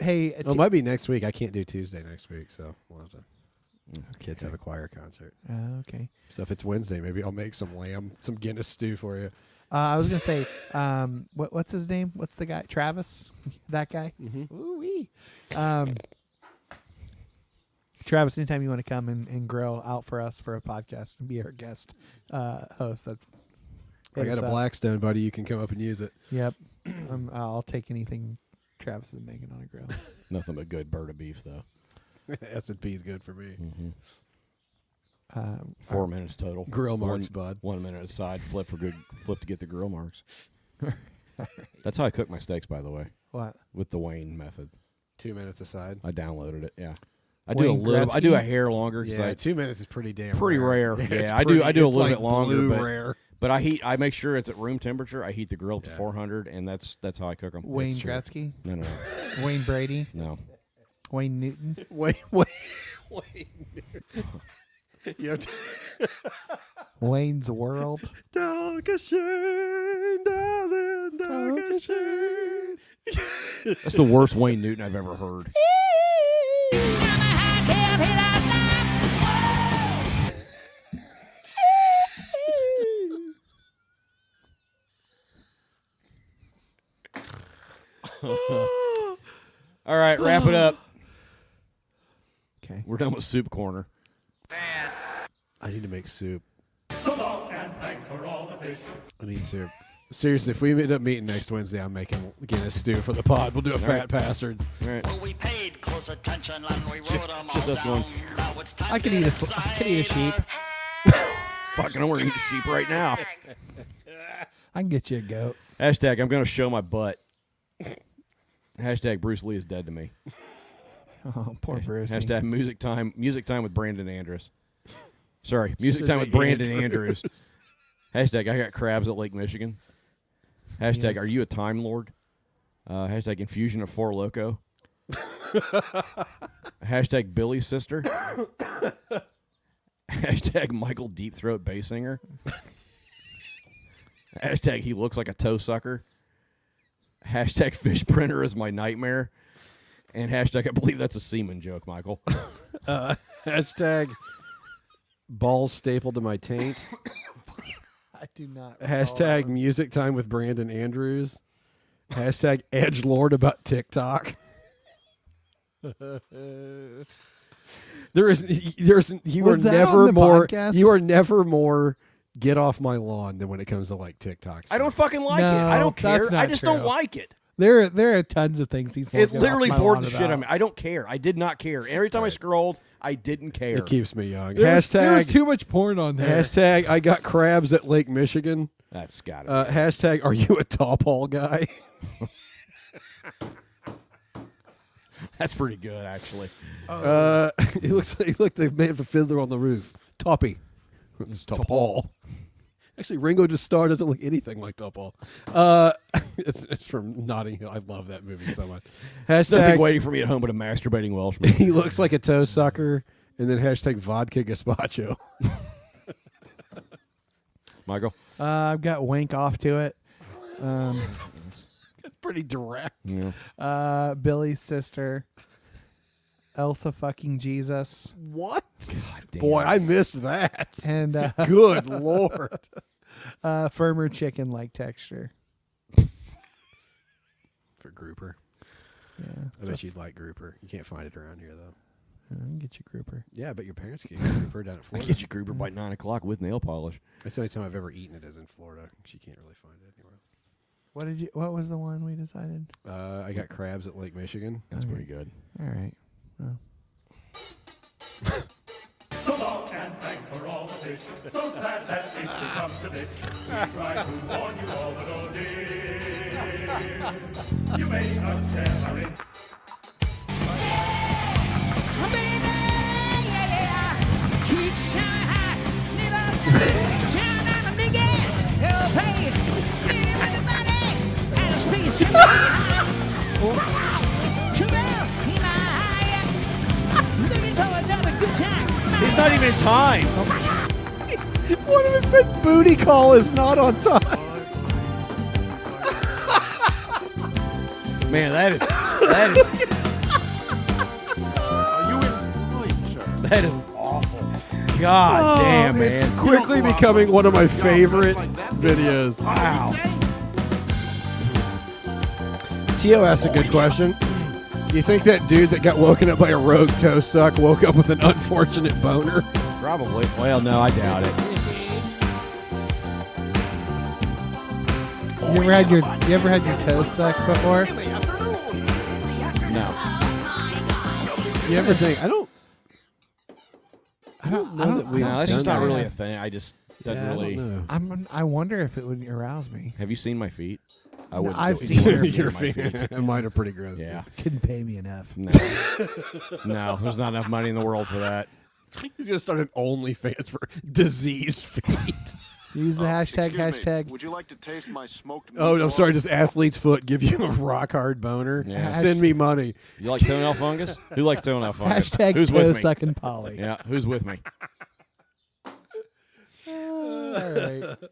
Hey, uh, Well, T- it might be next week. I can't do Tuesday next week, so we'll have to. Kids have a choir concert, uh, okay. so if it's Wednesday, maybe I'll make some lamb, some Guinness stew for you. Uh, I was gonna say, um, what, what's his name? What's the guy? Travis, that guy. Mm-hmm. Ooh wee. Um, Travis, anytime you want to come and, and grill out for us for a podcast and be our guest uh, host, that I got a black. Blackstone, buddy. You can come up and use it. Yep, um, I'll take anything Travis is making on a grill. Nothing but good bird of beef though. S and P is good for me. Um, Four minutes total. Grill marks, one, bud. One minute aside. Flip for good. Flip to get the grill marks. That's how I cook my steaks, by the way, what? with the Wayne method. two minutes aside. I downloaded it. Yeah, I do a little. I do a hair longer. 'cause Yeah, I, two minutes is pretty damn pretty rare. rare. Yeah, it's I do. I pretty- do a it's little like bit longer. blue but, rare. but I heat. I make sure it's at room temperature. I heat the grill up to 400, and that's that's how I cook them. Wayne Gretzky? No, no, Wayne Brady? no. Wayne Newton? Wayne, Wayne, Wayne. you have to Wayne's World? Oh, That's the worst Wayne Newton I've ever heard. All right, wrap it up. Okay, we're done with soup corner. I need to make soup. So long and thanks for all the fish. I need soup. Seriously, if we end up meeting next Wednesday, I'm making Guinness stew for the pod. We'll do a All fat right. bastards. All right. Well, we paid close attention and we wrote them Just us going. I could eat a. s- I could eat a sheep. Fucking, I want to eat a sheep right now. I can get you a goat. Hashtag I'm gonna show my butt. Hashtag Bruce Lee is dead to me. Oh, poor Bruce. Hashtag music time. Music time with Brandon Andrews. Sorry, music Should time be with Brandon Andrews. Andrews. Hashtag I got crabs at Lake Michigan. Hashtag Yes. Are you a time lord? Uh, hashtag infusion of four loco. hashtag Billy's sister. hashtag Michael Deep Throat bass singer. hashtag he looks like a toe sucker. Hashtag fish printer is my nightmare. And hashtag I believe that's a semen joke, Michael. Uh, hashtag balls stapled to my taint. I do not. recall Hashtag music time with Brandon Andrews. Hashtag edge lord about TikTok. that. There is there's you Was that are on never the more podcast? you are never more get off my lawn than when it comes to like TikToks. I don't fucking like it. I No, don't that's care. I not just true. don't like it. There, there are tons of things he's. It walking off literally my bored lawn the shit about. out of me. I don't care. I did not care. Every time I scrolled, I didn't care. It keeps me young. There was- hashtag there was too much porn on there. Hashtag I got crabs at Lake Michigan. That's got it. Uh, hashtag are you a top hall guy? That's pretty good, actually. Uh, it looks like look the man from Fiddler on the Roof. Toppy. It's Top Hall. Actually, Ringo Just Star doesn't look anything like Top Hall. Uh, it's, it's from Notting Hill. I love that movie so much. There's nothing Hashtag waiting for me at home but a masturbating Welshman. he looks like a toe sucker, and then hashtag vodka gazpacho. Michael. Uh, I've got wank off to it. Um, That's pretty direct. Yeah. uh, Billy's sister, Elsa fucking Jesus, What? Boy, I missed that. and uh, Good lord. uh, firmer chicken like texture. For Grouper. Yeah, I so bet you'd like Grouper. You can't find it around here, though. I can get you grouper. Yeah, but your parents get you Grouper down at I Florida. get you Gruber by nine o'clock with nail polish. That's the only time I've ever eaten it is in Florida. 'cause You can't really find it anywhere. else. What did you? What was the one we decided? Uh, I got crabs at Lake Michigan. That's pretty good. All right. Well. So long and thanks for all the fish. So sad that it should come to this. We tried to warn you all, but oh dear. You may not share our in- Keep shining high, never gonna turn on a nigga. Hell paid, meeting with a buddy, and a space in my eye. Wow, trouble in my eye. Looking for another good time. He's not even in time. One of them said booty call is not on time. Man, that is that is that is awful. God Oh, damn, man. It's quickly becoming one of my favorite videos. Wow. Tio asked a good question. Do you think that dude that got woken up by a rogue toe suck woke up with an unfortunate boner? Probably. Well, no, I doubt it. You ever had your you ever had your toes sucked before? No. You ever think I don't? I don't know that we. No, that's done just not that. really a thing. I just doesn't Yeah, I don't really. know. I'm. I wonder if it would arouse me. Have you seen my feet? I wouldn't. I've do it. seen her. You're my freak. Mine are pretty gross. Yeah. Couldn't pay me enough. No. no, there's not enough money in the world for that. He's gonna start an OnlyFans for diseased feet. Use the hashtag Oh, Excuse me, hashtag. Would you like to taste my smoked? Oh, meatball? I'm sorry. Does athlete's foot give you a rock hard boner? Yeah. Send me money. You like toenail fungus? Who likes toenail fungus? Hashtag who's with me? toe-sucking Polly. Yeah, who's with me? All right.